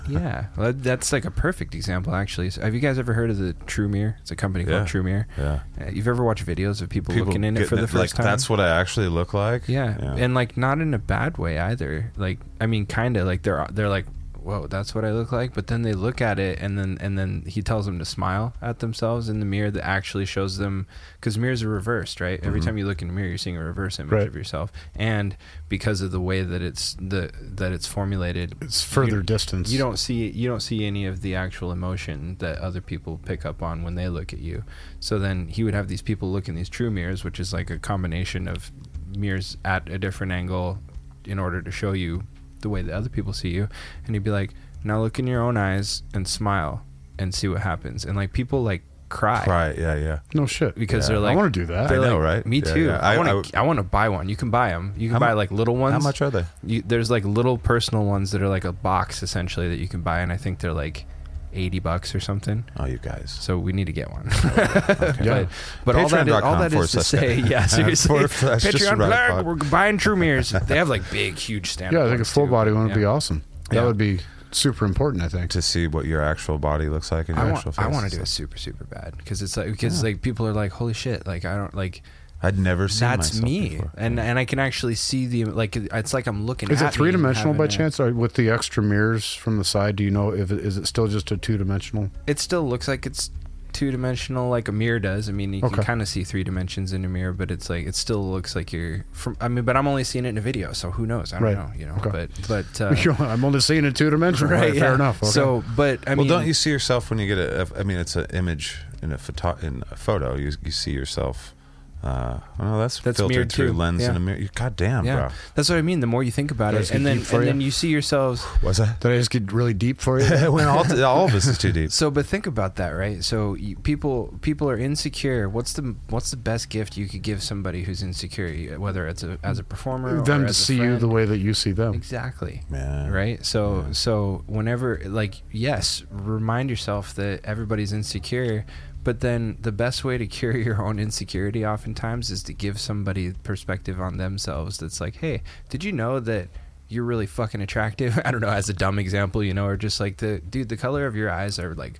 S2: Yeah, well, that's like a perfect example, actually. So have you guys ever heard of the True Mirror? It's a company
S3: Yeah.
S2: called True Mirror.
S3: Yeah.
S2: Uh, You've ever watched videos of people, looking in it
S3: getting
S2: for the first
S3: like,
S2: time?
S3: That's what I actually look like.
S2: yeah. and like not in a bad way either. Like I mean, kind of like they're they're like, whoa, that's what I look like. But then they look at it, and then and then he tells them to smile at themselves in the mirror that actually shows them because mirrors are reversed, right? Every time you look in a mirror, you're seeing a reverse image
S4: Right.
S2: of yourself, and because of the way that it's the that it's formulated,
S4: It's further
S2: you-
S4: distance.
S2: you don't see you don't see any of the actual emotion that other people pick up on when they look at you. So then he would have these people look in these true mirrors, which is like a combination of mirrors at a different angle in order to show you the way that other people see you. And he'd be like, "Now look in your own eyes and smile and see what happens." And like people like cry.
S3: Right. Yeah. Yeah.
S4: No shit.
S2: Because
S3: Yeah.
S2: they're like,
S4: I want to do that.
S3: I
S2: they're
S3: know,
S2: like,
S3: right?
S2: Me
S3: Yeah,
S2: too.
S3: yeah.
S2: I
S3: I-
S2: want to. I, want to buy one. You can buy them. You can
S3: How mu-
S2: buy like little ones.
S3: How much are they?
S2: You, there's like little personal ones that are like a box essentially that you can buy, and I think they're like eighty bucks or something.
S3: Oh, you guys.
S2: So we need to get one.
S4: Yeah.
S2: But but all that is, all
S3: Patreon.com
S2: that
S3: forward
S2: is to
S3: slash-
S2: say, yeah, seriously,
S3: forward slash just
S2: Patreon
S3: right
S2: plug,
S3: pod.
S2: we're buying true mirrors. They have like big, huge stand.
S4: yeah, I think a full body one would be
S2: Yeah.
S4: awesome. That
S2: Yeah.
S4: would be super important. I think.
S3: To see what your actual body looks like in your
S2: I
S3: actual
S2: want,
S3: face.
S2: I want
S3: and
S2: to do it
S3: stuff.
S2: super super bad because it's like because like people are like holy shit like I don't like
S3: I'd never seen
S2: that's
S3: myself
S2: me
S3: before.
S2: and and I can actually see the like it's like I'm looking
S4: Is
S2: at
S4: it three dimensional
S2: me
S4: by
S2: having a-
S4: chance, or with the extra mirrors from the side? Do you know if it, is it still just a two dimensional?
S2: it still looks like it's two dimensional like a mirror does. I mean, you
S4: Okay.
S2: can kind of see three dimensions in a mirror, but it's like it still looks like you're from. I mean, but I'm only seeing it in a video, so who knows? I don't
S4: Right.
S2: know, you know.
S4: Okay.
S2: But but uh,
S4: I'm only seeing a two dimensional.
S2: right,
S4: Right,
S2: yeah.
S4: Fair enough. Okay.
S2: So, but I
S3: well,
S2: mean,
S3: don't you see yourself when you get a? I mean, it's an image in a photo. In a photo, you you see yourself. Uh, well, that's,
S2: That's
S3: filtered
S2: mirrored
S3: through
S2: too.
S3: lens
S2: Yeah.
S3: and a mirror. You- God damn,
S2: yeah, that's what I mean. The more you think about
S4: That's
S2: it, and
S4: deep
S2: then
S4: for
S2: and
S4: you.
S2: then you see yourselves.
S3: bro. Was I?
S4: did I just get really deep for you?
S3: when all, all of this is too deep.
S2: So, but think about that, right? So, you, people people are insecure. What's the what's the best gift you could give somebody who's insecure, whether it's a, as a performer, or
S4: them to
S2: as a
S4: see you
S2: friend?
S4: the way that you see them.
S2: exactly.
S3: Yeah.
S2: right so
S3: Yeah.
S2: so whenever like yes remind yourself that everybody's insecure but then the best way to cure your own insecurity oftentimes is to give somebody perspective on themselves that's like hey did you know that you're really fucking attractive i don't know as a dumb example you know or just like the dude the color of your eyes are like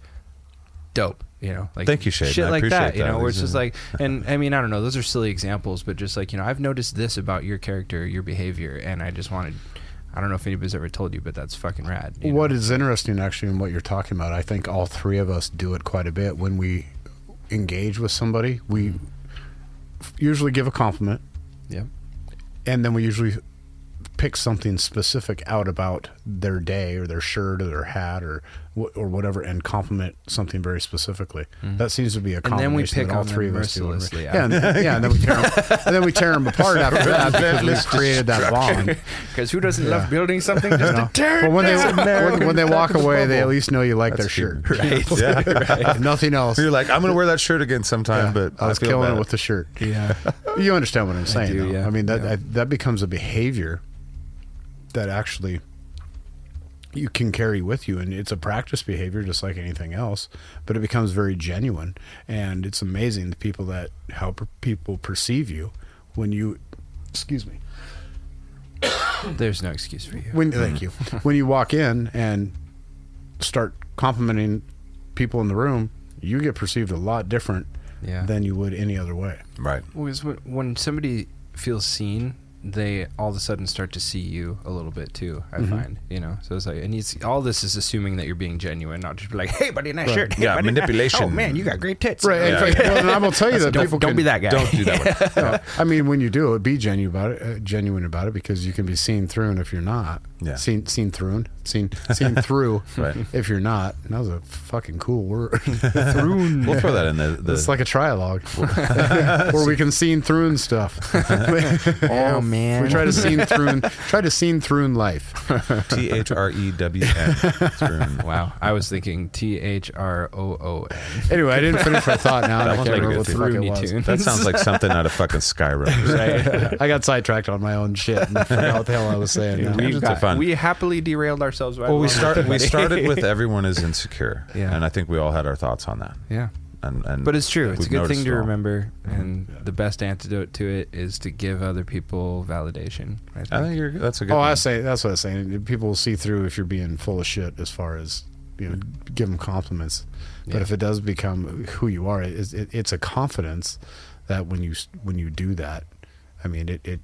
S2: dope you know like
S3: Thank you, Shaden.
S2: shit
S3: I
S2: like
S3: appreciate
S2: that you
S3: that.
S2: know where it's
S3: These
S2: just
S3: are-
S2: like and i mean i don't know those are silly examples but just like you know i've noticed this about your character your behavior and i just wanted I don't know if anybody's ever told you, but that's fucking rad. you
S4: What
S2: know?
S4: is interesting, actually, in what you're talking about, I think all three of us do it quite a bit when we engage with somebody. We
S2: Mm-hmm.
S4: f- usually give a compliment,
S2: Yep.
S4: and then we usually pick something specific out about their day or their shirt or their hat or wh- or whatever, and compliment something very specifically. That seems to be a
S2: Mm-hmm. then we
S4: combination
S2: pick
S4: that all
S2: on them
S4: three of us do.
S2: mercilessly
S4: Yeah, and, yeah, and then we tear 'em- and then we tear them apart after that because we created that bond.
S2: Because who doesn't love building something just to tear
S4: Well, when they
S2: it down?
S4: when, when they walk away, they at
S3: bubble.
S4: least know you like
S3: That's
S4: their
S3: human.
S4: shirt. If nothing else,
S3: You're like, I'm gonna wear that shirt again sometime,
S4: Yeah,
S3: but
S4: I was
S3: feel
S4: killing
S3: bad.
S4: it with the shirt.
S2: yeah.
S4: You understand what I'm saying?
S2: do,
S4: though.
S2: yeah.
S4: I mean that
S2: Yeah.
S4: I, that becomes a behavior that actually you can carry with you, and it's a practice behavior just like anything else. But it becomes very genuine, and it's amazing the people that how per- people perceive you when you. Excuse me.
S2: There's no excuse for you.
S4: When thank you. When you walk in and start complimenting people in the room, you get perceived a lot different
S2: Yeah.
S4: than you would any other way.
S3: right.
S2: Because when- when somebody feels seen, they all of a sudden start to see you a little bit too. I find, you know. So it's like, and it's, all this is assuming that you're being genuine, not just be like, "Hey, buddy, nice
S4: Right.
S2: shirt." Hey,
S3: Yeah,
S2: buddy, nice-
S3: manipulation.
S2: Oh man, you got great tits.
S4: Right.
S2: Yeah.
S4: in fact, well, and I will tell you that
S2: Don't,
S4: people
S2: don't
S4: can,
S2: be that guy.
S3: Don't do that. One.
S4: No, I mean, when you do it, be genuine about it. Uh, genuine about it, because you can be seen through, and if you're not,
S3: Yeah.
S4: seen seen through, seen seen through,
S3: Right.
S4: if you're not, and that was a fucking cool word.
S3: We'll throw that in the. the
S4: it's like a trialogue where we can seen through and stuff.
S2: Oh man.
S4: we try to seen through, and, try to seen through in life.
S3: T H R E W N.
S2: Wow, I was thinking T H R O O N.
S4: Anyway, I didn't finish my thought. Now and I
S3: one's
S4: can't
S3: like
S4: remember
S3: a
S4: what the
S3: good
S4: fuck it
S2: Looney
S4: was.
S2: Tune.
S3: That sounds like something out of fucking Skyrim. or something.
S4: I got sidetracked on my own shit and forgot what the hell I was saying. now.
S3: Tangents are fun.
S2: We happily derailed ourselves. Right
S3: Well, we
S2: along with
S3: start. We
S2: everybody.
S3: started with everyone is insecure,
S2: Yeah.
S3: and I think we all had our thoughts on that.
S2: yeah.
S3: and, and
S2: But it's true. It's
S3: we've
S2: a good
S3: noticed
S2: thing
S3: it
S2: to
S3: all.
S2: remember, and the best antidote to it is to give other people validation. I think.
S3: I think you're, that's a good.
S4: Oh, I
S3: one.
S4: say that's what I'm saying. People will see through if you're being full of shit as far as you know, give them compliments. But
S2: Yeah.
S4: if it does become who you are, it, it, it's a confidence that when you s- when you do that, I mean, it, it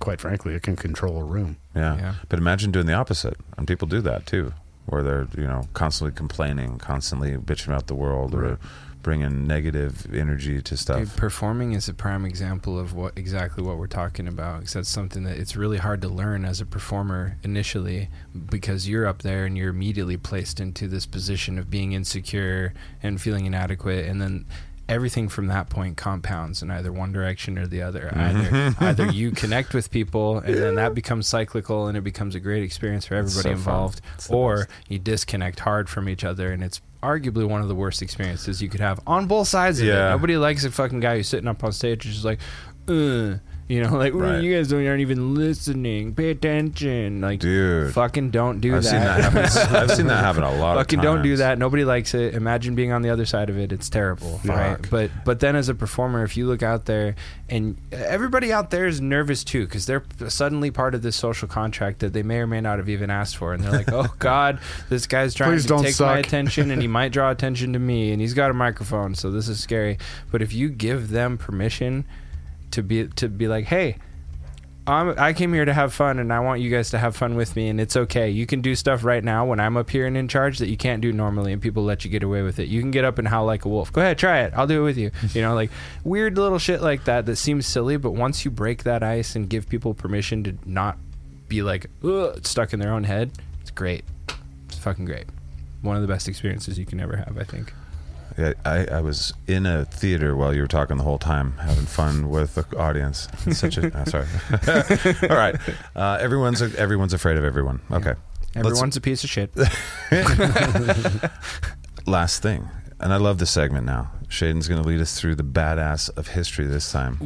S4: quite frankly, it can control a room.
S3: Yeah.
S2: Yeah.
S3: But imagine doing the opposite. And people do that too, where they're, you know, constantly complaining, constantly bitching about the world or bringing negative energy to
S2: Dude,
S3: stuff.
S2: performing is a prime example of what exactly what we're talking about. Because that's something that it's really hard to learn as a performer initially, because you're up there and you're immediately placed into this position of being insecure and feeling inadequate, and then everything from that point compounds in either one direction or the other. Either
S3: Mm-hmm.
S2: either you connect with people, and then that becomes cyclical, and it becomes a great experience for everybody
S3: so fun.
S2: involved,
S3: It's the
S2: or you disconnect hard from each other, and it's arguably one of the worst experiences you could have on both sides of it.
S3: Yeah.
S2: Nobody likes a fucking guy who's sitting up on stage who's just like, Ugh. you know, like "Ooh,
S3: Right.
S2: you guys don't, aren't even listening. Pay attention, like
S3: Dude.
S2: Fucking don't do
S3: I've
S2: that.
S3: seen that happen. s- I've seen that happen a lot.
S2: Fucking
S3: of times.
S2: don't do that. Nobody likes it. Imagine being on the other side of it. It's terrible, right?
S3: Fuck.
S2: But but then as a performer, if you look out there and everybody out there is nervous too because they're suddenly part of this social contract that they may or may not have even asked for, and they're like, oh god, this guy's trying
S4: Please
S2: to
S4: don't
S2: take my
S4: suck."
S2: attention, and he might draw attention to me, and he's got a microphone, so this is scary. But if you give them permission to be to be like, hey. I'm, I came here to have fun, and I want you guys to have fun with me. And it's okay. You can do stuff right now when I'm up here and in charge that you can't do normally, and people let you get away with it. You can get up and howl like a wolf. Go ahead, try it. I'll do it with you. You know, like weird little shit like that that seems silly, but once you break that ice and give people permission to not be like Ugh, stuck in their own head, it's great. It's fucking great. One of the best experiences you can ever have, I think.
S3: Yeah, I, I was in a theater while you were talking the whole time, having fun with the audience. It's such a oh, sorry. All right, uh, everyone's everyone's afraid of everyone. Okay, Let's-
S2: Everyone's a piece of shit.
S3: last thing, and I love this segment now. Shaden's going to lead us through the badass of history this time.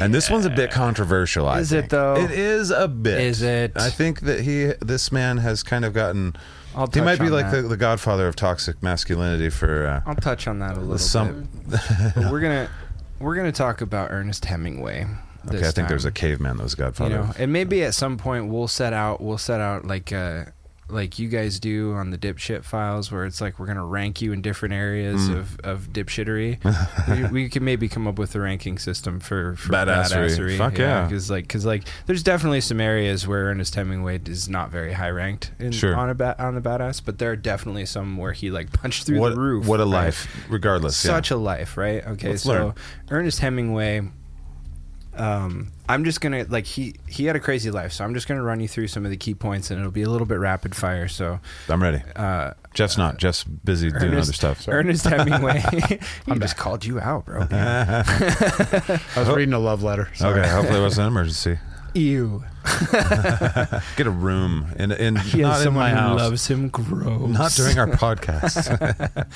S3: And this one's a bit controversial. I
S2: Is it,
S3: think.
S2: though?
S3: It is a bit.
S2: Is it?
S3: I think that he, this man, has kind of gotten.
S2: I'll
S3: he
S2: touch
S3: might be
S2: on
S3: like
S2: that.
S3: the, the godfather of toxic masculinity for. Uh,
S2: I'll touch on that a little
S3: Some-
S2: bit. But we're gonna we're gonna talk about Ernest Hemingway.
S3: okay, I
S2: this
S3: think
S2: time.
S3: there's a caveman that was
S2: you
S3: godfather.
S2: know,
S3: of-
S2: and maybe at some point we'll set out we'll set out like uh like you guys do on the dipshit files where it's like we're gonna rank you in different areas
S3: Mm.
S2: of of dipshittery. we, we can maybe come up with a ranking system for, for
S3: Badassery.
S2: badassery.
S3: Fuck yeah.
S2: because like because like there's definitely some areas where Ernest Hemingway is not very high ranked in,
S3: Sure.
S2: on a ba- on the badass, but there are definitely some where he like punched through
S3: what,
S2: the roof.
S3: what a
S2: right?
S3: life, regardless.
S2: Such a life, right? Okay,
S3: Let's
S2: so
S3: learn.
S2: Ernest Hemingway. Um, I'm just gonna like he he had a crazy life, so I'm just gonna run you through some of the key points, and it'll be a little bit rapid fire. So
S3: yeah. I'm ready.
S2: uh,
S3: Jeff's not. Jeff's busy doing other
S2: Ernest,
S3: stuff. Sorry.
S2: Ernest Hemingway. I just called you out, bro.
S3: Uh-huh.
S4: I was reading a love letter.
S3: Oh.
S4: so-
S3: Okay, hopefully it wasn't an emergency.
S2: Ew.
S3: Get a room in in
S2: He has
S3: not in
S2: someone
S3: my
S2: who
S3: house.
S2: loves him. Gross.
S3: Not during our podcast.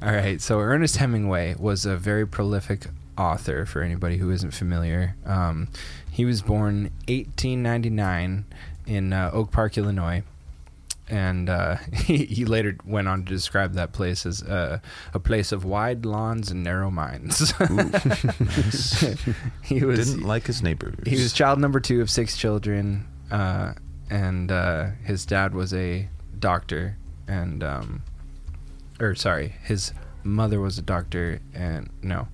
S2: All right. So Ernest Hemingway was a very prolific author. For anybody who isn't familiar, um, he was born 1899 in uh, Oak Park, Illinois. And uh, he, he later went on to describe that place as uh, a place of wide lawns and narrow minds. he was
S3: Didn't like his neighbors.
S2: he was child number two of six children, uh, and uh, his dad was a doctor, and um, or sorry, his mother was a doctor, and no,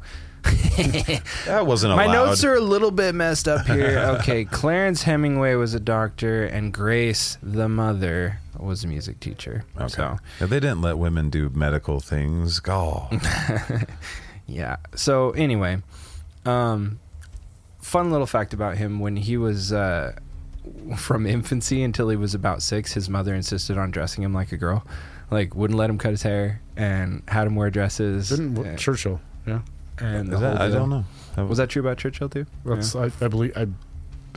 S3: that wasn't
S2: my
S3: allowed.
S2: notes are a little bit messed up here. Okay, Clarence Hemingway was a doctor, and Grace, the mother, was a music teacher.
S3: Okay.
S2: So
S3: Yeah, they didn't let women do medical things. Oh,
S2: Yeah. So anyway, um, fun little fact about him: when he was uh, from infancy until he was about six, his mother insisted on dressing him like a girl, like wouldn't let him cut his hair and had him wear dresses.
S4: Didn't
S2: and-
S4: Churchill? Yeah.
S2: and the
S3: Is that-
S2: whole
S3: I
S2: deal.
S3: don't know.
S2: Was that true about Churchill too?
S4: That's, I, I believe I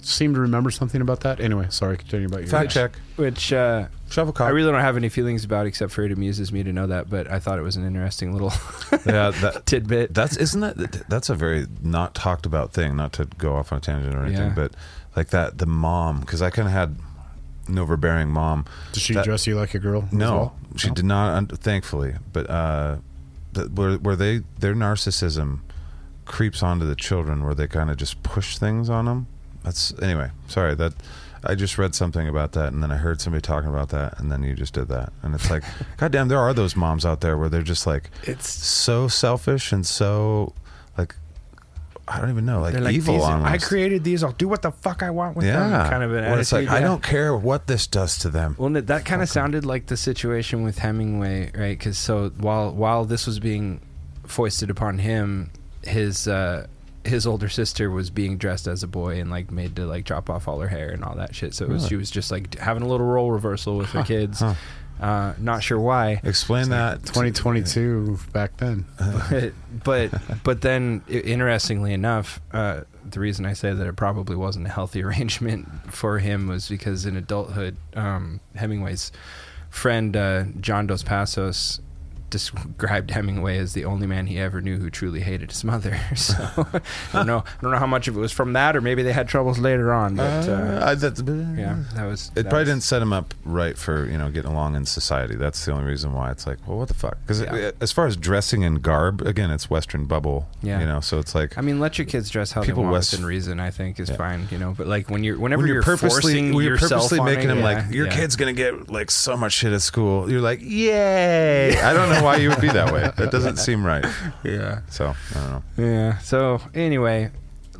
S4: seem to remember something about that. Anyway, sorry. Continue about your
S3: fact check?
S2: Which uh,
S3: Shovel
S2: I
S3: cop.
S2: really don't have any feelings about, except for it amuses me to know that. But I thought it was an interesting little
S3: yeah, that,
S2: tidbit.
S3: that's isn't that that's a very not talked about thing. Not to go off on a tangent or anything,
S2: Yeah.
S3: but like that the mom because I kind of had an overbearing mom.
S4: Did she
S3: That-
S4: dress you like a girl? as
S3: No,
S4: well?
S3: she did not. un- Thankfully, but uh, that- where, where they their narcissism creeps onto the children, where they kind of just push things on them. That's anyway. Sorry that I just read something about that, and then I heard somebody talking about that, and then you just did that, and it's like, goddamn, there are those moms out there where they're just like
S2: It's
S3: so selfish and so like I don't even know, like,
S2: they're like
S3: evil.
S2: these,
S3: almost.
S2: I created these. I'll do what the fuck I want with
S3: yeah,
S2: them. Kind of an
S3: Where
S2: attitude.
S3: it's like I
S2: yeah.
S3: don't care what this does to them.
S2: Well, that kind of sounded like the situation with Hemingway, right? Because so while while this was being foisted upon him, his uh, his older sister was being dressed as a boy and like made to like drop off all her hair and all that shit. So it was,
S3: Really?
S2: she was just like having a little role reversal with her kids.
S3: huh.
S2: Uh, not sure why,
S3: Explain that.
S4: 2022 back then.
S2: but but, but then i- interestingly enough, uh, the reason I say that it probably wasn't a healthy arrangement for him was because in adulthood, um, Hemingway's friend uh, John Dos Passos described Hemingway as the only man he ever knew who truly hated his mother. So I don't know, I don't know how much of it was from that, or maybe they had troubles later on. But uh,
S3: Uh, I- that's-
S2: yeah, that was
S3: It
S2: that
S3: probably
S2: was-
S3: didn't set him up right for you know getting along in society. That's the only reason why it's like, well, what the fuck? Because
S2: Yeah.
S3: as far as dressing and garb, again, it's Western bubble.
S2: Yeah.
S3: you know, so it's like
S2: I mean, let your kids dress how
S3: People
S2: they want
S3: west-
S2: within reason. I think is
S3: Yeah.
S2: fine, you know. But like when you're, whenever
S3: when
S2: you're,
S3: you're purposely
S2: forcing
S3: when you're
S2: yourself
S3: purposely
S2: on
S3: making
S2: it,
S3: him
S2: yeah,
S3: like your
S2: yeah.
S3: kid's gonna get like so much shit at school. You're like, yay! I don't know why you would be that way. That doesn't seem right.
S2: Yeah.
S3: So I don't know.
S2: Yeah. So anyway,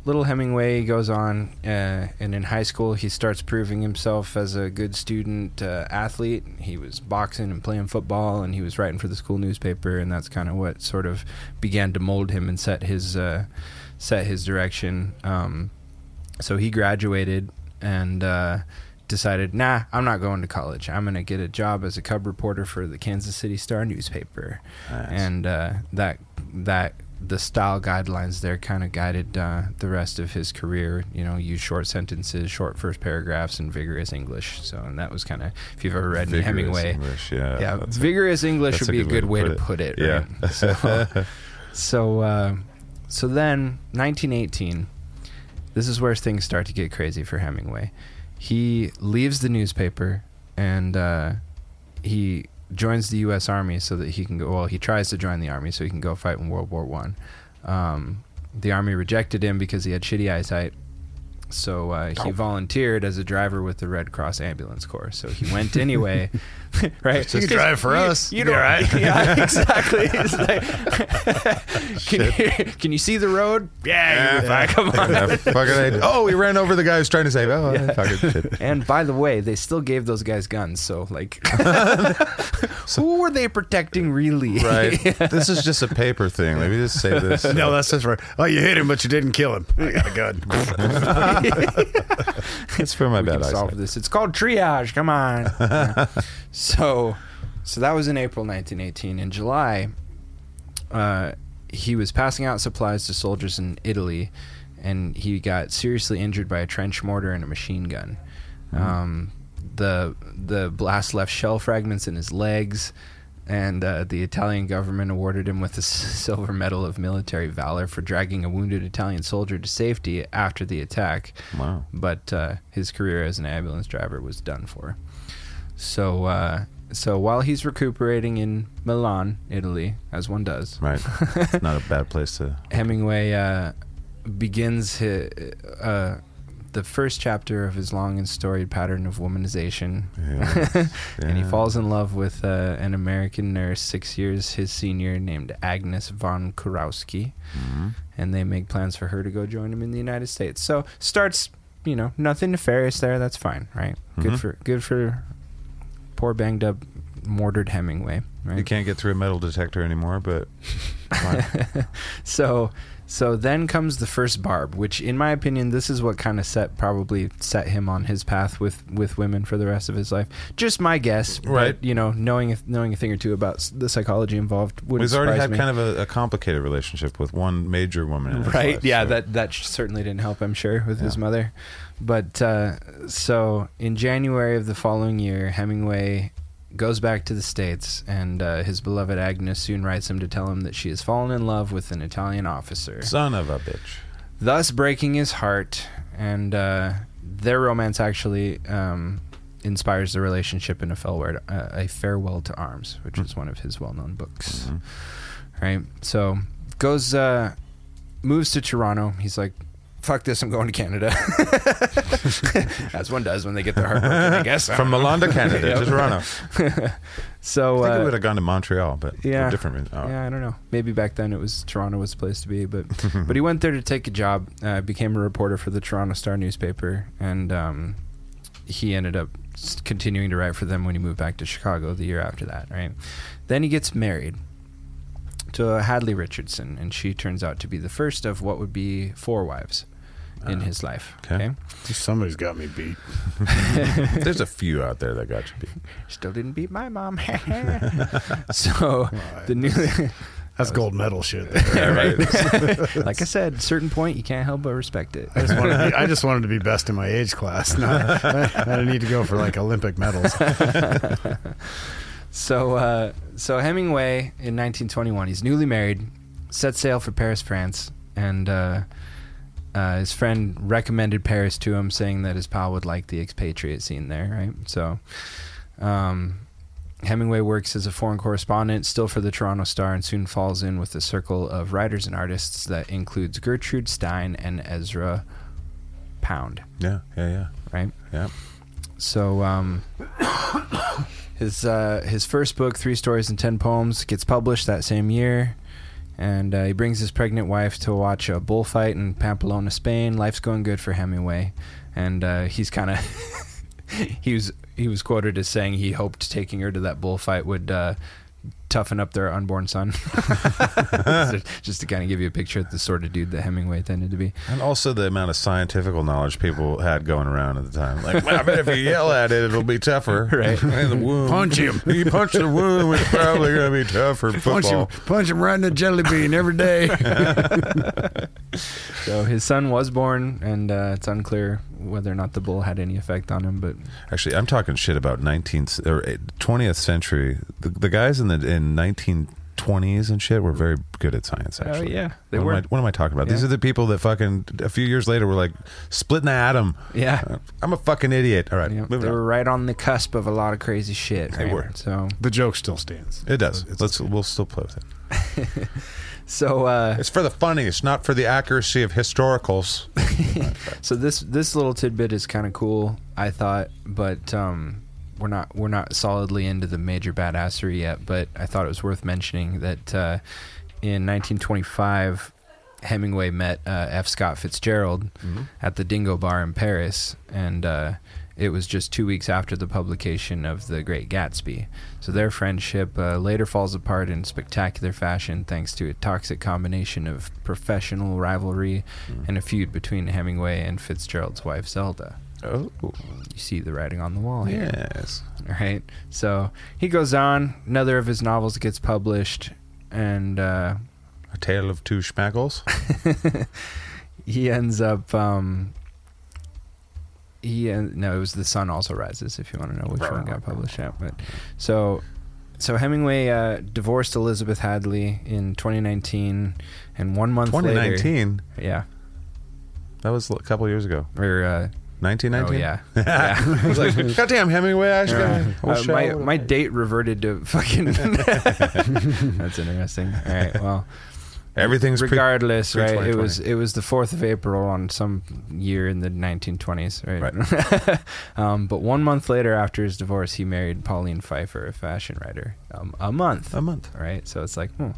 S2: little Hemingway goes on, uh, and in high school he starts proving himself as a good student uh, athlete. He was boxing and playing football, and he was writing for the school newspaper, and that's kind of what sort of began to mold him and set his uh, set his direction. Um, so he graduated and. Uh, Decided, nah, I'm not going to college. I'm going to get a job as a cub reporter for the Kansas City Star newspaper and uh, that that the style guidelines there kind of guided uh, the rest of his career. You know, use short sentences, short first paragraphs, and vigorous English. So, and that was kind of if you've ever read any
S3: Vigorous
S2: Hemingway,
S3: English, yeah,
S2: yeah,
S3: that's it.
S2: vigorous English
S3: That's
S2: would be a good way to put it.
S3: Yeah.
S2: Right? So, so, uh, so then 1918. This is where things start to get crazy for Hemingway. He leaves the newspaper and uh, he joins the U.S. Army so that he can go. Well, he tries to join the army so he can go fight in World War One. Um, the army rejected him because he had shitty eyesight. So uh,
S4: Oh.
S2: he volunteered as a driver with the Red Cross Ambulance Corps. So he went anyway, right?
S4: You could drive for us.
S2: You
S4: You'd
S2: know,
S4: be all right.
S2: yeah, exactly. It's like, can, you, can you see the road? Yeah, you're fine. come on.
S3: Yeah, fucking I- oh, we ran over the guy who's trying to save. Oh, fucking shit.
S2: And by the way, they still gave those guys guns. So, like, who were they protecting really?
S3: Right. This is just a paper thing. Let me just say this.
S4: No, that's just for oh, you hit him, but you didn't kill him. I got a gun.
S3: it's for my
S2: we
S3: bad
S2: can solve
S3: eyesight.
S2: this. It's called triage. Come on. Yeah. So, so that was in April 1918. In July, uh, he was passing out supplies to soldiers in Italy, and he got seriously injured by a trench mortar and a machine gun.
S3: Mm-hmm.
S2: Um, the the blast left shell fragments in his legs. And uh, the Italian government awarded him with a s- silver medal of military valor for dragging a wounded Italian soldier to safety after the attack
S3: Wow.
S2: but uh, his career as an ambulance driver was done for. So, uh, so while he's recuperating in Milan, Italy, as one does,
S3: Right. It's not a bad place to.
S2: Hemingway uh, begins hi uh, the first chapter of his long and storied pattern of womanization.
S3: Yeah.
S2: And he
S3: Yeah.
S2: falls in love with uh, an American nurse six years his senior named Agnes von Kurowski.
S3: Mm-hmm.
S2: And they make plans for her to go join him in the United States. So starts, you know, nothing nefarious there. That's fine, right?
S3: Mhm.
S2: Good for good for poor banged up mortared Hemingway. Right?
S3: You can't get through a metal detector anymore, but fine.
S2: so so then comes the first barb which in my opinion this is what kind of set probably set him on his path with with women for the rest of his life just my guess but,
S3: Right.
S2: you know knowing a- knowing a thing or two about s- the psychology involved would
S3: he's already had kind of a, a complicated relationship with one major woman. In his
S2: right
S3: life,
S2: yeah
S3: so-
S2: that that sh- certainly didn't help i'm sure with his
S3: Yeah.
S2: mother but uh, so in january of the following year hemingway goes back to the states and uh, his beloved agnes soon writes him to tell him that she has fallen in love with an italian officer
S3: son of a bitch.
S2: thus breaking his heart. And uh, their romance actually um, inspires the relationship in a farewell, uh, a farewell to arms, which is one of his well-known books.
S3: Mm-hmm.
S2: Right, so goes uh, moves to Toronto. He's like, "Fuck this! I'm going to Canada." As one does when they get their heart broken, I guess.
S3: From Milan to Canada
S2: Yep.
S3: to Toronto.
S2: so
S3: I think
S2: uh,
S3: we would have gone to Montreal, but for
S2: yeah.
S3: different. Oh.
S2: Yeah, I don't know. Maybe back then it was Toronto was the place to be, but but he went there to take a job. Uh, became a reporter for the Toronto Star newspaper, and um, he ended up s- continuing to write for them when he moved back to Chicago the year after that. Right, then he gets married to Hadley Richardson, and she turns out to be the first of what would be four wives in his life.
S3: okay.
S2: okay,
S4: Somebody's got me beat.
S3: There's a few out there that got you beat.
S2: still didn't beat my mom. so the new.
S4: That's gold medal shit. there.
S3: Yeah, right.
S2: like I said, certain point you can't help but respect it.
S4: I just, wanted to be, I just wanted to be best in my age class. Not, I didn't need to go for like Olympic medals.
S2: So uh, so Hemingway in 1921, he's newly married, set sail for Paris, France, and uh, uh, his friend recommended Paris to him, saying that his pal would like the expatriate scene there. Right, so. Um, Hemingway works as a foreign correspondent, still for the Toronto Star, and soon falls in with a circle of writers and artists that includes Gertrude Stein and Ezra Pound.
S3: yeah, yeah, yeah.
S2: Right.
S3: Yeah.
S2: So um, his uh, his first book, Three Stories and Ten Poems, gets published that same year, and uh, he brings his pregnant wife to watch a bullfight in Pamplona, Spain. Life's going good for Hemingway, and uh, he's kind of he was he was quoted as saying he hoped taking her to that bullfight would. Uh, Toughen up their unborn son, just to kind of give you a picture of the sort of dude that Hemingway tended to be.
S3: And also the amount of scientific knowledge people had going around at the time. Like, well, I bet if you yell at it, it'll be tougher. Right. the wound.
S4: Punch him.
S3: You punch the wound, it's probably going to be tougher. Football.
S4: Punch him, punch him right in the jelly bean every day.
S2: So his son was born, and uh, it's unclear whether or not the bull had any effect on him. But
S3: Actually, I'm talking shit about 19th or 20th century. The, the guys in the in 1920s and shit were very good at science. Actually,
S2: Oh, yeah, they
S3: what
S2: were.
S3: Am I, what am I talking about? These
S2: Yeah.
S3: are the people that fucking a few years later were like splitting the atom.
S2: yeah,
S3: Uh, I'm a fucking idiot. All right,
S2: you know,
S3: moving
S2: they
S3: on.
S2: were right on the cusp of a lot of crazy shit.
S3: They
S2: right?
S3: were.
S2: So
S4: the joke still stands.
S3: It does. Let's we'll still play with it.
S2: so uh,
S3: It's for the funny. It's not for the accuracy of historicals.
S2: so this this little tidbit is kind of cool, I thought, but um, we're not we're not solidly into the major badassery yet. But I thought it was worth mentioning that uh, in 1925. Hemingway met uh, F. Scott Fitzgerald at the Dingo Bar in Paris, and uh, it was just two weeks after the publication of The Great Gatsby. So their friendship uh, later falls apart in spectacular fashion thanks to a toxic combination of professional rivalry and a feud between Hemingway and Fitzgerald's wife Zelda.
S3: Oh
S2: You see the writing on the wall here.
S3: yes.
S2: All right. So he goes on. Another of his novels gets published, and uh,
S3: A tale of two schmaggles.
S2: he ends up. Um, he en- no, it was the sun also rises. If you want to know which one got published out, but so so Hemingway uh, divorced Elizabeth Hadley in 2019, and one month later,
S3: 2019.
S2: yeah,
S3: That was a couple years ago.
S2: or uh, oh
S3: 1919.
S2: yeah, yeah.
S3: I was like, goddamn Hemingway. I should go.
S2: Uh, my my date reverted to fucking. That's interesting. All right, well,
S3: everything's pre-
S2: regardless,
S3: pre-
S2: right? It
S3: 2020.
S2: was it was the fourth of April on some year in the 1920s, right? um, but one month later, after his divorce, he married Pauline Pfeiffer, a fashion writer. Um, a month,
S3: a month.
S2: right? So it's like, hmm.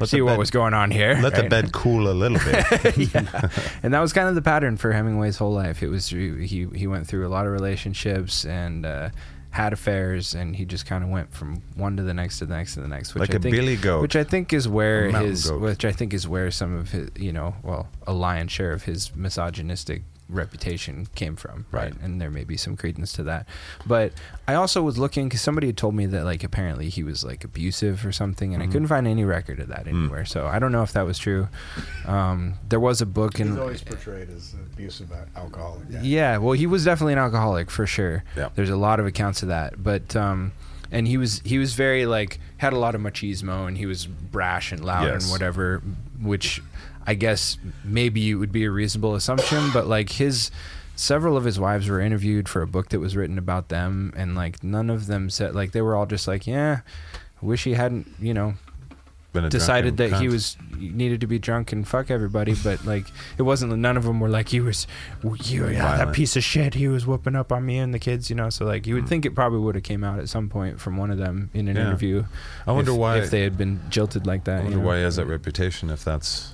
S3: Let
S2: see
S3: the
S2: what
S3: bed-
S2: was going on here.
S3: Let the
S2: right?
S3: bed cool a little bit.
S2: yeah. And that was kind of the pattern for Hemingway's whole life. It was he he he went through a lot of relationships and uh, had affairs, and he just kind of went from one to the next to the next to the next, which
S3: Like
S2: I
S3: a
S2: think,
S3: billy goat.
S2: which I think is where
S3: A mountain
S2: his
S3: goat.
S2: which I think is where some of his you know well a lion's share of his misogynistic reputation came from right,
S3: Right.
S2: and there may be some credence to that but i also was looking because somebody had told me that like apparently he was like abusive or something and
S3: Mm-hmm.
S2: i couldn't find any record of
S3: Mm.
S2: that anywhere so i don't know if that was true um, there was a book in
S4: portrayed as abusive alcoholic.
S2: yeah, well, he was definitely an alcoholic for sure.
S3: Yeah.
S2: There's a lot of accounts of that, but um, and he was he was very like had a lot of machismo and he was brash and loud
S3: Yes.
S2: and whatever, which I guess maybe it would be a reasonable assumption, but like his several of his wives were interviewed for a book that was written about them, and like none of them said like they were all just like, yeah, I wish he hadn't, you know,
S3: Been a
S2: decided that
S3: drunken cunt.
S2: he was needed to be drunk and fuck everybody, but like it wasn't. None of them were like he was. You yeah, that
S3: Violent. Hmm.
S2: piece of shit. He was whooping up on me and the kids, you know. So like you would think it probably would have came out at some point from one of them in an
S3: Yeah.
S2: interview.
S3: I wonder
S2: if-
S3: why-
S2: if they had been jilted like
S3: I
S2: that. you
S3: wonder
S2: know?
S3: why he has that reputation. If that's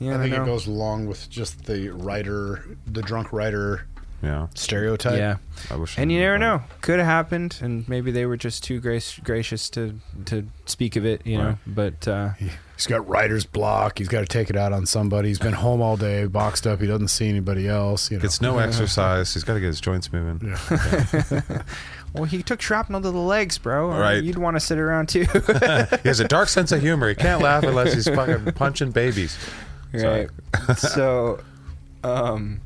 S2: Yeah,
S4: I
S2: I
S4: think it
S2: know.
S4: goes along with just the writer, the drunk writer
S3: yeah,
S4: stereotype.
S2: Yeah,
S3: I wish. I
S2: and you
S3: knew
S2: never
S3: about
S2: know. Could have happened, and maybe they were just too grace, gracious to to speak of it, you know.
S3: Right.
S2: But uh,
S4: He's got writer's block. He's got to take it out on somebody. He's been home all day, boxed up. He doesn't see anybody else. You
S3: it.
S4: know.
S3: Gets no exercise. He's got to get his joints moving.
S2: well, he took shrapnel to the legs, bro. Uh,
S3: All right.
S2: you'd want to sit around too.
S3: He has a dark sense of humor. He can't laugh unless he's fucking punching babies.
S2: Right. so, um,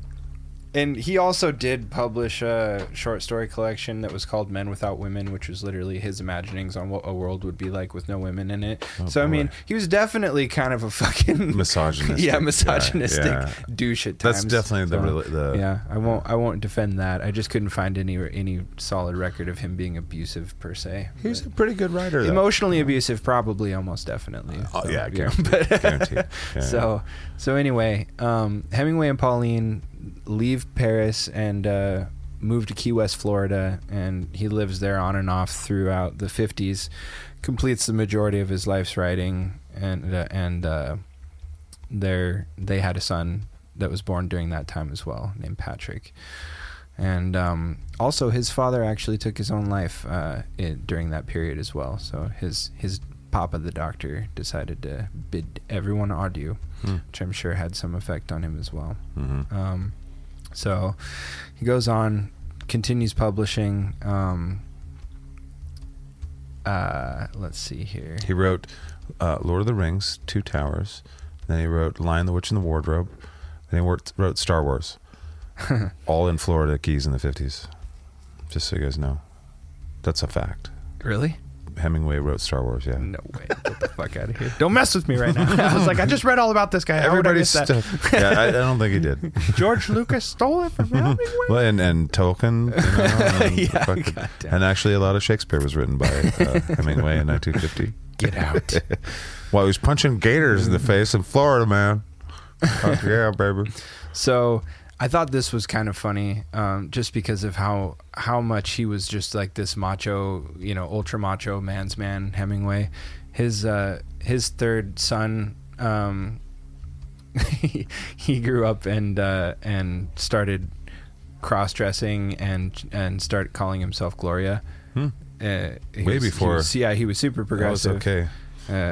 S2: and he also did publish a short story collection that was called Men Without Women, which was literally his imaginings on what a world would be like with no women in it. so, I
S3: Oh, boy.
S2: mean, he was definitely kind of a fucking
S3: Misogynistic
S2: yeah,
S3: guy,
S2: misogynistic
S3: yeah.
S2: douche at times.
S3: That's definitely the
S2: So,
S3: rela- the-
S2: yeah. I won't. I won't defend that. I just couldn't find any any solid record of him being abusive per se.
S3: He's a pretty good writer. Though.
S2: Emotionally abusive, probably, almost definitely.
S3: Oh,
S2: So,
S3: yeah,
S2: you know,
S3: guaranteed. guaranteed. Yeah,
S2: so so anyway, um, Hemingway and Pauline leave Paris and uh, move to Key West, Florida, and he lives there on and off throughout the fifties. Completes the majority of his life's writing, and uh, and uh, their they had a son that was born during that time as well, named Patrick. And um, also, his father actually took his own life uh, in, during that period as well. So his his papa, the doctor, decided to bid everyone adieu,
S3: Hmm.
S2: which I'm sure had some effect on him as well.
S3: hmm
S2: Um, so he goes on, continues publishing. Um, uh, let's see here.
S3: He wrote uh, Lord of the Rings, Two Towers. Then he wrote Lion, the Witch, and the Wardrobe. Then he wrote, wrote Star Wars. All in Florida Keys in the 50s. Just so you guys know. That's a fact.
S2: Really?
S3: Hemingway wrote Star Wars, yeah.
S2: No way. Get the fuck out of here. Don't mess with me right now. I was like, I just read all about this guy. How would I
S3: Everybody's
S2: miss that?
S3: stuff. yeah, I, I don't think he did.
S2: George Lucas stole it from Hemingway.
S3: Well, and, and Tolkien. You know, and,
S2: Yeah,
S3: fucking-
S2: goddamn.
S3: and actually, a lot of Shakespeare was written by uh, Hemingway in 1950.
S2: Get out.
S3: While he was punching gators in the face in Florida, man. Fuck yeah, baby.
S2: So I thought this was kind of funny, um, just because of how how much he was just like this macho, you know, ultra macho man's man Hemingway. His uh, his third son. Um, he, he grew up and uh, and started cross dressing and and started calling himself Gloria. Uh, he
S3: Hmm. Way
S2: was- he
S3: before-
S2: was- yeah, he was super
S3: That was
S2: progressive.
S3: okay.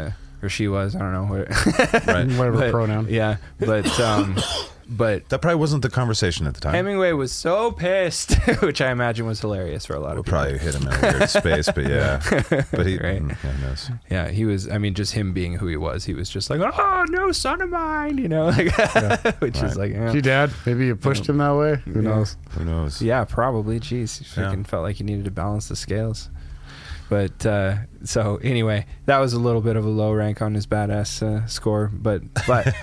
S2: uh, or she was. I don't know where.
S3: Right.
S4: Whatever
S2: but-
S4: pronoun.
S2: Yeah, but um, but
S3: That probably wasn't the conversation at the time.
S2: Hemingway was so pissed, which I imagine was hilarious for a lot
S3: It
S2: of people.
S3: probably hit him in a weird space, but yeah. But he,
S2: Right.
S3: mm, yeah, he knows.
S2: Yeah, he was. I mean, just him being who he was, he was just like, "Oh, no son of mine," you know, like, which is
S3: Right.
S2: like, yeah,
S4: Gee, Dad, maybe you pushed him that way. Who
S2: Yeah.
S4: knows?
S3: Who knows?
S2: yeah probably. Jeez, he
S3: Yeah.
S2: fucking felt like he needed to balance the scales. But uh, so anyway, that was a little bit of a low rank on his badass uh, score, but but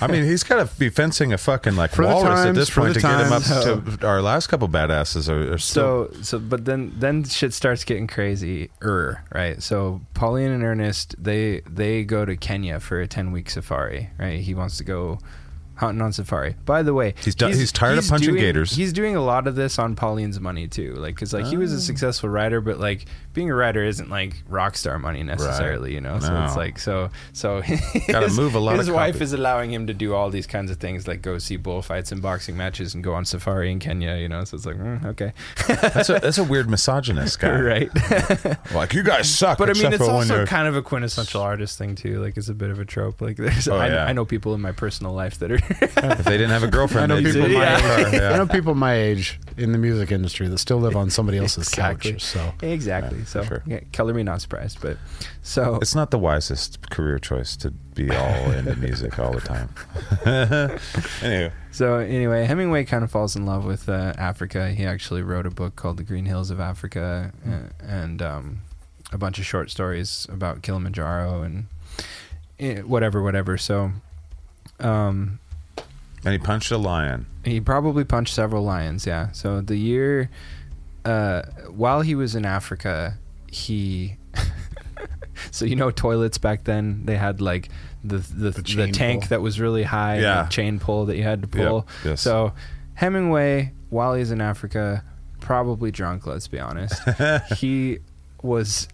S3: I mean, he's got to be fencing a fucking like
S4: For the
S3: walrus at this
S4: times, for
S3: point
S4: the
S3: to get him up
S4: times.
S3: to our last couple badasses are, are still.
S2: so so but then then shit starts getting crazy er right so pauline and ernest they they go to kenya for a 10 week safari right he wants to go hunting on safari by the way
S3: He's done- he's tired of punching
S2: doing-
S3: gators.
S2: he's doing a lot of this on pauline's money too like because like he
S3: Oh.
S2: was a successful writer but like being a writer isn't like rock star money necessarily you know so
S3: No.
S2: it's like so so
S3: Gotta
S2: his-
S3: move a lot
S2: his
S3: of
S2: wife
S3: copy.
S2: is allowing him to do all these kinds of things like go see bullfights and boxing matches and go on safari in kenya you know so it's like mm, okay
S3: that's, a, that's a weird misogynist guy.
S2: right
S3: Like you guys suck.
S2: but i mean
S3: except
S2: it's
S3: for when
S2: also
S3: you're-
S2: kind of a quintessential artist thing too like it's a bit of a trope like there's
S3: Oh,
S2: I,
S3: yeah.
S2: I know people in my personal life that are
S3: if they didn't have a girlfriend,
S4: I know
S3: they'd
S4: people
S3: be
S4: my
S3: like,
S2: Yeah.
S3: "Oh, yeah."
S4: I know people my age in the music industry that still live on somebody else's
S2: Exactly.
S4: couch. So
S2: exactly so
S3: sure.
S2: yeah, color me not surprised but so
S3: It's not the wisest career choice to be all into music all the time. anyway,
S2: So anyway, Hemingway kind of falls in love with uh, Africa. He actually wrote a book called The Green Hills of Africa uh, and um, a bunch of short stories about Kilimanjaro and eh, whatever, whatever. So um,
S3: And he punched a lion.
S2: He probably punched several lions, yeah. So the year uh, while he was in Africa, he so you know toilets back then they had like the the, the,
S4: chain
S2: tank
S4: pull.
S2: that was really high and
S3: Yeah.
S2: the chain pull that you had to
S3: Yep,
S2: pull.
S3: yes.
S2: So Hemingway while he's in Africa probably drunk, let's be honest. he was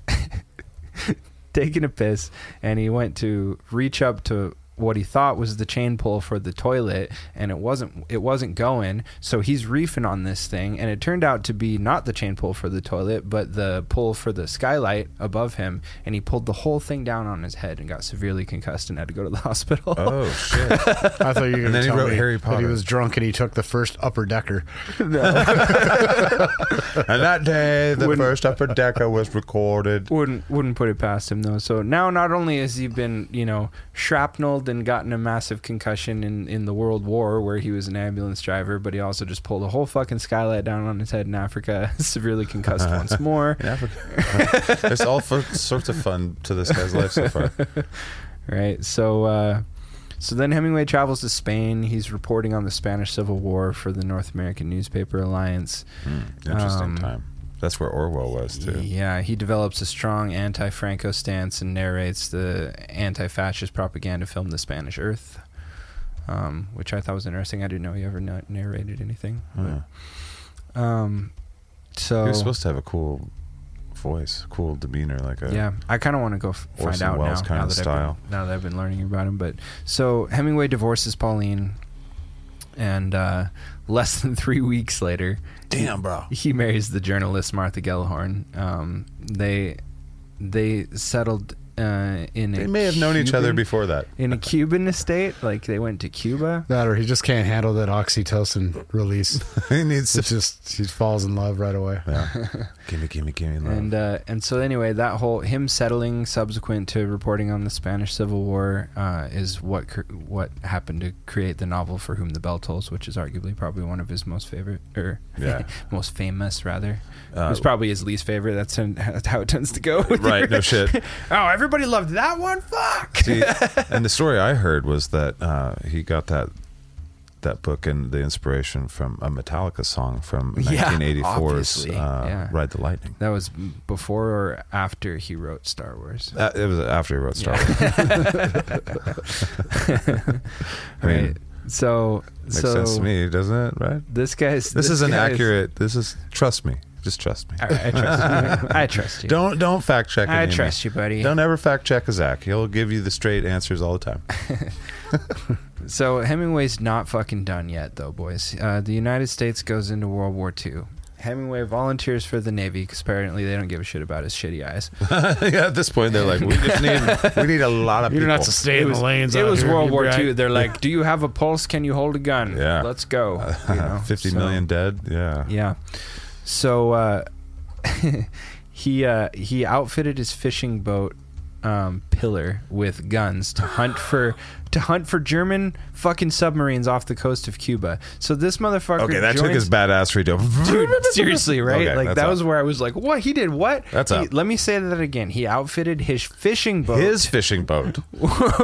S2: taking a piss and he went to reach up to what he thought was the chain pull for the toilet and it wasn't it wasn't going so he's reefing on this thing and it turned out to be not the chain pull for the toilet but the pull for the skylight above him and he pulled the whole thing down on his head and got severely concussed and had to go to the hospital
S3: Oh shit!
S4: I thought you were
S3: then
S4: going to
S3: he
S4: tell
S3: wrote
S4: me
S3: Harry
S4: that he
S3: Potter.
S4: was drunk and he took the first upper decker.
S3: and that day, the first upper decker was recorded.
S2: wouldn't wouldn't put it past him though. So now not only has he been you know shrapnelled and gotten a massive concussion in in the World War where he was an ambulance driver, but he also just pulled a whole fucking skylight down on his head in Africa, severely concussed once more.
S3: In Africa. There's all f- sorts of fun to this guy's life so far.
S2: Right. So uh, so then Hemingway travels to Spain. He's reporting on the Spanish Civil War for the North American Newspaper Alliance.
S3: Hmm, Interesting
S2: Um,
S3: time. That's where Orwell was too.
S2: Yeah, he develops a strong anti-Franco stance and narrates the anti-fascist propaganda film *The Spanish Earth*, um, which I thought was interesting. I didn't know he ever na- narrated anything.
S3: Yeah.
S2: But, um, so
S3: He was supposed to have a cool voice, cool demeanor, like a
S2: yeah, I kind of want to go f- find
S3: Orson
S2: out
S3: Welles
S2: now.
S3: kind
S2: now
S3: of
S2: that I've
S3: style.
S2: been, now that I've been learning about him, but so Hemingway divorces Pauline, and uh, less than three weeks later,
S3: damn bro.
S2: he marries the journalist Martha Gellhorn. Um, they they settled uh, in.
S3: They
S2: a
S3: may have known each other
S2: Cuban-
S3: before that.
S2: in a Cuban estate. Like they went to Cuba.
S4: That or he just can't handle that oxytocin release.
S3: he needs
S4: It's
S3: to.
S4: just he falls in love right away.
S3: Yeah. gimme, gimme, gimme love.
S2: And uh, and so anyway, that whole him settling subsequent to reporting on the Spanish Civil War uh, is what cr- what happened to create the novel for whom the bell tolls, which is arguably probably one of his most favorite or
S3: Yeah.
S2: most famous rather.
S3: Uh,
S2: it's probably his least favorite. That's how it tends to go. with
S3: Right,
S2: the-
S3: no shit.
S2: oh, everybody loved that one. Fuck.
S3: See, and the story I heard was that uh, he got that that book and the inspiration from a Metallica song from
S2: Yeah,
S3: 1984's
S2: obviously,
S3: uh,
S2: yeah.
S3: "Ride the Lightning."
S2: That was before or after he wrote Star Wars.
S3: Uh, it was after he wrote Star Wars. I mean,
S2: Right. So
S3: makes
S2: so
S3: sense to me, doesn't it? Right?
S2: this guy's
S3: This, is an
S2: guy's-
S3: accurate. This is trust me. Just trust me.
S2: All right, I trust you. I trust you.
S3: Don't don't fact check.
S2: I
S3: any of me.
S2: trust you, buddy.
S3: Don't ever fact check a Zach. He'll give you the straight answers all the time.
S2: So Hemingway's not fucking done yet, though, boys. Uh, the United States goes into World War II. Hemingway volunteers for the Navy because apparently they don't give a shit about his shitty eyes.
S3: yeah, at this point, they're like, we just need we need a lot of
S4: You don't
S3: people.
S4: have to stay in the lanes.
S2: it
S4: out
S2: was
S4: here,
S2: World
S4: you
S2: War
S4: brat.
S2: II. They're like, "Do you have a pulse? Can you hold a gun?
S3: Yeah.
S2: let's go." You know?
S3: Uh, Fifty
S2: So-
S3: million dead. Yeah.
S2: Yeah. So uh, he uh, he outfitted his fishing boat um, pillar with guns to hunt for to hunt for German fucking submarines off the coast of Cuba. So this motherfucker.
S3: Okay, that took
S2: joins-
S3: his badassery to.
S2: Dude, seriously, right?
S3: Okay,
S2: like
S3: that's
S2: that
S3: up.
S2: was where I was like, "What? He did what?"
S3: That's
S2: he,
S3: up.
S2: Let me say that again. He outfitted his fishing boat
S3: His fishing boat.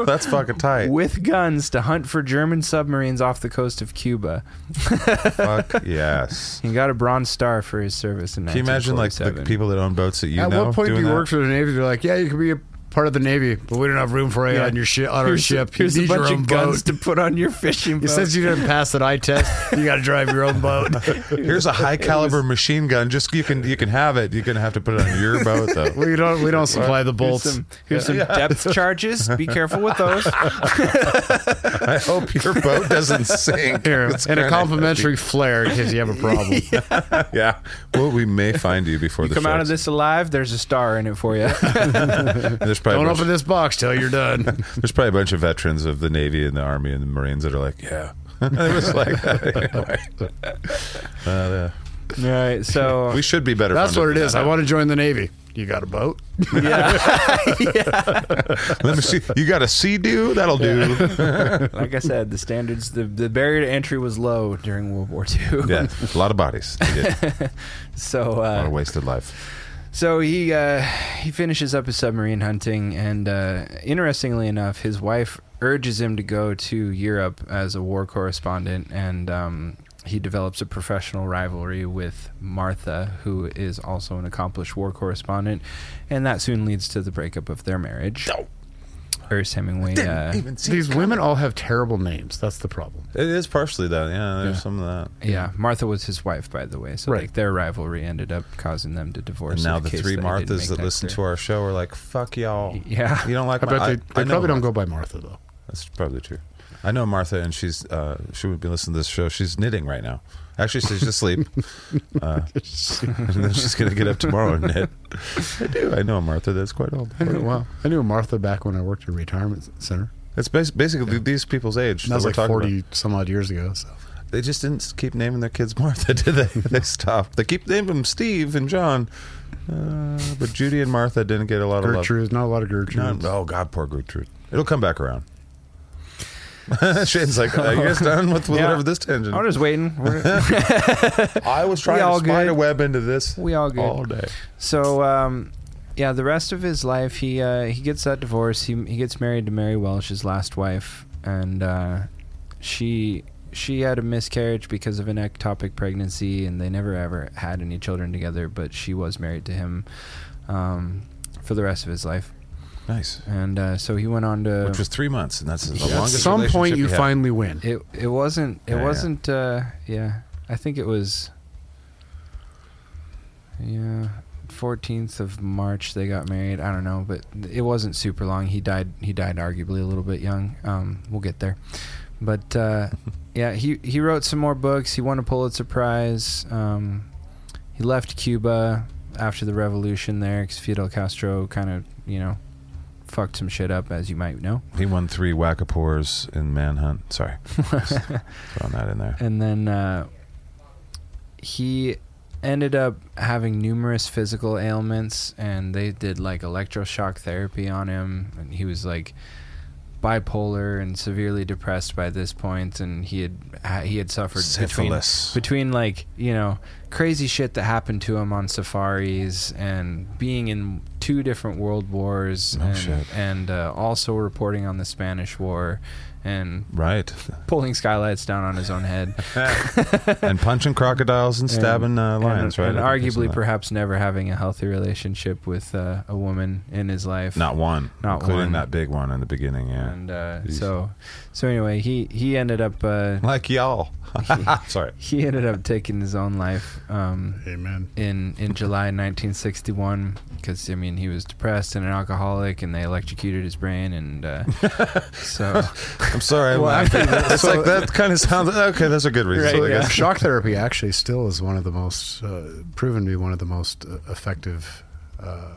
S3: That's fucking tight.
S2: with guns to hunt for German submarines off the coast of Cuba.
S3: Fuck yes.
S2: He got a Bronze Star for his service in
S3: Can you imagine like the
S2: 1947.
S3: people that own boats that you
S4: At
S3: know?
S4: what point do
S3: doing
S4: you
S3: that?
S4: work for the Navy? They're like, yeah, you can be a part of the Navy, but we don't have room for you
S2: Yeah.
S4: on your ship. On our
S2: here's,
S4: ship,
S2: here's a
S4: you need
S2: bunch
S4: your own
S2: of
S4: boat.
S2: guns to put on your fishing boat.
S4: Since you didn't pass that eye test, you got to drive your own boat.
S3: Here's a high caliber machine gun. Just you can you can have it. You're gonna have to put it on your boat though.
S4: We don't. We don't supply the
S2: Here's
S4: bolts.
S2: some, here's some depth charges. Be careful with those.
S3: I hope your boat doesn't sink.
S4: Here,
S3: It's
S4: and a
S3: kinda
S4: complimentary flare in case you have a problem.
S3: heavy. Yeah. Well, we may find you before
S2: You
S3: the
S2: come out of
S3: sharks.
S2: this alive. There's a star in it for you.
S3: There's probably
S4: Don't
S3: a bunch,
S4: open this box till you're done.
S3: There's probably a bunch of veterans of the Navy and the Army and the Marines that are like, yeah. it was like that. Uh,
S2: All right. So
S3: we should be better.
S4: That's what
S3: funded
S4: it
S3: than
S4: is.
S3: that.
S4: I want to join the Navy. You got a boat?
S3: Let me see. You got a sea do? That'll do.
S2: like I said, the standards, the, the barrier to entry was low during World War II.
S3: Yeah, a lot of bodies. They did. A
S2: So,
S3: lot of
S2: uh,
S3: wasted life.
S2: so he uh, he finishes up his submarine hunting, and uh, interestingly enough, his wife urges him to go to Europe as a war correspondent, and um, he develops a professional rivalry with Martha, who is also an accomplished war correspondent, and that soon leads to the breakup of their marriage. Ernest Hemingway. uh,
S4: These women all have terrible names. That's the problem.
S3: It is partially that. Yeah, there's
S4: Yeah.
S3: some of that.
S2: yeah, Martha was his wife, by the way. So
S4: Right.
S2: like their rivalry ended up causing them to divorce.
S3: And now
S2: in
S3: the
S2: case
S3: three
S2: that I didn't
S3: Marthas
S2: make
S3: that listen to
S2: clear.
S3: our show are like, "Fuck y'all."
S2: Yeah.
S3: you don't like.
S4: I
S3: my-
S4: bet they, they
S3: I know
S4: probably
S3: Martha.
S4: don't go by Martha though.
S3: That's probably true. I know Martha, and she's uh, she would be listening to this show. She's knitting right now. Actually, she's asleep, uh, and then she's gonna get up tomorrow and knit. I do. I know Martha. That's quite old.
S4: I knew, wow, I knew Martha back when I worked at a retirement center.
S3: It's bas- basically these people's age.
S4: And that was
S3: we're
S4: like
S3: talking about.
S4: forty some odd years ago. So
S3: They just didn't keep naming their kids Martha, did they? they stopped. They keep naming them Steve and John, uh, but Judy and Martha didn't get a lot of love.
S4: Gertrude, not a lot of Gertrude.
S3: No, oh God, poor Gertrude. It'll come back around. Shane's like, are you guys done with
S2: Yeah.
S3: whatever this tangent?
S2: I'm just waiting. We're-
S3: I was trying
S2: We all
S3: to spider
S2: good.
S3: web into this
S2: we all good.
S3: all day.
S2: So, um, yeah, the rest of his life, he uh, he gets that divorce. He he gets married to Mary Welsh, his last wife, and uh, she she had a miscarriage because of an ectopic pregnancy, and they never ever had any children together. But she was married to him um, for the rest of his life,
S3: Nice.
S2: and uh, so he went on to.
S3: Which was three months, and that's the
S4: At
S3: longest.
S4: some point,
S3: relationship
S4: you
S3: he had.
S4: finally win.
S2: it it wasn't it
S3: Yeah, yeah.
S2: wasn't uh, yeah I think it was yeah 14th of March they got married I don't know but it wasn't super long he died he died arguably a little bit young um, we'll get there but uh, yeah he he wrote some more books he won a Pulitzer Prize um, he left Cuba after the revolution there because Fidel Castro kind of you know fucked some shit up as you might know
S3: He won three Wackapores in Manhunt. Sorry, Just throwing that in there.
S2: and then uh, he ended up having numerous physical ailments and they did like electroshock therapy on him and he was like bipolar and severely depressed by this point and he had ha- he had suffered between
S3: Syphilis.
S2: between like you know crazy shit that happened to him on safaris and being in two different world wars
S3: No
S2: and,
S3: shit.
S2: and uh, also reporting on the spanish war and
S3: Right,
S2: pulling skylights down on his own head
S3: and punching crocodiles and stabbing uh, lions.
S2: and,
S3: right,
S2: and
S3: I think that's
S2: arguably
S3: in that.
S2: perhaps never having a healthy relationship with uh, a woman in his life.
S3: not one,
S2: Not
S3: including
S2: one.
S3: that big one in the beginning. Yeah,
S2: And uh,
S3: Jeez.
S2: so, so anyway, he he ended up uh,
S3: like y'all. Sorry.
S2: he ended up taking his own life um,
S4: Amen.
S2: in in July 1961 because I mean he was depressed and an alcoholic, and they electrocuted his brain, and uh, so
S3: I'm sorry.
S4: Well,
S3: I'm-
S4: actually,
S3: it's
S4: so-
S3: like that kind of sounds. Okay, that's a good reason.
S2: Right,
S3: I
S2: yeah.
S3: guess.
S4: Shock therapy actually still is one of the most uh, proven to be one of the most uh, effective uh,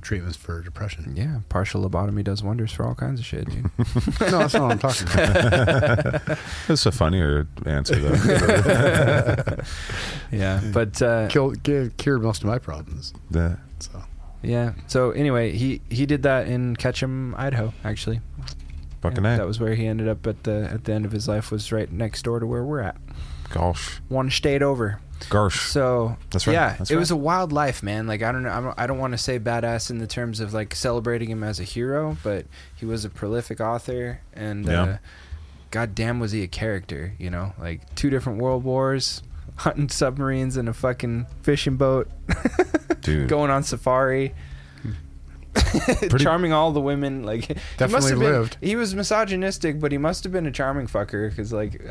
S4: treatments for depression.
S2: yeah, partial lobotomy does wonders for all kinds of shit, dude.
S4: no, that's not what I'm talking about.
S3: That's a funnier answer though.
S2: yeah, but uh,
S4: Kill, give, cured most of my problems.
S3: The-
S4: So
S2: yeah. So anyway, he he did that in Ketchum, Idaho, actually.
S3: fucking
S2: Yeah,
S3: A.
S2: That was where he ended up at the at the end of his life was right next door to where we're at.
S3: Gosh,
S2: One state over.
S3: gosh.
S2: So
S3: That's right,
S2: Yeah,
S3: that's
S2: it
S3: right.
S2: was a wild life, man. Like I don't know, I don't, I don't want to say badass in the terms of like celebrating him as a hero, but he was a prolific author, and
S3: Yeah.
S2: uh, goddamn was he a character. You know, like two different world wars, hunting submarines in a fucking fishing boat,
S3: Dude.
S2: going on safari. charming all the women like he must
S4: Definitely
S2: have been-
S4: lived.
S2: he was misogynistic but he must have been a charming fucker because like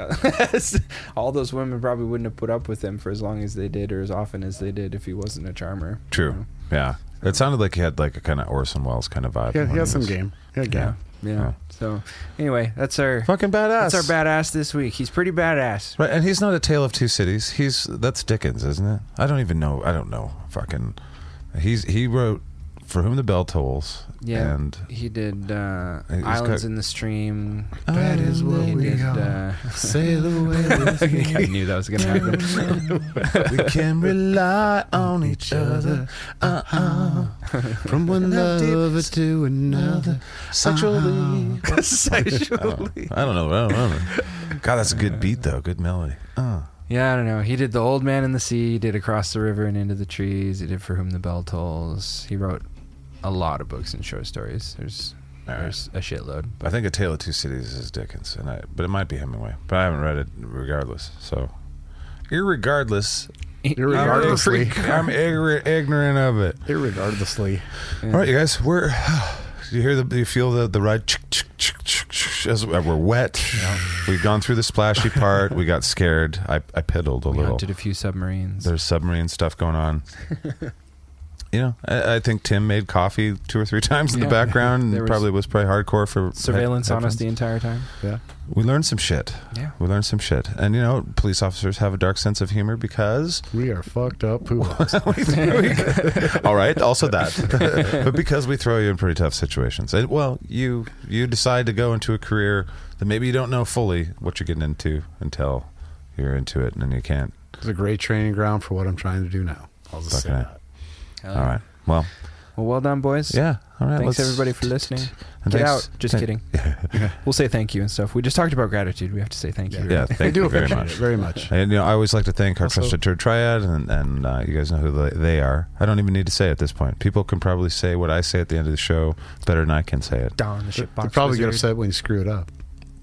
S2: all those women probably wouldn't have put up with him for as long as they did or as often as they did if he wasn't a charmer
S3: True. Yeah. It sounded like he had like a kind of Orson Welles kind of vibe.
S4: he had,
S3: when
S4: he had some
S3: was-
S4: game. He had game.
S3: Yeah.
S2: yeah,
S3: Yeah.
S2: so anyway that's our
S3: Fucking badass.
S2: that's our badass this week he's pretty badass
S3: Right, and he's not a tale of two cities. He's that's Dickens, isn't it? I don't even know. I don't know. Fucking, he's he wrote "For Whom the Bell Tolls."
S2: yeah
S3: and
S2: he did uh
S3: He's got-
S2: islands in the stream
S4: That is what
S2: he
S4: we
S2: did
S4: are.
S2: uh
S4: Sail away with me.
S2: I knew that was gonna happen.
S3: we can rely on each other. Uh uh
S4: From one lover to another.
S3: Sexually. Uh-huh. I don't,
S2: Sexually.
S3: know. I don't know. I don't know. God, that's a good beat though. Good melody. Uh.
S2: Yeah, I don't know. He did The Old Man in the Sea, he did Across the River and Into the Trees, he did For Whom the Bell Tolls. He wrote a lot of books and short stories. There's or s- a shitload.
S3: I think A Tale of Two Cities is Dickens, and I, but it might be Hemingway. But I haven't read it regardless. So, irregardless,
S4: Irregardlessly.
S3: I'm ignorant, ignorant of it.
S4: Irregardlessly.
S3: All right, you guys, we're. Do you hear the? Do you feel the the ride? Ch- ch- ch- ch- ch- As uh, we're wet, we've gone through the splashy part. We got scared. I I piddled a
S2: We
S3: little.
S2: hunted a few submarines.
S3: There's submarine stuff going on. you know, I, I think Tim made coffee two or three times in
S2: Yeah.
S3: the background.
S2: There was
S3: probably was probably hardcore for
S2: Surveillance
S3: head-
S2: on us the
S3: headphones.
S2: entire time.
S4: Yeah.
S3: We learned some shit.
S2: Yeah.
S3: We learned some shit, and you know, police officers have a dark sense of humor because
S4: We are fucked up. Who
S3: All right, also that. but because we throw you in pretty tough situations. And, well, you you decide to go into a career that maybe you don't know fully what you're getting into until you're into it and then you can't.
S4: It's a great training ground for what I'm trying to do now. I'll just say
S3: Fucking
S4: that.
S2: Hell
S3: All
S2: yeah.
S3: right. Well,
S2: Well, well done, boys.
S3: yeah. All right.
S2: Uh, Thanks
S3: let's-
S2: everybody for listening.
S3: and
S2: Get
S3: thanks-
S2: out. Just
S3: thank-
S2: kidding. We'll say thank you and stuff. We just talked about gratitude. We have to say thank you.
S3: Yeah,
S4: I
S3: thank
S4: do
S3: you very
S4: appreciate
S3: much.
S4: it very much.
S3: And you know, I always like to thank our
S2: Also-
S3: trusted turd triad, and, and uh, you guys know who they- they are. I don't even need to say at this point. People can probably say what I say at the end of the show better than I can say it.
S2: Down the shit
S4: You
S2: box.
S4: probably get
S2: wizard.
S4: upset when you screw it up.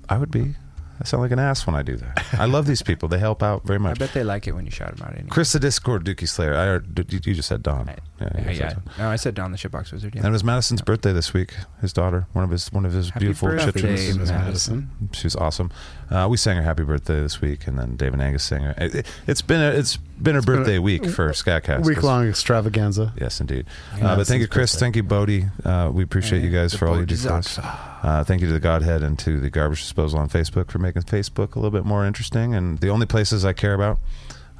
S3: I would be. I sound like an ass when I do that. I love these people. They help out very
S2: I
S3: much.
S2: bet they like it when you shout them out. Anyway.
S3: Chris the Discord Dookie Slayer. I heard, did- you you just said Don.
S2: I-
S3: you
S2: yeah,
S3: said
S2: yeah.
S3: Don.
S2: No, I said down the shit box wizard.
S3: And
S2: Yeah.
S3: it was Madison's birthday this week. His daughter, one of his one of his
S2: Happy
S3: beautiful
S2: birthday.
S3: chitrons.
S2: Hey,
S4: Miss
S2: Madison.
S4: Madison.
S3: She was awesome. Uh, we sang her happy birthday this week, and then Dave and Angus sang her. It, has been a, it's been a birthday week for Scatcast.
S4: Week long extravaganza.
S3: Yes, indeod.
S2: Yeah,
S3: uh, but
S4: that's
S3: thank you,
S4: his
S3: Chris.
S4: birthday.
S3: Thank you, Bodie. Uh, we appreciate you guys
S2: The
S3: for all you do
S2: Bodhi's
S3: for us.
S2: ox.
S3: Uh, thank you to the Godhead and to the Garbage Disposal on Facebook for making Facebook a little bit more interesting and the only places I care about.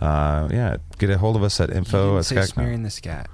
S3: Uh, yeah, get a hold of us at info
S2: you
S3: at
S2: didn't say
S3: Skype.
S2: smearing the scat.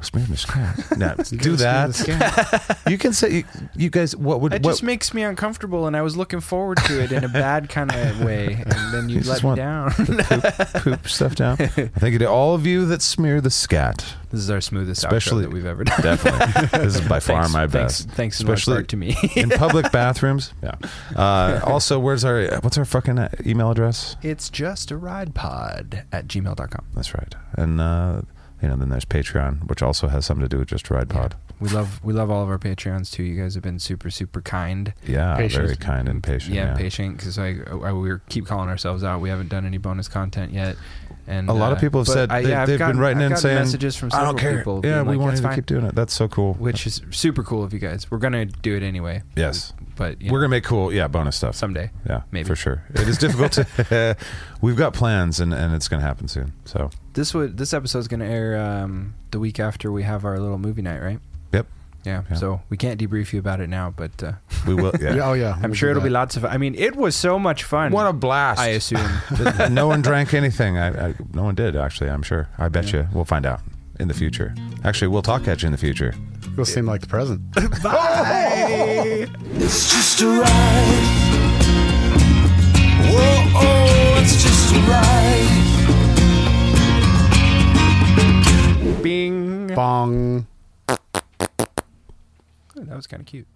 S3: Smear the scat. No,
S4: You
S3: do
S4: gotta
S3: that.
S4: screw this guy.
S3: You can say you, you guys. What would
S2: It
S3: what?
S2: just makes me uncomfortable, and I was looking forward to it in a bad kind of way, and then you
S3: You just
S2: let me
S3: want-
S2: down.
S3: the poop, poop stuff down. Thank you to all of you that smear the scat.
S2: this is our smoothest
S3: Especially-
S2: outro that we've ever done.
S3: Definitely, this is by far
S2: Thanks-
S3: my
S2: thanks-
S3: best.
S2: Thanks, in large
S3: Especially-
S2: part to me.
S3: in public bathrooms. Yeah. Uh, also, where's our what's our fucking uh, email address?
S2: it's just a ride pod at gmail.com.
S3: That's right. And uh, you know, then there's Patreon, which also has something to do with just Ride Pod.
S2: We love we love all of our Patreons too. You guys have been super super kind.
S3: Yeah,
S4: Patient.
S3: very kind and patient.
S2: yeah,
S3: Yeah,
S2: patient because I, I we keep calling ourselves out. We haven't done any bonus content yet, and
S3: A lot of
S2: uh,
S3: people have
S2: but
S3: said
S2: I,
S3: they,
S2: yeah, I've
S3: they've
S2: gotten-
S3: been writing
S2: I've
S3: in
S2: gotten
S3: saying
S2: messages from
S3: I
S2: several
S3: don't care.
S2: people.
S3: yeah,
S2: being
S3: we
S2: like,
S3: want
S2: "That's
S3: you to
S2: fine,"
S3: keep doing it. That's so cool.
S2: which is super cool of you guys. We're gonna do it anyway.
S3: yes,
S2: but you
S3: we're
S2: know,
S3: gonna make cool. Yeah, bonus stuff.
S2: someday.
S3: yeah,
S2: maybe.
S3: for sure. It is difficult to. we've got plans, and, and it's gonna happen soon. So
S2: This would this episode's gonna air um, the week after we have our little movie night, right?
S3: Yep.
S2: Yeah,
S3: Yeah.
S2: so we can't debrief you about it now, but uh,
S3: we will. Yeah.
S4: Yeah, oh yeah.
S2: I'm sure it'll be lots of. I mean, it was so much fun.
S3: What a blast!
S2: I assume.
S3: no one drank anything. I, I, no one did, actually, I'm sure. I bet
S2: Yeah.
S3: you. We'll find out in the future. Actually, we'll talk at you in the future.
S4: It'll seem like the present.
S1: It's just a ride. Whoa, oh, it's just a ride.
S2: Bing.
S4: Bong.
S2: That was kind of cute.